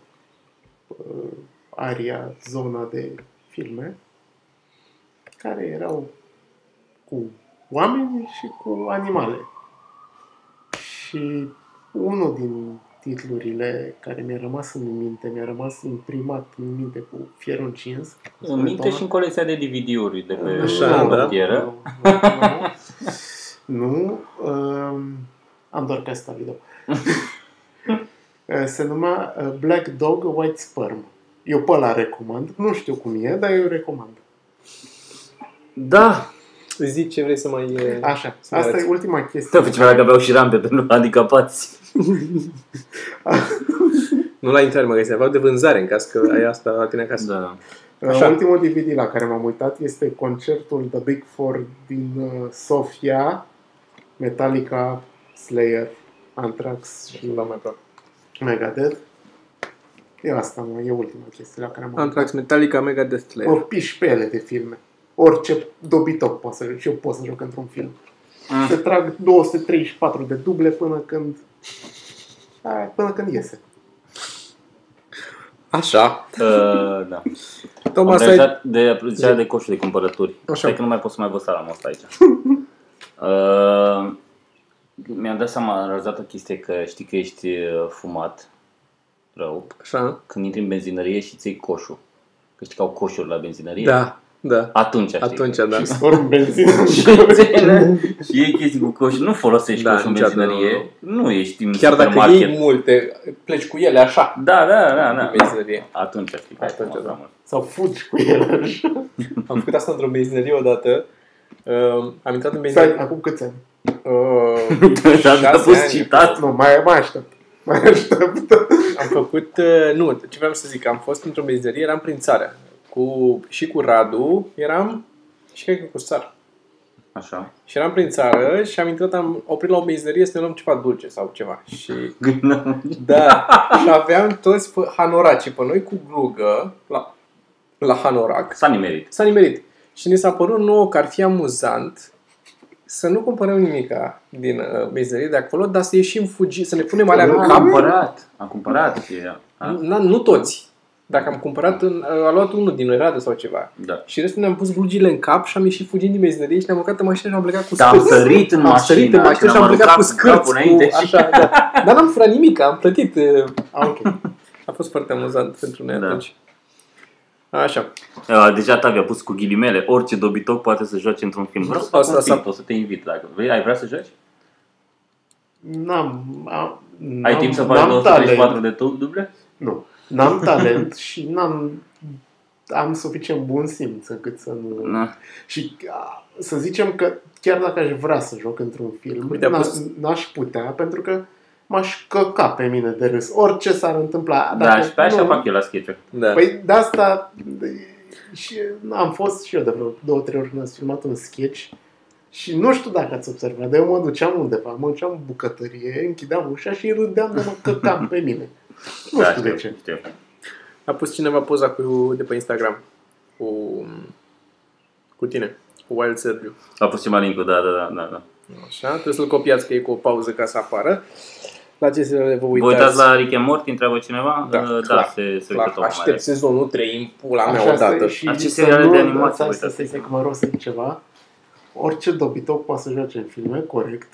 Speaker 2: uh, aria, zona de filme, care erau cu oameni și cu animale. Și unul din titlurile care mi-a rămas în minte, mi-a rămas imprimat în minte cu fierul încins.
Speaker 1: În minte și în colecția de DVD-uri de pe
Speaker 3: Așa, da.
Speaker 1: rutieră.
Speaker 2: Nu, nu, nu, nu. Nu, um, am doar că asta video. Uh, Se numea uh, Black Dog White Sperm. Eu pe ăla recomand. Nu știu cum e, dar eu recomand.
Speaker 3: Da! Zici ce vrei să mai... e.
Speaker 2: Așa,
Speaker 3: Să
Speaker 2: asta
Speaker 3: arăți.
Speaker 2: e ultima
Speaker 1: Da, pe
Speaker 2: chestie.
Speaker 1: adică cineva că aveau și rampe pentru handicapați.
Speaker 3: Nu la intrare magazin, aveau de vânzare în caz că ai asta la tine acasă.
Speaker 1: Da.
Speaker 2: Uh,
Speaker 3: Așa.
Speaker 2: Ultimul DVD la care m-am uitat este concertul The Big Four din uh, Sofia, Metallica, Slayer, Anthrax și
Speaker 3: La mai aproape.
Speaker 2: Megadeth. E asta, mă, e ultima chestie la care m-am uitat.
Speaker 3: Anthrax Metallica Mega Death
Speaker 2: Mă piși pe ele de filme. Orice dobitoc pot să joc. Și eu pot să joc într-un film.
Speaker 1: Ah.
Speaker 2: Se trag 234 de duble până când... Aia, până când iese.
Speaker 3: Așa.
Speaker 1: Uh, da. Am
Speaker 3: Thomas, ai...
Speaker 1: realizat de aprovizionare de coșuri de cumpărături.
Speaker 3: Așa.
Speaker 1: Așa. că nu mai pot să mai văd la most aici. uh, mi-am dat seama, am realizat o chestie că știi că ești uh, fumat rău
Speaker 3: Așa.
Speaker 1: când intri în benzinărie și ții coșul. Că știi că au coșuri la benzinărie?
Speaker 3: Da, da.
Speaker 1: Atunci, știi.
Speaker 3: Atunci, da.
Speaker 2: Și storm benzină.
Speaker 1: și e chestii cu coșul. Nu folosești
Speaker 3: Da,
Speaker 1: da, coșul în
Speaker 3: niciodată
Speaker 1: benzinărie. Nu, ești în
Speaker 3: Chiar dacă
Speaker 1: supermarket.
Speaker 3: iei multe, pleci cu ele așa.
Speaker 1: Da, da, da, da.
Speaker 3: Benzinărie.
Speaker 1: Atunci știi că ai
Speaker 3: Atunci,
Speaker 1: fumat
Speaker 3: da.
Speaker 1: mult.
Speaker 2: Sau fugi cu el.
Speaker 3: Am făcut asta într-o benzinărie odată. Uh, am intrat în
Speaker 2: Stai,
Speaker 3: benzinărie.
Speaker 2: acum câți ani?
Speaker 3: Uh,
Speaker 1: Dar
Speaker 3: șase
Speaker 1: a fost
Speaker 3: ani.
Speaker 1: citat.
Speaker 2: Nu, mai, mai aștept. Mai aștept.
Speaker 3: Am făcut, uh, nu, ce vreau să zic, am fost într-o benzinărie, eram prin țară. Cu, și cu Radu eram și cred că cu Sar.
Speaker 1: Așa.
Speaker 3: Și eram prin țară și am intrat, am oprit la o benzinărie să ne luăm ceva dulce sau ceva. Și da, și aveam toți pe- hanoracii pe noi cu glugă la, la hanorac.
Speaker 1: S-a nimerit.
Speaker 3: S-a nimerit. Și ne s-a părut nouă că ar fi amuzant să nu cumpărăm nimica din uh, benzinărie de acolo, dar să ieșim fugi, să ne punem alea în
Speaker 1: Am
Speaker 3: cap
Speaker 1: cumpărat. Am cumpărat. și, a,
Speaker 3: Nu, nu toți. Dacă am cumpărat, în, uh, a luat unul din Radu sau ceva.
Speaker 1: Da.
Speaker 3: Și restul ne-am pus glugile în cap și am ieșit fugind din benzinărie și ne-am urcat în mașină și am plecat cu
Speaker 1: Dar am
Speaker 3: scârț.
Speaker 1: sărit în
Speaker 3: Am sărit în
Speaker 1: mașină
Speaker 3: mașină și
Speaker 1: l-am
Speaker 3: am
Speaker 1: aruncat
Speaker 3: plecat cu
Speaker 1: cu
Speaker 3: scârț.
Speaker 1: capul
Speaker 3: Cu,
Speaker 1: înainte și-
Speaker 3: așa, da. Dar n-am furat nimic, am plătit. uh,
Speaker 2: A, ok.
Speaker 3: A fost foarte amuzant pentru noi
Speaker 1: Da.
Speaker 3: atunci. Așa.
Speaker 1: a, deja Tavi a pus cu ghilimele, orice dobitoc poate să joace într-un film. Vreau să
Speaker 3: Asta
Speaker 1: fac un
Speaker 3: s-a-
Speaker 1: film, o să te invit dacă vrei. Ai vrea să joci?
Speaker 2: N-am, am, n-am,
Speaker 1: Ai timp să faci
Speaker 2: n-am talent.
Speaker 1: 234 de tu- duble?
Speaker 2: Nu. N-am talent și n-am am suficient bun simț încât să nu...
Speaker 1: Na.
Speaker 2: Și a, să zicem că chiar dacă aș vrea să joc într-un film,
Speaker 3: Uite, a
Speaker 2: n-a-
Speaker 3: pus-
Speaker 2: n-aș putea pentru că m-aș căca pe mine de râs. Orice s-ar întâmpla.
Speaker 1: Da, și pe așa
Speaker 2: nu-
Speaker 1: fac eu la sketch
Speaker 3: Da. Păi,
Speaker 2: Păi de asta de- și am fost și eu de vreo două, trei ori când am filmat un sketch și nu știu dacă ați observat, dar eu mă duceam undeva, mă duceam în bucătărie, închideam ușa și râdeam de mă căcam pe mine. Nu
Speaker 1: Da,
Speaker 2: știu de ce.
Speaker 1: știu.
Speaker 3: a pus cineva poza cu, de pe Instagram cu, cu tine, cu Wild Serbiu.
Speaker 1: A pus ceva link da, da, da, da, da.
Speaker 3: Așa, trebuie să-l copiați că e cu o pauză ca să apară. La ce să
Speaker 1: Vă
Speaker 3: vă uitați?
Speaker 1: uitați la Rick and Morty, întreabă cineva?
Speaker 3: Da,
Speaker 1: Uh,
Speaker 3: clar,
Speaker 1: da se, se uită
Speaker 3: Clar,
Speaker 1: tot mai
Speaker 3: aștept
Speaker 1: ales.
Speaker 3: sezonul 3 în pula mea
Speaker 2: Așa
Speaker 3: odată.
Speaker 2: să- și
Speaker 1: Aceste
Speaker 2: să
Speaker 1: seriale
Speaker 2: nu
Speaker 1: de
Speaker 2: de
Speaker 1: animație,
Speaker 2: animație,
Speaker 1: uite.
Speaker 2: să se zic, mă rog să zic ceva. Orice dobitoc poate să joace în filme, corect,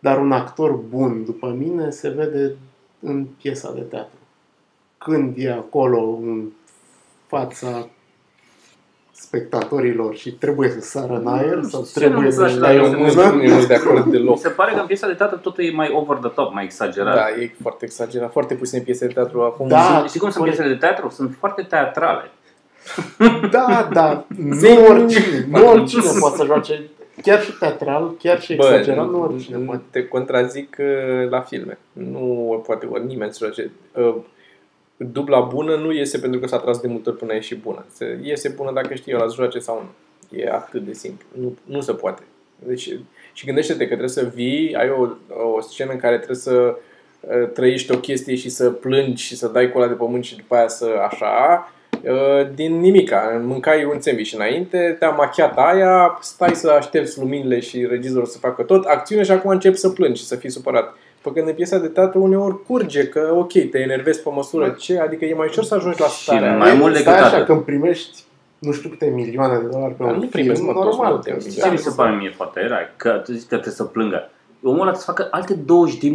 Speaker 2: dar un actor bun, după mine, se vede în piesa de teatru. Când e acolo în fața spectatorilor și trebuie să sară în aer sau
Speaker 1: știu ce
Speaker 2: trebuie
Speaker 1: am
Speaker 2: să-și
Speaker 1: văzut,
Speaker 2: dai
Speaker 1: dar
Speaker 2: o
Speaker 1: eu
Speaker 3: Nu sunt
Speaker 2: mână,
Speaker 3: eu nu sunt de acord
Speaker 1: Mi
Speaker 3: deloc.
Speaker 1: se pare că în piesa de teatru totul e mai over the top, mai exagerat.
Speaker 3: Da, e foarte exagerat, foarte puține piese de teatru acum.
Speaker 2: Da.
Speaker 1: Sunt- Știi cum sunt piesele de teatru? Sunt foarte teatrale.
Speaker 2: da, da, nu
Speaker 3: Zi-
Speaker 2: oricine,
Speaker 1: păi,
Speaker 2: nu oricine poate să joace, chiar și teatral, chiar și exagerat, nu oricine
Speaker 3: nu
Speaker 2: poate.
Speaker 3: te contrazic uh, la filme. Nu poate ori nimeni să joace. Uh, Dubla bună nu iese pentru că s-a tras de multe ori până a ieșit bună. Se iese bună dacă știi ăla să joace sau nu. E atât de simplu. Nu, nu se poate. Deci, și gândește-te că trebuie să vii, ai o, o scenă în care trebuie să uh, trăiești o chestie și să plângi și să dai cola de pământ și după aia să așa, uh, din nimica. Mâncai un sandwich înainte, te-a machiat aia, stai să aștepți luminile și regizorul să facă tot, acțiune și acum începi să plângi și să fii supărat. Păcând în piesa de teatru uneori curge că ok, te enervezi pe măsură ce, adică e mai ușor să ajungi la
Speaker 1: Da. Și
Speaker 3: starea aia.
Speaker 1: Mai mult decât
Speaker 2: Păi, Stai așa,
Speaker 1: atât.
Speaker 2: când primești nu știu câte milioane de dolari pe
Speaker 3: Dar
Speaker 1: Da,
Speaker 2: un
Speaker 3: nu primești,
Speaker 2: film,
Speaker 3: mă, toți
Speaker 2: normal.
Speaker 3: multe
Speaker 2: că-
Speaker 3: milioane.
Speaker 1: Ce mi se pare mie foarte era? Că tu zici că trebuie să plângă. Omul ăla trebuie să facă alte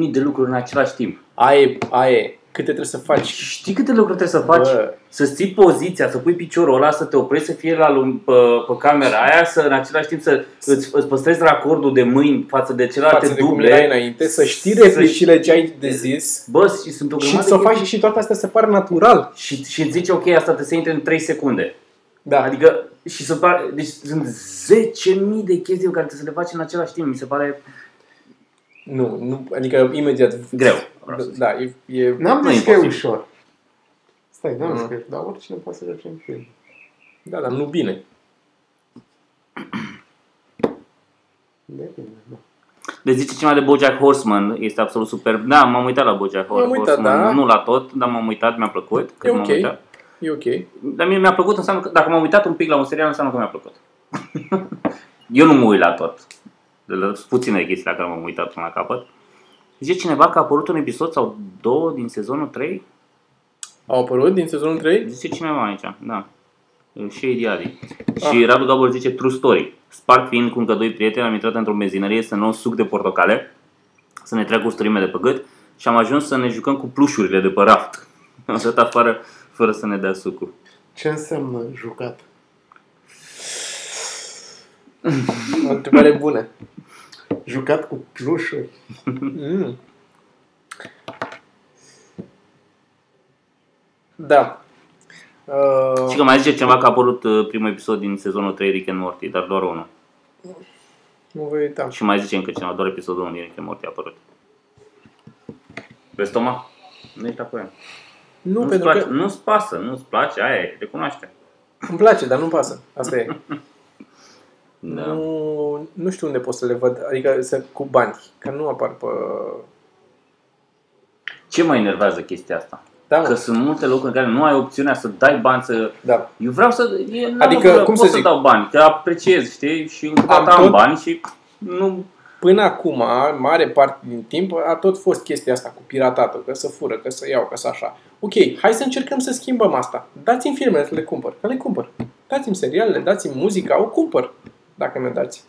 Speaker 1: 20.000 de lucruri în același timp.
Speaker 3: Aia e, aia e. Câte trebuie să faci?
Speaker 1: Știi câte lucruri trebuie să faci?
Speaker 3: Bă.
Speaker 1: Să ții poziția, să pui piciorul ăla, să te oprești, să fie la lum- pe, pe camera aia, să în același timp să îți, îți păstrezi racordul de mâini față de celelalte
Speaker 3: față de cum
Speaker 1: duble.
Speaker 3: erai înainte, să știi replicile ce ai de zis
Speaker 1: Bă, și sunt o
Speaker 3: și
Speaker 1: grămadă
Speaker 3: să
Speaker 1: de
Speaker 3: faci și toate astea se par natural.
Speaker 1: Și, și îți zice, ok, asta trebuie să intre în 3 secunde.
Speaker 3: Da, adică
Speaker 1: Adică, și se pare, deci sunt 10.000 de chestii pe care trebuie să le faci în același timp. Mi se pare
Speaker 3: nu, nu, adică imediat.
Speaker 1: greu. vreau să zic.
Speaker 3: Da, e, e
Speaker 2: N-am
Speaker 1: Nu e
Speaker 2: zis că e
Speaker 1: imposibil.
Speaker 2: ușor. Stai, n-am zis
Speaker 3: Mm.
Speaker 2: că e- dar oricine poate să joace un film.
Speaker 3: da, dar nu bine.
Speaker 2: De bine, da.
Speaker 1: Deci zice cineva de Bojack Horseman, este absolut superb. Da, m-am uitat la Bojack
Speaker 3: M-am uitat,
Speaker 1: Horseman,
Speaker 3: da.
Speaker 1: nu la tot, dar m-am uitat, mi-a plăcut. Cred că
Speaker 3: E
Speaker 1: m-am
Speaker 3: ok.
Speaker 1: uitat.
Speaker 3: E ok.
Speaker 1: Dar mie mi-a plăcut înseamnă că, dacă m-am uitat un pic la un serial, înseamnă că mi-a plăcut. Eu nu mă uit la tot. De la sunt puține chestii la care m-am uitat până la capăt. Zice cineva că a apărut un episod sau două din sezonul 3?
Speaker 3: Au apărut din sezonul 3?
Speaker 1: Zice cineva aici, da. Shady Adi. Și Radu Gabor zice True Story. Spart fiind cu încă doi prieteni, am intrat într-o benzinărie să luăm suc de portocale, să ne treacă usturime de pe gât și am ajuns să ne jucăm cu plușurile de pe raft. Am stat afară fără să ne dea sucul.
Speaker 2: Ce înseamnă jucat?
Speaker 3: O întrebare bună.
Speaker 2: Jucat cu plușuri?
Speaker 3: Mm. Da.
Speaker 1: Și
Speaker 3: Uh,
Speaker 1: că mai zice ceva că a apărut uh, primul episod din sezonul 3 Rick and Morty, dar doar unul.
Speaker 3: nu voi uita.
Speaker 1: Și mai zice încă cineva, doar episodul 1 din Rick and Morty a apărut. Vezi, Toma? Nu ești acolo.
Speaker 3: Nu,
Speaker 1: Nu-ți,
Speaker 3: pentru
Speaker 1: place,
Speaker 3: că
Speaker 1: nu-ți pasă, nu-ți place, aia e, recunoaște.
Speaker 3: îmi place, dar nu pasă. Asta e.
Speaker 1: Da.
Speaker 3: Nu, nu știu unde pot să le văd, adică să, cu bani, că nu apar pe...
Speaker 1: Ce mă enervează chestia asta?
Speaker 3: Da, mă,
Speaker 1: Că sunt multe locuri în care nu ai opțiunea să dai bani să...
Speaker 3: da.
Speaker 1: Eu vreau să... Eu n-am
Speaker 3: Adică,
Speaker 1: vreo-
Speaker 3: cum
Speaker 1: pot
Speaker 3: să
Speaker 1: să
Speaker 3: zic?
Speaker 1: dau bani, că apreciez, știi? Și am,
Speaker 3: Am
Speaker 1: am
Speaker 3: tot-
Speaker 1: bani și nu...
Speaker 3: Până acum, mare parte din timp, a tot fost chestia asta cu piratatul, că să fură, că să iau, că să așa. Ok, hai să încercăm să schimbăm asta. Dați-mi filmele să le cumpăr, că le cumpăr. Dați-mi serialele, dați-mi muzica, o cumpăr, dacă mi-o dați.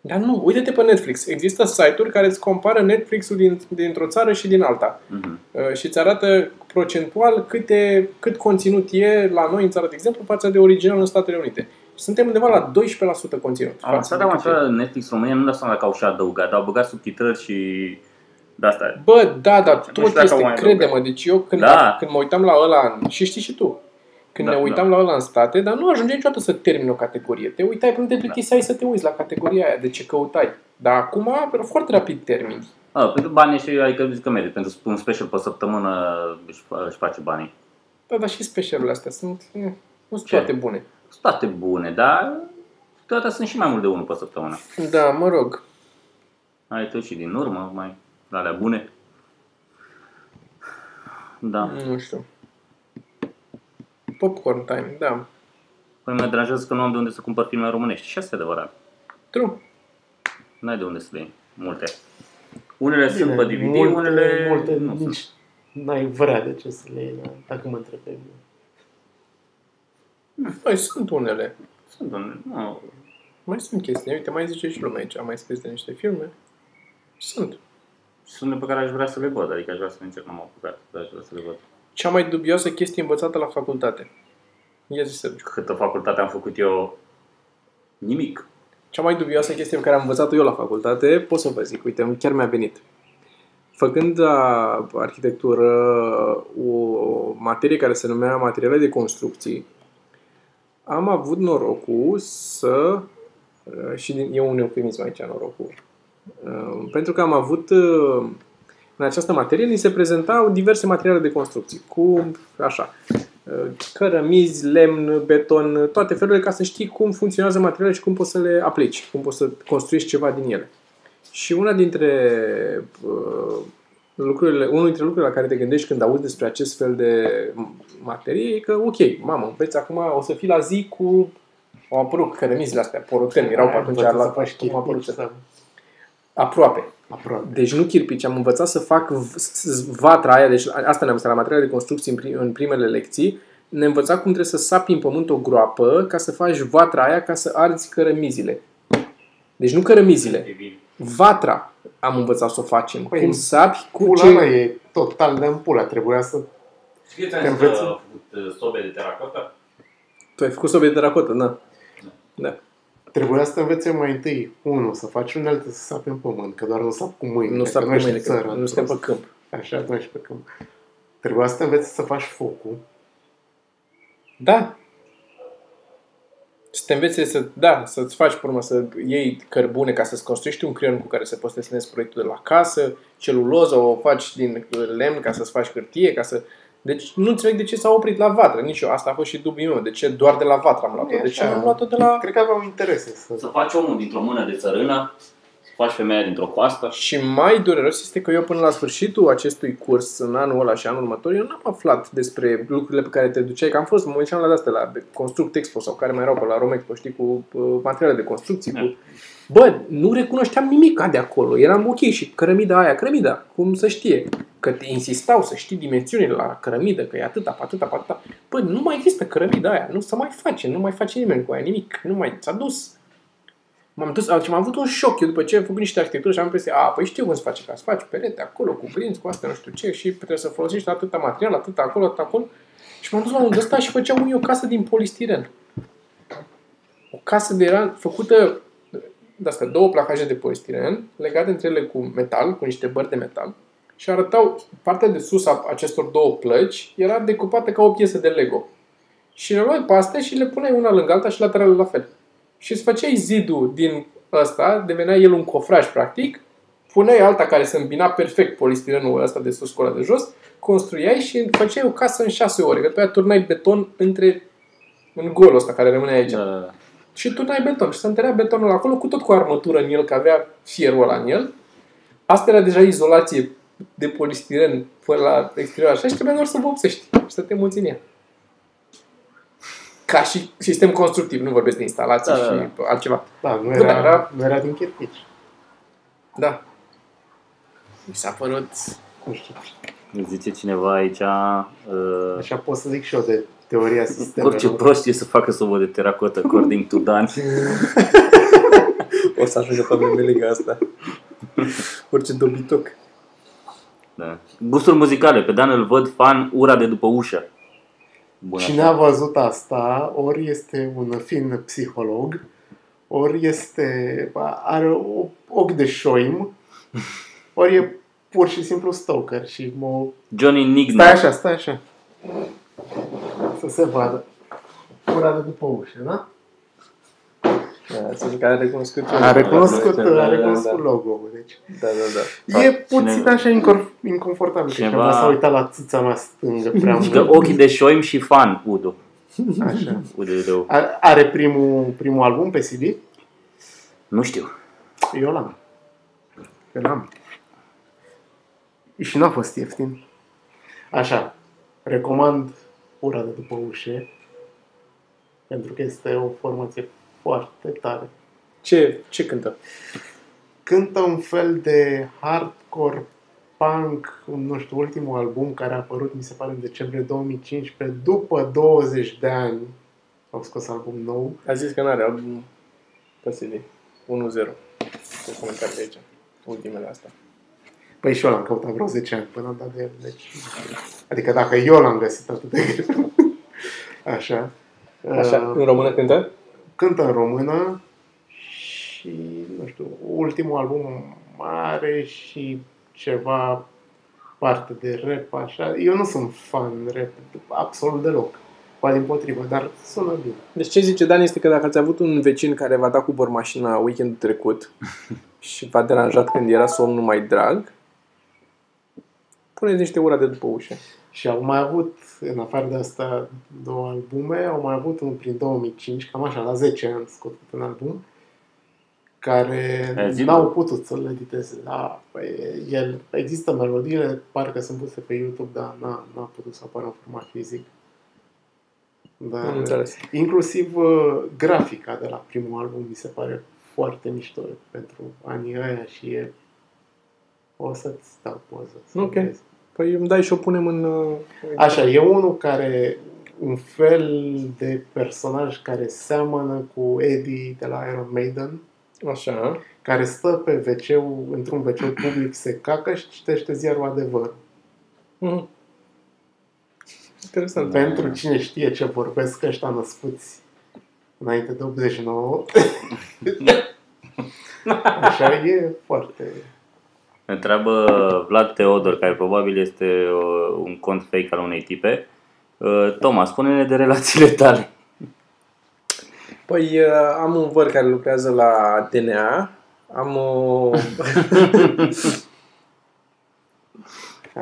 Speaker 3: Dar nu, uite-te pe Netflix. Există site-uri care îți compară Netflix-ul din, dintr-o țară și din alta.
Speaker 1: Mhm.
Speaker 3: Uh, și îți arată procentual câte, cât conținut e la noi în țară, de exemplu, față de original în Statele Unite. Suntem undeva la 12% conținut.
Speaker 1: Am
Speaker 3: față
Speaker 1: stat
Speaker 3: de
Speaker 1: am
Speaker 3: cât e.
Speaker 1: așa Netflix România, nu dau seama dacă au și adăugat, dar au băgat subtitrări și... De asta
Speaker 3: Bă, da, dar
Speaker 1: Nu
Speaker 3: tot
Speaker 1: știu dacă au
Speaker 3: este,
Speaker 1: mai
Speaker 3: crede-mă, deci eu când,
Speaker 1: Da.
Speaker 3: când mă uitam la ăla, în, și știi și tu, când
Speaker 1: Da,
Speaker 3: ne uitam la ăla în state, dar nu ajungeai niciodată să termin o categorie. Te uitai până
Speaker 1: Da.
Speaker 3: te plictiseai să te uiți la categoria aia, de ce căutai. Dar acum, foarte rapid termin.
Speaker 1: A, pentru bani și adică zic că merită. Pentru un special pe săptămână își, își face banii.
Speaker 3: Da, dar și specialurile astea sunt, eh, nu sunt
Speaker 1: Ce?
Speaker 3: toate bune.
Speaker 1: Sunt toate bune, dar toate sunt și mai mult de unul pe săptămână.
Speaker 3: Da, mă rog,
Speaker 1: Ai tu și din urmă, mai la alea bune. Da.
Speaker 3: nu știu. Popcorn time, da.
Speaker 1: Păi mă deranjează că nu am de unde să cumpăr filme românești. Și asta e adevărat.
Speaker 3: True.
Speaker 1: N-ai de unde să dai multe. Unele
Speaker 2: Bine,
Speaker 1: sunt pe DVD,
Speaker 2: multe-
Speaker 1: unele
Speaker 2: multe
Speaker 1: nu sunt.
Speaker 2: nici n-ai vrea de ce să le iei, da? dacă mă întreb pe mine.
Speaker 3: Mai sunt unele.
Speaker 1: Sunt unele. Nu.
Speaker 3: Mai sunt chestii. Uite, mai zice și lumea aici. Am mai scris de niște filme. Sunt.
Speaker 1: Sunt unele pe care aș vrea să le văd. Adică aș vrea să le încerc, n-am apucat. Dar aș vrea să le văd.
Speaker 3: Cea mai dubioasă chestie învățată la facultate. Ia zi, Sergiu.
Speaker 1: Câtă facultate am făcut eu? Nimic.
Speaker 3: Cea mai dubioasă chestie pe care am învățat-o eu la facultate, pot să vă zic, uite, chiar mi-a venit. Făcând la arhitectură o materie care se numea materiale de construcții, am avut norocul să... și din, e un eufemism aici, norocul. Uh, Pentru că am avut uh, în această materie ni se prezentau diverse materiale de construcții, cu așa, uh, cărămizi, lemn, beton, toate felurile ca să știi cum funcționează materialele și cum poți să le aplici, cum poți să construiești ceva din ele. Și una dintre uh, lucrurile, unul dintre lucrurile la care te gândești când auzi despre acest fel de m- materie e că, ok, mamă, înveți acum, o să fii la zi cu... Au apărut cărămizile astea, porotem, erau pe
Speaker 2: Ai
Speaker 3: atunci,
Speaker 2: învățat
Speaker 3: la,
Speaker 2: să faci
Speaker 3: cum a apărut
Speaker 2: chirpici
Speaker 3: să-
Speaker 2: sau
Speaker 3: aproape.
Speaker 2: aproape.
Speaker 3: Deci nu chirpici, am învățat să fac v- s- s- vatra aia, deci asta ne-am învățat la materiale de construcții în, prim, în primele lecții, ne învățat cum trebuie să sapi în pământ o groapă ca să faci vatra aia ca să arzi cărămizile. Deci nu cărămizile,
Speaker 4: Divin.
Speaker 3: vatra am învățat să o facem.
Speaker 2: Păi,
Speaker 3: cum sapi, cu
Speaker 2: Pula mea
Speaker 3: ce...
Speaker 2: e total de în pula. Trebuia să...
Speaker 4: Știți
Speaker 2: Te
Speaker 4: că
Speaker 2: înveți?
Speaker 4: a făcut uh, sobe de teracota?
Speaker 3: Tu ai făcut sobe de teracota, da.
Speaker 2: Trebuia să te învețe mai întâi, unul, să faci un altă să sapi în pământ, că doar nu sap cu mâinile.
Speaker 3: Nu
Speaker 2: că
Speaker 3: stăm pe
Speaker 2: ești
Speaker 3: mâine,
Speaker 2: țără,
Speaker 3: că nu suntem pe câmp.
Speaker 2: Așa, nu ești pe câmp. Trebuia să te înveți să faci focul.
Speaker 3: Da. Să te înveți să, da, să-ți faci pe urmă, să iei cărbune ca să-ți construiești un creion cu care să poți să desenezi proiectul de la casă, celuloză o faci din uh, lemn ca să-ți faci hârtie, ca să... Deci nu înțeleg de ce s-a oprit la vatră, nici eu. Asta a fost și dubiul meu. De ce doar de la vatră am luat-o?
Speaker 2: E
Speaker 3: De ce
Speaker 2: așa.
Speaker 3: am luat-o de la...
Speaker 2: Cred că aveau interese să...
Speaker 1: Să faci omul dintr-o mână de țărână, să faci femeia dintr-o coastă.
Speaker 3: Și mai dureros este că eu până la sfârșitul acestui curs, în anul ăla și anul următor, eu n-am aflat despre lucrurile pe care te duceai, că am fost, mă uitam la astea, la Construct Expo sau care mai erau pe la Romexpo, știi, cu uh, materiale de construcții, cu... Bă, nu recunoșteam nimic de acolo. Eram ok și cărămida aia, cărămida, cum să știe. Că te insistau să știi dimensiunile la cărămidă, că e atâta, pe atâta, pe atâta. Bă, nu mai există cărămida aia, nu se mai face, nu mai face nimeni cu aia nimic, nu mai s-a dus. M-am dus, am am avut un șoc eu după ce am făcut niște arhitectură și am impresia, a, păi știu cum se face, ca să faci perete acolo, cu grinzi, cu astea, nu știu ce, și trebuie să folosești atâta material, atâta acolo, atâta acolo. Și m-am dus la un de ăsta și făcea unii o casă din polistiren. O casă de era făcută de asta, două placaje de polistiren, legate între ele cu metal, cu niște bări de metal. Și arătau, partea de sus a acestor două plăci era decupată ca o piesă de Lego. Și le luai paste și le puneai una lângă alta și laterale la fel. Și îți făceai zidul din ăsta, devenea el un cofraj practic, puneai alta care se îmbina perfect polistirenul ăsta de sus cu ăla de jos, construiai și făceai o casă în șase ore, că pe aia turnai beton între în golul ăsta care rămâne aici.
Speaker 1: Da.
Speaker 3: Și turnai beton și se întărea betonul acolo cu tot cu armătură în el, că avea fierul ăla în el. Asta era deja izolație de polistiren până la exterior așa și trebuia doar să vopsești și să te mulți în ea. Ca și sistem constructiv, nu vorbesc de instalații
Speaker 1: Da,
Speaker 3: da,
Speaker 1: da,
Speaker 3: și altceva.
Speaker 2: Da, nu
Speaker 3: Da,
Speaker 2: era,
Speaker 3: era-
Speaker 2: nu era din chirpici.
Speaker 3: Da. Mi s-a părut...
Speaker 2: Nu știu.
Speaker 1: Îmi zice cineva aici, uh,
Speaker 2: Așa pot să zic și eu de teoria sistemelor.
Speaker 1: orice prost e să facă sobă de teracotă, according to Dan.
Speaker 3: O să ajungă pe memelega asta. Orice dobitoc.
Speaker 1: Da. Gusturi muzicale, pe Dan îl văd fan ura de după ușă. Bună.
Speaker 2: Cine a văzut asta, ori este un fin psiholog, ori este, are o ochi de șoim, ori e pur și simplu stalker și mă...
Speaker 1: Johnny Nigna.
Speaker 2: Stai așa, stai așa. Să se vadă. Ura de după ușă, da?
Speaker 3: Da, să zic că a recunoscut.
Speaker 2: A recunoscut,
Speaker 3: Da, da, da,
Speaker 2: a
Speaker 3: da.
Speaker 2: recunoscut logo-ul, deci.
Speaker 3: Da, da, da.
Speaker 2: E puțin așa incor- inconfortabil. Cineva...
Speaker 1: Cineva-
Speaker 2: Cineva s-a uitat la țâța mea stângă prea
Speaker 1: Că
Speaker 2: mult.
Speaker 1: ochii de șoim și fan, Udu.
Speaker 2: Așa.
Speaker 1: Udu, Udu.
Speaker 2: Are- Are primul, primul album pe CD?
Speaker 1: Nu știu.
Speaker 2: Eu l-am. Eu l-am. Și n-a fost ieftin. Așa, recomand Ura de după ușe, pentru că este o formație foarte tare.
Speaker 3: Ce, ce cântă?
Speaker 2: Cântă un fel de hardcore punk, nu știu, ultimul album care a apărut, mi se pare, în decembrie 2015, după 20 de ani au scos album nou.
Speaker 3: A zis că n-are album pe CD. 1-0. Pe comentarii aici. Ultimele astea.
Speaker 2: Păi și eu l-am căutat vreo 10 ani până am dat de el. Deci... Adică dacă eu l-am găsit atât de greu. Așa.
Speaker 3: Așa,
Speaker 2: Uh,
Speaker 3: în română cântă?
Speaker 2: Cântă în română și, nu știu, ultimul album mare și ceva parte de rap, așa. Eu nu sunt fan rap absolut deloc. Poate din potrivă, dar sună bine.
Speaker 3: Deci ce zice Dan este că dacă ați avut un vecin care v-a dat cu bormașina weekendul trecut și v-a deranjat când era somnul mai drag, puneți niște ura de după ușă.
Speaker 2: Și au mai avut, în afară de asta, două albume, au mai avut unul prin 2005, cam așa, la 10 ani scot un album, care
Speaker 1: Ai zis,
Speaker 2: n-au
Speaker 1: bă.
Speaker 2: putut să le editeze. Da, păi, el, există melodiile, parcă sunt puse pe YouTube, dar n-a, n-a putut să apară în format fizic. Dar,
Speaker 1: Ehm.
Speaker 3: Am înțeles.
Speaker 2: Inclusiv uh, grafica de la primul album mi se pare foarte mișto pentru anii aia și e... O să-ți dau poză. să
Speaker 3: Ok.
Speaker 2: vezi.
Speaker 3: Păi îmi dai și o punem în... uh,
Speaker 2: Așa, e unul care un fel de personaj care seamănă cu Eddie de la Iron Maiden,
Speaker 3: Așa.
Speaker 2: care stă pe wc într-un wc public, se cacă și citește ziarul adevăr.
Speaker 3: Mhm. Interesant.
Speaker 2: Pentru cine știe ce vorbesc ăștia născuți înainte de 89. Așa e foarte...
Speaker 1: Întreabă Vlad Teodor, care probabil este uh, un cont fake al unei tipe. Uh, Toma, spune-ne de relațiile tale.
Speaker 3: Păi uh, am un văr care lucrează la DNA. Am uh, o...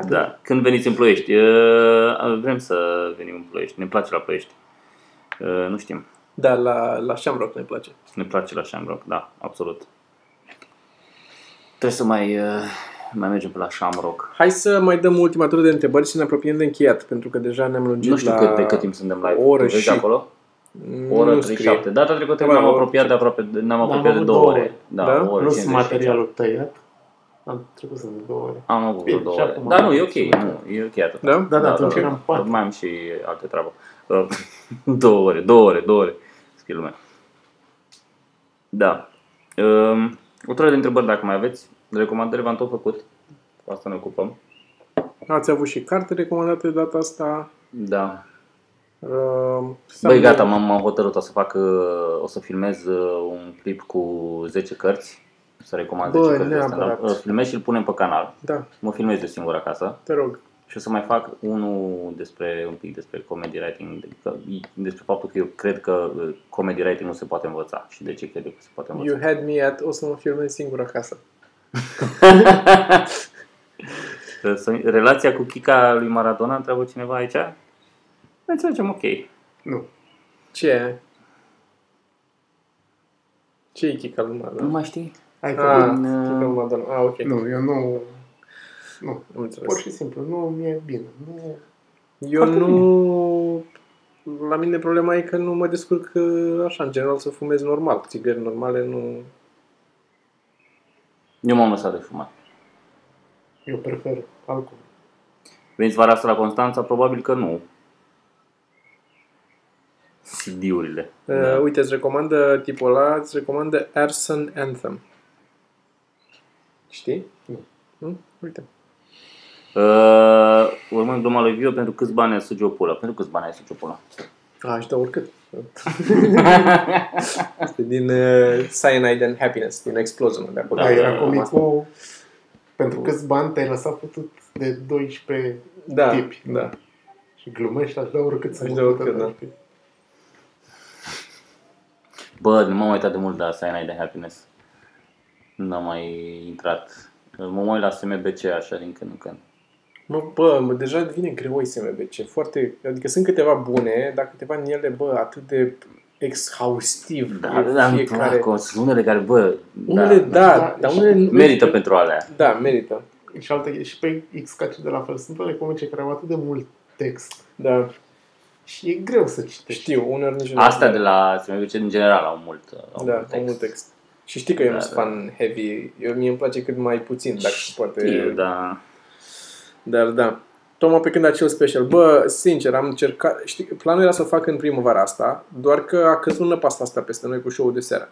Speaker 1: Da. Când veniți în Ploiești? Uh, vrem să venim în Ploiești. Ne place la Ploiești. Uh, nu știm.
Speaker 3: da, la, la Shamrock ne place.
Speaker 1: Ne place la Shamrock, da, absolut. Trebuie să mai, uh, mai mergem pe la Shamrock.
Speaker 3: Hai să mai dăm ultima tură de întrebări și ne apropiem de încheiat, pentru că deja ne-am lungit
Speaker 1: Nu știu
Speaker 3: la...
Speaker 1: cât, de cât timp suntem live.
Speaker 3: o oră
Speaker 1: Tu vezi
Speaker 3: și-
Speaker 1: acolo? O
Speaker 3: Nu
Speaker 1: oră
Speaker 3: scrie.
Speaker 1: 37. Data trecută
Speaker 3: Ceva
Speaker 1: ne-am
Speaker 3: la oră
Speaker 1: apropiat de aproape, ne-am apropiat de
Speaker 2: avut
Speaker 1: două
Speaker 2: două
Speaker 1: ore.
Speaker 2: ore.
Speaker 1: Da,
Speaker 3: Da?
Speaker 1: o oră
Speaker 2: Nu sunt
Speaker 1: 55.
Speaker 2: materialul tăiat. Am trecut să ne două ore.
Speaker 1: Am avut
Speaker 2: Bine,
Speaker 1: două
Speaker 2: și
Speaker 1: ore.
Speaker 2: acum
Speaker 1: Dar nu,
Speaker 2: am
Speaker 1: e ok.
Speaker 2: avut.
Speaker 1: Nu, e ok atât.
Speaker 3: Da?
Speaker 2: Da, da, atunci eram patru.
Speaker 1: Mai am și alte treabă. Uh, două ore, două ore, două ore. Scrie lumea. Da. Um, o de întrebări dacă mai aveți. Recomandări v-am tot făcut. Cu asta ne ocupăm.
Speaker 3: Ați avut și carte recomandată de data asta.
Speaker 1: Da.
Speaker 3: Uh,
Speaker 1: Băi, gata, m-am m-am hotărât. O să fac, uh, o să filmez uh, un clip cu 10 cărți. O Să recomand
Speaker 3: Bă,
Speaker 1: 10 cărți de
Speaker 3: neapărat.
Speaker 1: stand-up. Uh, Filmez și îl punem pe canal.
Speaker 3: Da,
Speaker 1: Mă filmez eu singur acasă.
Speaker 3: te rog.
Speaker 1: Și o să mai fac unul despre, un pic despre comedy writing, că, despre faptul că eu cred că uh, comedy writing nu se poate învăța și de ce cred eu că se poate învăța.
Speaker 3: You had me at... O să mă filmez singur acasă.
Speaker 1: Uh, să- Relația cu Kika lui Maradona, întreabă cineva aici? Ne Înțelegem, ok.
Speaker 2: Nu.
Speaker 3: Ce e? Ce e Chica lui
Speaker 1: Nu
Speaker 3: Madonna?
Speaker 1: mai uh, știi?
Speaker 2: Ai
Speaker 3: Ah,
Speaker 2: făcut...
Speaker 3: Chica lui Madonna. Ah, ok.
Speaker 2: Nu, eu nu... Nu,
Speaker 3: Am înțeles.
Speaker 2: Pur și simplu, nu mi-e bine. Nu...
Speaker 3: Eu
Speaker 1: Foarte
Speaker 3: nu... La mine problema e că nu mă descurc uh, așa, în general, să fumez normal. Țigări normale nu...
Speaker 1: Eu m-am lăsat de fumat.
Speaker 2: Eu prefer alcool.
Speaker 1: Veniți vara asta la Constanța? Probabil că nu. CD-urile.
Speaker 3: Uh,
Speaker 1: Da.
Speaker 3: Uite, îți recomandă tipul ăla, îți recomandă Arson Anthem. Știi?
Speaker 2: Nu.
Speaker 3: Nu? Uite.
Speaker 1: Uh, urmând gluma lui Vio, pentru câți bani ai suge o pulă? Pentru câți bani ai suge o pulă?
Speaker 3: A, și da oricât. este din uh, Cyanide and Happiness, din Explosion de acolo.
Speaker 2: Da, era
Speaker 1: da,
Speaker 2: comicul pentru câți bani te-ai lăsat putut de 12
Speaker 3: Da,
Speaker 2: tipi.
Speaker 3: da.
Speaker 2: și glumești, aș da oricât să
Speaker 3: Aș
Speaker 2: mă
Speaker 3: da oricât,
Speaker 2: pută,
Speaker 3: da.
Speaker 2: dar știi.
Speaker 1: Bă, nu m-am uitat de mult la Cyanide de Happiness. Nu am mai intrat. Mă mai uit la SMBC așa din când în când.
Speaker 3: Mă, bă, mă, deja devine greu SMBC. Foarte, adică sunt câteva bune, dar câteva din ele, bă, atât de exhaustiv.
Speaker 1: Da,
Speaker 3: e
Speaker 1: da, îmi plac. Sunt unele care, bă,
Speaker 3: Unele, da, da,
Speaker 2: da,
Speaker 3: dar unele nu...
Speaker 1: merită pentru alea.
Speaker 3: Da, merită.
Speaker 2: Și alte, și pe X ca și de la fel. Sunt unele comice care au atât de mult text
Speaker 3: Da,
Speaker 2: și e greu să citești.
Speaker 3: știu, uneori nici nu-
Speaker 1: Astea de la SMBC în general au mult, au
Speaker 3: da,
Speaker 1: mult text.
Speaker 3: Au mult text. Și știi că eu
Speaker 1: Da,
Speaker 3: nu sunt
Speaker 1: da.
Speaker 3: fan heavy. Eu, mie îmi place cât mai puțin, dacă se poate.
Speaker 1: Eu, da.
Speaker 3: Dar da. Toma pe când acel special. Bă, sincer, am încercat... Știi, planul era să o fac în primăvara asta, doar că a căzut năpasta asta peste noi cu show-ul de seară.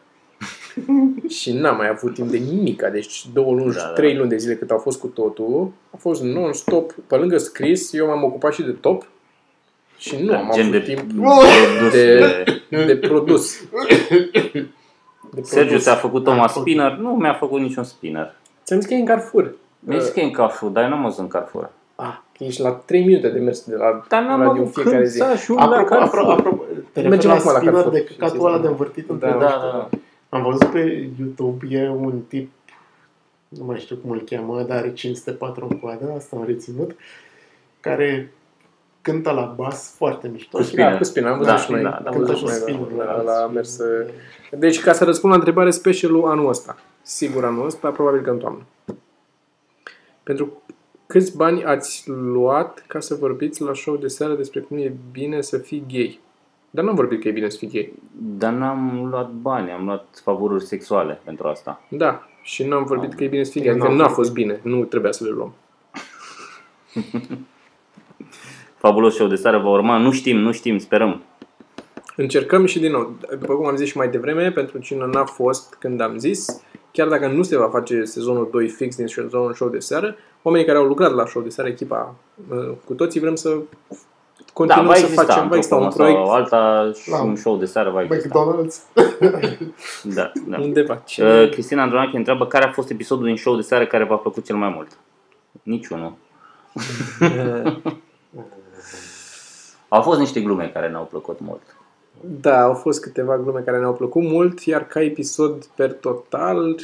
Speaker 3: și n-am mai avut timp de nimic. Deci două luni,
Speaker 1: Da,
Speaker 3: da,
Speaker 1: da.
Speaker 3: trei luni de zile cât au fost cu totul, a fost non-stop. Pe lângă scris, eu m-am ocupat și de top. Și nu am
Speaker 1: Da, Gen
Speaker 3: avut
Speaker 1: de
Speaker 3: timp
Speaker 1: produs.
Speaker 3: de-
Speaker 1: De...
Speaker 3: de produs. De
Speaker 1: Sergiu
Speaker 3: produs.
Speaker 1: ți-a făcut Toma spinner? Nu mi-a făcut niciun spinner.
Speaker 3: Ți-am zis că e în Carrefour.
Speaker 1: Mi-a zis că e în Carrefour, dar eu n-am văzut în Carrefour.
Speaker 3: Ah, ești la 3 minute de mers de la
Speaker 1: Dar n-am
Speaker 3: radio
Speaker 1: avut
Speaker 3: fiecare
Speaker 1: când
Speaker 3: zi.
Speaker 1: să ajung la
Speaker 2: Apropo, apropo,
Speaker 1: Carrefour.
Speaker 2: apropo, te referi
Speaker 3: Mergem
Speaker 2: la
Speaker 3: acum la
Speaker 2: spinner
Speaker 3: Carrefour.
Speaker 2: de căcatul ăla de învârtit între
Speaker 3: Da,
Speaker 1: Da,
Speaker 2: două.
Speaker 1: da,
Speaker 2: Am văzut pe YouTube, e un tip, nu mai știu cum îl cheamă, dar are 504 în coadă, asta am reținut, care cântă la bas foarte mișto.
Speaker 1: Cu
Speaker 2: Și
Speaker 1: Bine.
Speaker 3: Da, cu spină, am văzut
Speaker 1: Da,
Speaker 3: și noi.
Speaker 1: da,
Speaker 3: am
Speaker 1: da.
Speaker 3: văzut
Speaker 2: Cântă
Speaker 3: și
Speaker 2: cu
Speaker 3: noi
Speaker 2: spinul
Speaker 3: la, la,
Speaker 2: la-
Speaker 3: la mers. uh, Deci, ca să răspund la întrebare, specialul anul ăsta. Sigur anul ăsta, probabil că în toamnă. Pentru câți bani ați luat ca să vorbiți la show de seară despre cum e bine să fii gay? Dar n-am vorbit că e bine să fii gay.
Speaker 1: Dar n-am luat bani, am luat favoruri sexuale pentru asta.
Speaker 3: Da, și n-am vorbit
Speaker 1: Ah.
Speaker 3: că e bine să fii gay. Adică
Speaker 2: N-am
Speaker 3: n-a
Speaker 2: vorbit.
Speaker 3: fost bine, nu trebuia să le luăm.
Speaker 1: Fabulos show de seară va urma, nu știm, nu știm, sperăm.
Speaker 3: Încercăm și din nou, după cum am zis și mai devreme, pentru cine n-a fost când am zis, chiar dacă nu se va face sezonul 2 fix din sezonul show de seară, oamenii care au lucrat la show de seară, echipa uh, cu toții, vrem să continuăm
Speaker 1: da, va
Speaker 3: să
Speaker 1: exista,
Speaker 3: facem, va
Speaker 1: într-o
Speaker 3: exista un
Speaker 1: formă
Speaker 3: proiect
Speaker 1: Sau alta și
Speaker 2: Da.
Speaker 1: un show de seară va exista.
Speaker 2: McDonald's.
Speaker 1: Da, da.
Speaker 3: undeva. Cine-
Speaker 1: Uh, Cristina Andronache întreabă care a fost episodul din show de seară care v-a plăcut cel mai mult. Niciunul. Au fost niște glume care n-au plăcut mult.
Speaker 3: Da, au fost câteva glume care ne-au plăcut mult, iar ca episod per total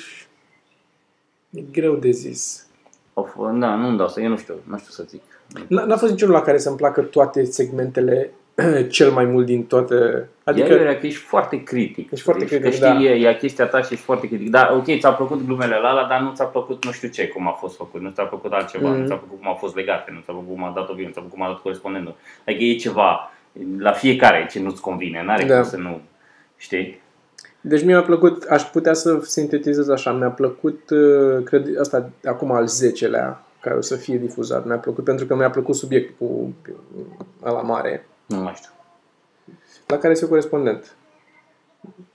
Speaker 3: e greu de zis.
Speaker 1: Au fost, da, nu-mi dau să, eu nu știu, nu știu să zic.
Speaker 3: N- N-a fost niciunul la care să-mi placă toate segmentele cel mai mult din toate.
Speaker 1: Adică,
Speaker 3: Adică,
Speaker 1: Ia, Iurea, că ești foarte critic.
Speaker 3: Ești foarte
Speaker 1: Deci,
Speaker 3: critic,
Speaker 1: Că știi,
Speaker 3: da.
Speaker 1: e, e chestia ta și ești foarte critic. Da, ok, ți-a plăcut glumele la ala, dar nu ți-a plăcut nu știu ce, cum a fost făcut, nu ți-a plăcut altceva,
Speaker 3: Mhm.
Speaker 1: nu ți-a plăcut cum au fost legate, nu ți-a plăcut cum a dat obiul, nu ți-a plăcut cum a dat corespondentul. Adică e ceva la fiecare ce nu-ți convine, n-are
Speaker 3: Da.
Speaker 1: cum să nu, știi?
Speaker 3: Deci mi-a plăcut, aș putea să sintetizez așa, mi-a plăcut, uh, cred, asta acum al 10-lea care o să fie difuzat, mi-a plăcut pentru că mi-a plăcut subiectul cu la mare,
Speaker 1: Nu mai știu.
Speaker 3: la care este corespondent.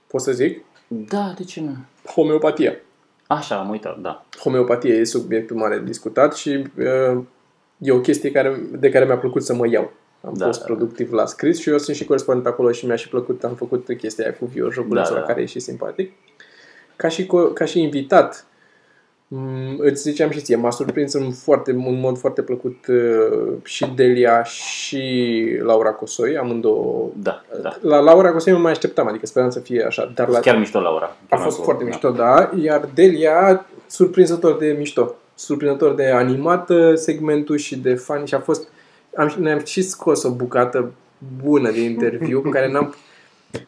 Speaker 3: Pot să zic?
Speaker 1: Da, de ce nu?
Speaker 3: Homeopatia.
Speaker 1: Așa, am uitat, da.
Speaker 3: Homeopatia e subiectul mare discutat și uh, e o chestie care, de care mi-a plăcut să mă iau. Am
Speaker 1: Da.
Speaker 3: da. fost productiv la scris și eu sunt și corespondent acolo și mi-a și plăcut, am făcut chestia aia cu Vio, jocul
Speaker 1: Da,
Speaker 3: da,
Speaker 1: da,
Speaker 3: da.
Speaker 1: da.
Speaker 3: care e și simpatic. Ca și, co- ca și invitat, m- îți ziceam și ție, m-a surprins în, foarte, în mod foarte plăcut uh, și Delia și Laura Cosoi, amândouă.
Speaker 1: Da, da.
Speaker 3: La Laura Cosoi mă mai așteptam, adică speram să fie așa, dar la
Speaker 1: Chiar mișto, Laura.
Speaker 3: a
Speaker 1: Chiar
Speaker 3: fost
Speaker 1: mi-a plăcut,
Speaker 3: foarte
Speaker 1: da.
Speaker 3: mișto, da. Iar Delia, surprinzător de mișto. Surprinzător de animat uh, segmentul și de fan și a fost... Am, ne-am și scos o bucată bună de interviu pe care n-am...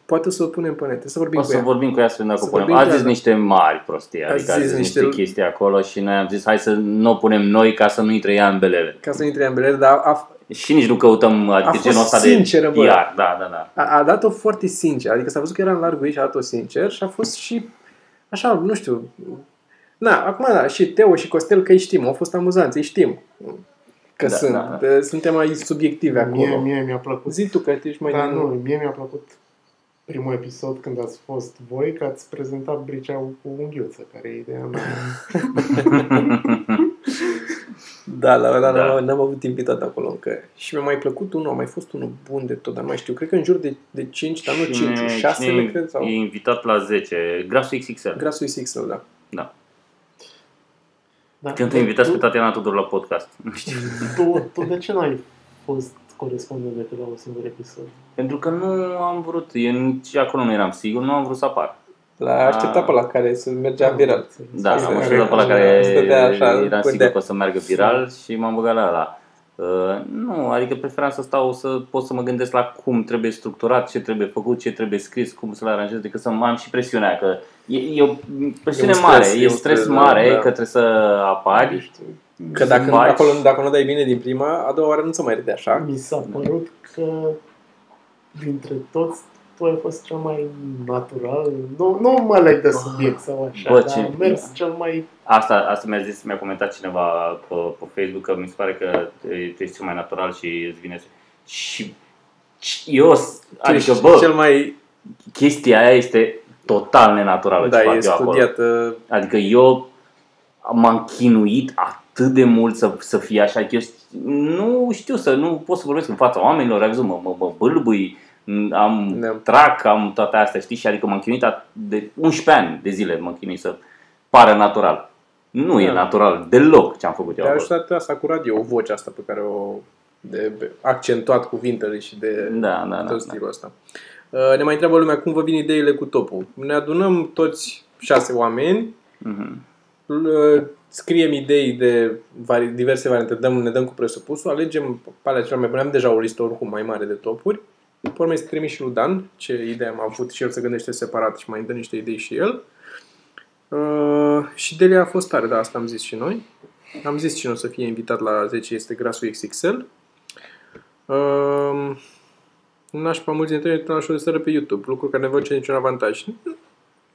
Speaker 3: Poate o să o punem pe net, să vorbim
Speaker 1: O
Speaker 3: cu
Speaker 1: să
Speaker 3: ea.
Speaker 1: vorbim cu ea să vedem dacă
Speaker 3: Să
Speaker 1: o punem. A
Speaker 3: vorbim cu ea,
Speaker 1: zis
Speaker 3: da.
Speaker 1: niște mari prostii,
Speaker 3: A
Speaker 1: adică a
Speaker 3: zis
Speaker 1: zis niște
Speaker 3: niște-
Speaker 1: chestii acolo și noi am zis hai să nu o punem noi ca să nu intre ea în belele.
Speaker 3: Ca să nu intre în belele, dar a,
Speaker 1: Și nici nu căutăm adică
Speaker 3: fost
Speaker 1: genul ăsta
Speaker 3: sinceră,
Speaker 1: de
Speaker 3: bă.
Speaker 1: iar, da, da, da.
Speaker 3: a, a dat-o foarte sincer. Adică s-a văzut că era în largul ei și a dat-o sincer și a fost și... Așa, nu știu... Na, acum da, și Teo și Costel că îi știm, au fost amuzanți, îi știm că
Speaker 1: Da,
Speaker 3: da, sunt.
Speaker 1: da,
Speaker 3: Da, da. Suntem mai subiective acolo.
Speaker 2: Mie, mie mi-a plăcut.
Speaker 3: Zi tu că ești mai
Speaker 1: Da,
Speaker 2: Dar
Speaker 3: din
Speaker 2: nu, mie mi-a plăcut primul episod când ați fost voi, că ați prezentat briceau cu unghiuță, care e ideea mea.
Speaker 3: Da, la,
Speaker 1: Da.
Speaker 3: la, la, n-am avut invitat acolo încă. Și mi-a mai plăcut unul, a mai fost unul bun de tot, dar nu mai știu. Cred că în jur de, de 5, dar nu 5, 6
Speaker 1: cine
Speaker 3: le cred, sau
Speaker 1: E invitat la 10, Grasul XXL.
Speaker 3: Grasul XXL, da.
Speaker 2: Da.
Speaker 1: Când te
Speaker 3: Păi
Speaker 1: invitați pe
Speaker 2: tu,
Speaker 1: Tatiana Tudor la podcast. Nu știu.
Speaker 2: tu, tu, de ce n-ai fost corespondent decât la un singur episod?
Speaker 1: Pentru că nu am vrut, eu nici acolo nu eram sigur, nu am vrut să apar.
Speaker 3: L-a așteptat pe la care se mergea viral.
Speaker 1: Da,
Speaker 3: Asta
Speaker 1: am
Speaker 3: e
Speaker 1: așteptat pe
Speaker 3: corect.
Speaker 1: la care
Speaker 3: Stătea așa,
Speaker 1: eram sigur
Speaker 3: pândea.
Speaker 1: că o să meargă viral și m-am băgat la ăla. Uh, nu, adică preferam să stau să pot să mă gândesc la cum trebuie structurat, ce trebuie făcut, ce trebuie scris, cum să-l aranjez, decât să am și presiunea că e, e o presiune
Speaker 3: E un
Speaker 1: mare,
Speaker 3: stres,
Speaker 1: e un stres
Speaker 3: da,
Speaker 1: mare
Speaker 3: da.
Speaker 1: că trebuie să apari.
Speaker 3: Că dacă, nu,
Speaker 1: faci-
Speaker 3: acolo, dacă nu dai bine din prima, a doua oară nu se mai râde așa.
Speaker 2: Mi s-a părut că dintre toți tu ai fost cel mai natural. Nu, nu mă leg de subiect sau așa,
Speaker 1: Bă,
Speaker 2: dar
Speaker 1: ce-
Speaker 2: ce... mers cel mai...
Speaker 1: Asta, asta mi-a zis, mi-a comentat cineva pe, pe Facebook că mi se pare că e- tu ești cel mai natural și îți vine să... Și și eu, adică,
Speaker 3: Ești
Speaker 1: bă,
Speaker 3: cel mai...
Speaker 1: chestia aia este total nenaturală
Speaker 3: Da,
Speaker 1: ce fac
Speaker 3: e
Speaker 1: eu acolo.
Speaker 3: studiat. uh,
Speaker 1: Adică eu m-am chinuit atât de mult să, să fie așa că eu ș- nu știu să nu pot să vorbesc în fața oamenilor, am zis, mă, mă, mă bâlbâi, m- am
Speaker 3: Da.
Speaker 1: trac, am toate astea, știi? Și adică m-am chinuit at- de 11 ani de zile m-am chinuit să pară natural. Nu e
Speaker 3: Da.
Speaker 1: natural deloc ce am făcut eu
Speaker 3: Te-a
Speaker 1: acolo.
Speaker 3: ajutat asta cu radio, vocea asta pe care o... De accentuat cuvintele și de...
Speaker 1: Da, da, da.
Speaker 3: tot
Speaker 1: da.
Speaker 3: stilul ăsta. Uh, Ne mai întreabă lumea cum vă vin ideile cu topul. Ne adunăm toți șase oameni,
Speaker 1: Mhm.
Speaker 3: l- uh, scriem idei de vari, diverse variante, dăm, ne dăm cu presupusul, alegem pe alea cele mai bune, am deja o listă oricum mai mare de topuri, pe urmă îi trimis și lui Dan, ce idei am avut și el se gândește separat și mai dă niște idei și el. Uh, și Delia a fost tare, da, asta am zis și noi. Am zis cine o să fie invitat la 10 este Grasul XXL. Uh, nașpa mulți dintre ei la show de seară pe YouTube, lucru care ne văd niciun avantaj.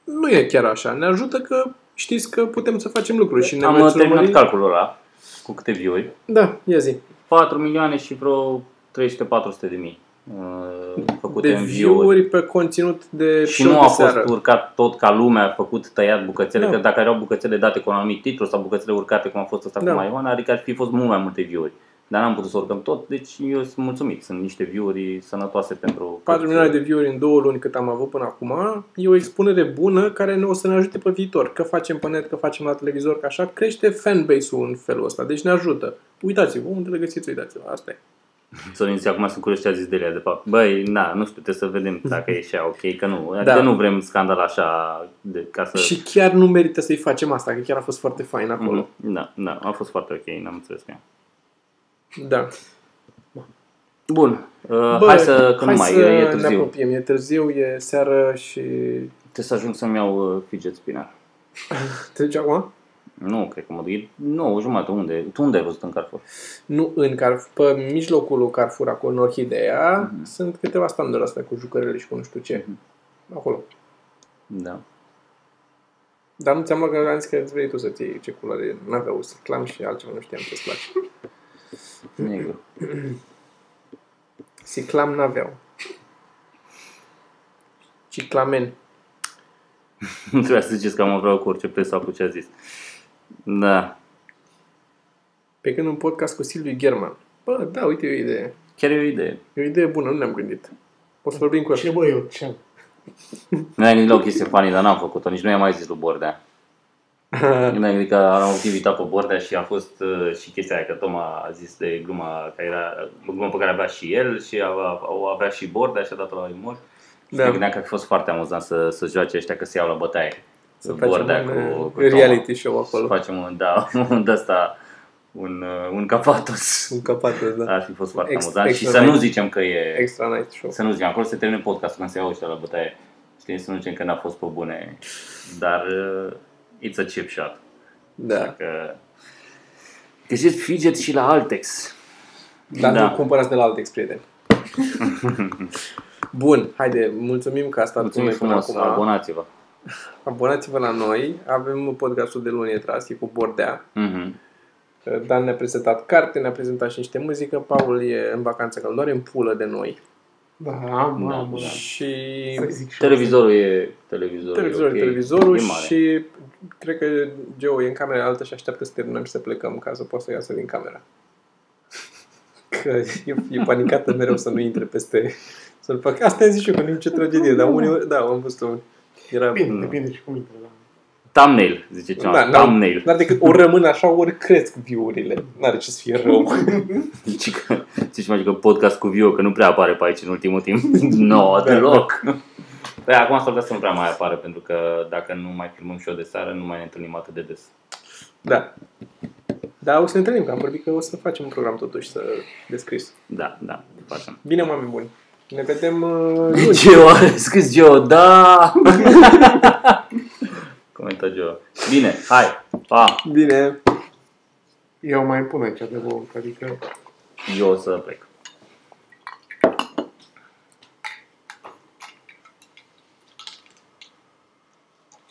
Speaker 3: Nu e chiar așa. Ne ajută că știți că putem să facem lucruri și ne
Speaker 1: Am
Speaker 3: veți
Speaker 1: uh, terminat
Speaker 3: urmări.
Speaker 1: calculul ăla cu câte view-uri.
Speaker 3: Da, ia zi.
Speaker 1: 4 milioane și vreo 300-400 de mii uh, făcute
Speaker 3: De
Speaker 1: în view-uri.
Speaker 3: view-uri pe conținut de
Speaker 1: Și
Speaker 3: show
Speaker 1: nu
Speaker 3: de
Speaker 1: a fost
Speaker 3: seară.
Speaker 1: urcat tot ca lumea, a făcut tăiat bucățele,
Speaker 3: Da.
Speaker 1: că dacă erau bucățele date cu un anumit titlu sau bucățele urcate cum a fost ăsta
Speaker 3: Da.
Speaker 1: cu Maiona, adică ar fi fost mult mai multe view-uri. Dar n-am putut să urcăm tot, deci eu sunt mulțumit. Sunt niște view-uri sănătoase pentru...
Speaker 3: 4 milioane
Speaker 1: păi.
Speaker 3: de view-uri în două luni cât am avut până acum, e o expunere bună care ne o să ne ajute pe viitor. Că facem pe net, că facem la televizor, că așa crește fanbase-ul în felul ăsta. Deci ne ajută. Uitați-vă, unde le găsiți, uitați-vă. Asta e.
Speaker 1: Sorin zice, acum sunt curios ce a zis de ea, de fapt. Băi, na, nu știu, trebuie să vedem dacă e și ea ok, că nu. Adică
Speaker 3: Da.
Speaker 1: nu vrem scandal așa de, ca să...
Speaker 3: Și chiar nu merită să-i facem asta, că chiar a fost foarte fain acolo.
Speaker 1: Mhm. Da, da, a fost foarte ok, n-am înțeles că
Speaker 3: Da.
Speaker 1: Bun, uh, Mhm. hai să, că nu mai, e, e
Speaker 3: ne
Speaker 1: târziu.
Speaker 3: apropiem. E târziu, e seară și...
Speaker 1: Trebuie să ajung să-mi iau uh, fidget spinner.
Speaker 3: Te duci acum?
Speaker 1: Nu, cred că mă duc. Nu, jumătate. Unde? Tu unde ai văzut în Carrefour?
Speaker 3: Nu în Carf, pe mijlocul lui Carrefour, acolo în Orhidea,
Speaker 1: Mhm.
Speaker 3: sunt câteva standuri astea cu jucările și cu nu știu ce.
Speaker 1: Mhm.
Speaker 3: Acolo.
Speaker 1: Da.
Speaker 3: Dar nu ți-am luat că am zis că îți vrei tu să ții ce culoare. N-aveau să clam și altceva nu știam ce-ți place.
Speaker 1: Negru.
Speaker 3: Siclam n-aveau. Ciclamen.
Speaker 1: Nu trebuia să ziceți că am vreau cu orice preț sau cu ce a zis. Da.
Speaker 3: Pe când un podcast cu Silviu German. Bă, da, uite, e o idee.
Speaker 1: Chiar e o idee.
Speaker 3: E o idee bună, nu ne-am gândit. O să vorbim cu
Speaker 2: Ce
Speaker 3: el.
Speaker 2: bă, eu ce
Speaker 1: Nu ai gândit la o chestie funny, dar n-am făcut-o. Nici nu i-am mai zis lui Bordea. Nu am gândit că am invitat pe Bordea și a fost uh, și chestia aia că Toma a zis de gluma, care era, gluma pe care avea și el și a, a, o avea și Bordea și a dat-o la umor. Da.
Speaker 3: Da.
Speaker 1: Și gândeam că ar fi fost foarte amuzant să, să joace ăștia că se iau la bătaie.
Speaker 3: Să
Speaker 1: Bordea
Speaker 3: facem
Speaker 1: cu,
Speaker 3: un
Speaker 1: cu
Speaker 3: uh,
Speaker 1: Toma.
Speaker 3: reality show
Speaker 1: Să
Speaker 3: acolo.
Speaker 1: facem un, da, un de-asta, un, uh, un capatos.
Speaker 3: Un capatul, da.
Speaker 1: Ar fi fost foarte
Speaker 3: Ex-
Speaker 1: amuzant și
Speaker 3: extra
Speaker 1: să nu
Speaker 3: nice.
Speaker 1: zicem că e...
Speaker 3: Extra night show.
Speaker 1: Să nu zicem, acolo se termină podcastul când se iau ăștia la bătaie. Știi, să nu zicem că n-a fost pe bune. Dar uh, it's a chip shot.
Speaker 3: Da.
Speaker 1: Că... Găsiți fidget și la Altex.
Speaker 3: Dar
Speaker 1: Da.
Speaker 3: nu cumpărați de la altex, prieteni. Bun, haide, mulțumim că a stat
Speaker 1: Mulțumim
Speaker 3: cu noi până
Speaker 1: frumos,
Speaker 3: acum.
Speaker 1: abonați-vă.
Speaker 3: Abonați-vă la noi, avem podcastul de luni tras, e cu Bordea.
Speaker 1: Mhm.
Speaker 3: Dan ne-a prezentat carte, ne-a prezentat și niște muzică, Paul e în vacanță călătoare, în pulă de noi.
Speaker 2: Da, am,
Speaker 1: Da.
Speaker 2: am, am.
Speaker 3: Și
Speaker 2: Să zic și
Speaker 1: Televizorul e televizorul.
Speaker 3: televizorul,
Speaker 1: e
Speaker 3: okay.
Speaker 1: ok.
Speaker 3: televizorul
Speaker 1: E mare.
Speaker 3: și cred că Joe e în camera altă și așteaptă să terminăm și să plecăm ca să poată să iasă din camera. Că e, e panicată mereu să nu intre peste... Să-l fac. Asta zis și eu, că nu e nicio tragedie, dar uneori, da, am văzut un... Era...
Speaker 1: Da.
Speaker 2: Bine, depinde și cum intră la
Speaker 1: Thumbnail, zice cineva.
Speaker 3: Da, n-am-
Speaker 1: Thumbnail.
Speaker 3: N-ar decât ori rămân așa, ori cresc view-urile. N-are ce să fie rău.
Speaker 1: Zici că, zici mai că podcast cu Vio, că nu prea apare pe aici în ultimul timp. Nu,
Speaker 3: Da.
Speaker 1: deloc. Păi acum s-ar putea să nu prea mai apară, pentru că dacă nu mai filmăm și o de seară, nu mai ne întâlnim atât de des.
Speaker 3: Da. Da, o să ne întâlnim, că am vorbit că o să facem un program totuși să descris.
Speaker 1: Da, da, facem.
Speaker 3: Bine, oameni buni. Ne vedem uh, luni.
Speaker 1: Geo, a scris Geo, da! Comenta Geo. Bine, hai, pa!
Speaker 3: Bine.
Speaker 2: Eu mai pun aici de vouă, adică
Speaker 1: Eu o să plec.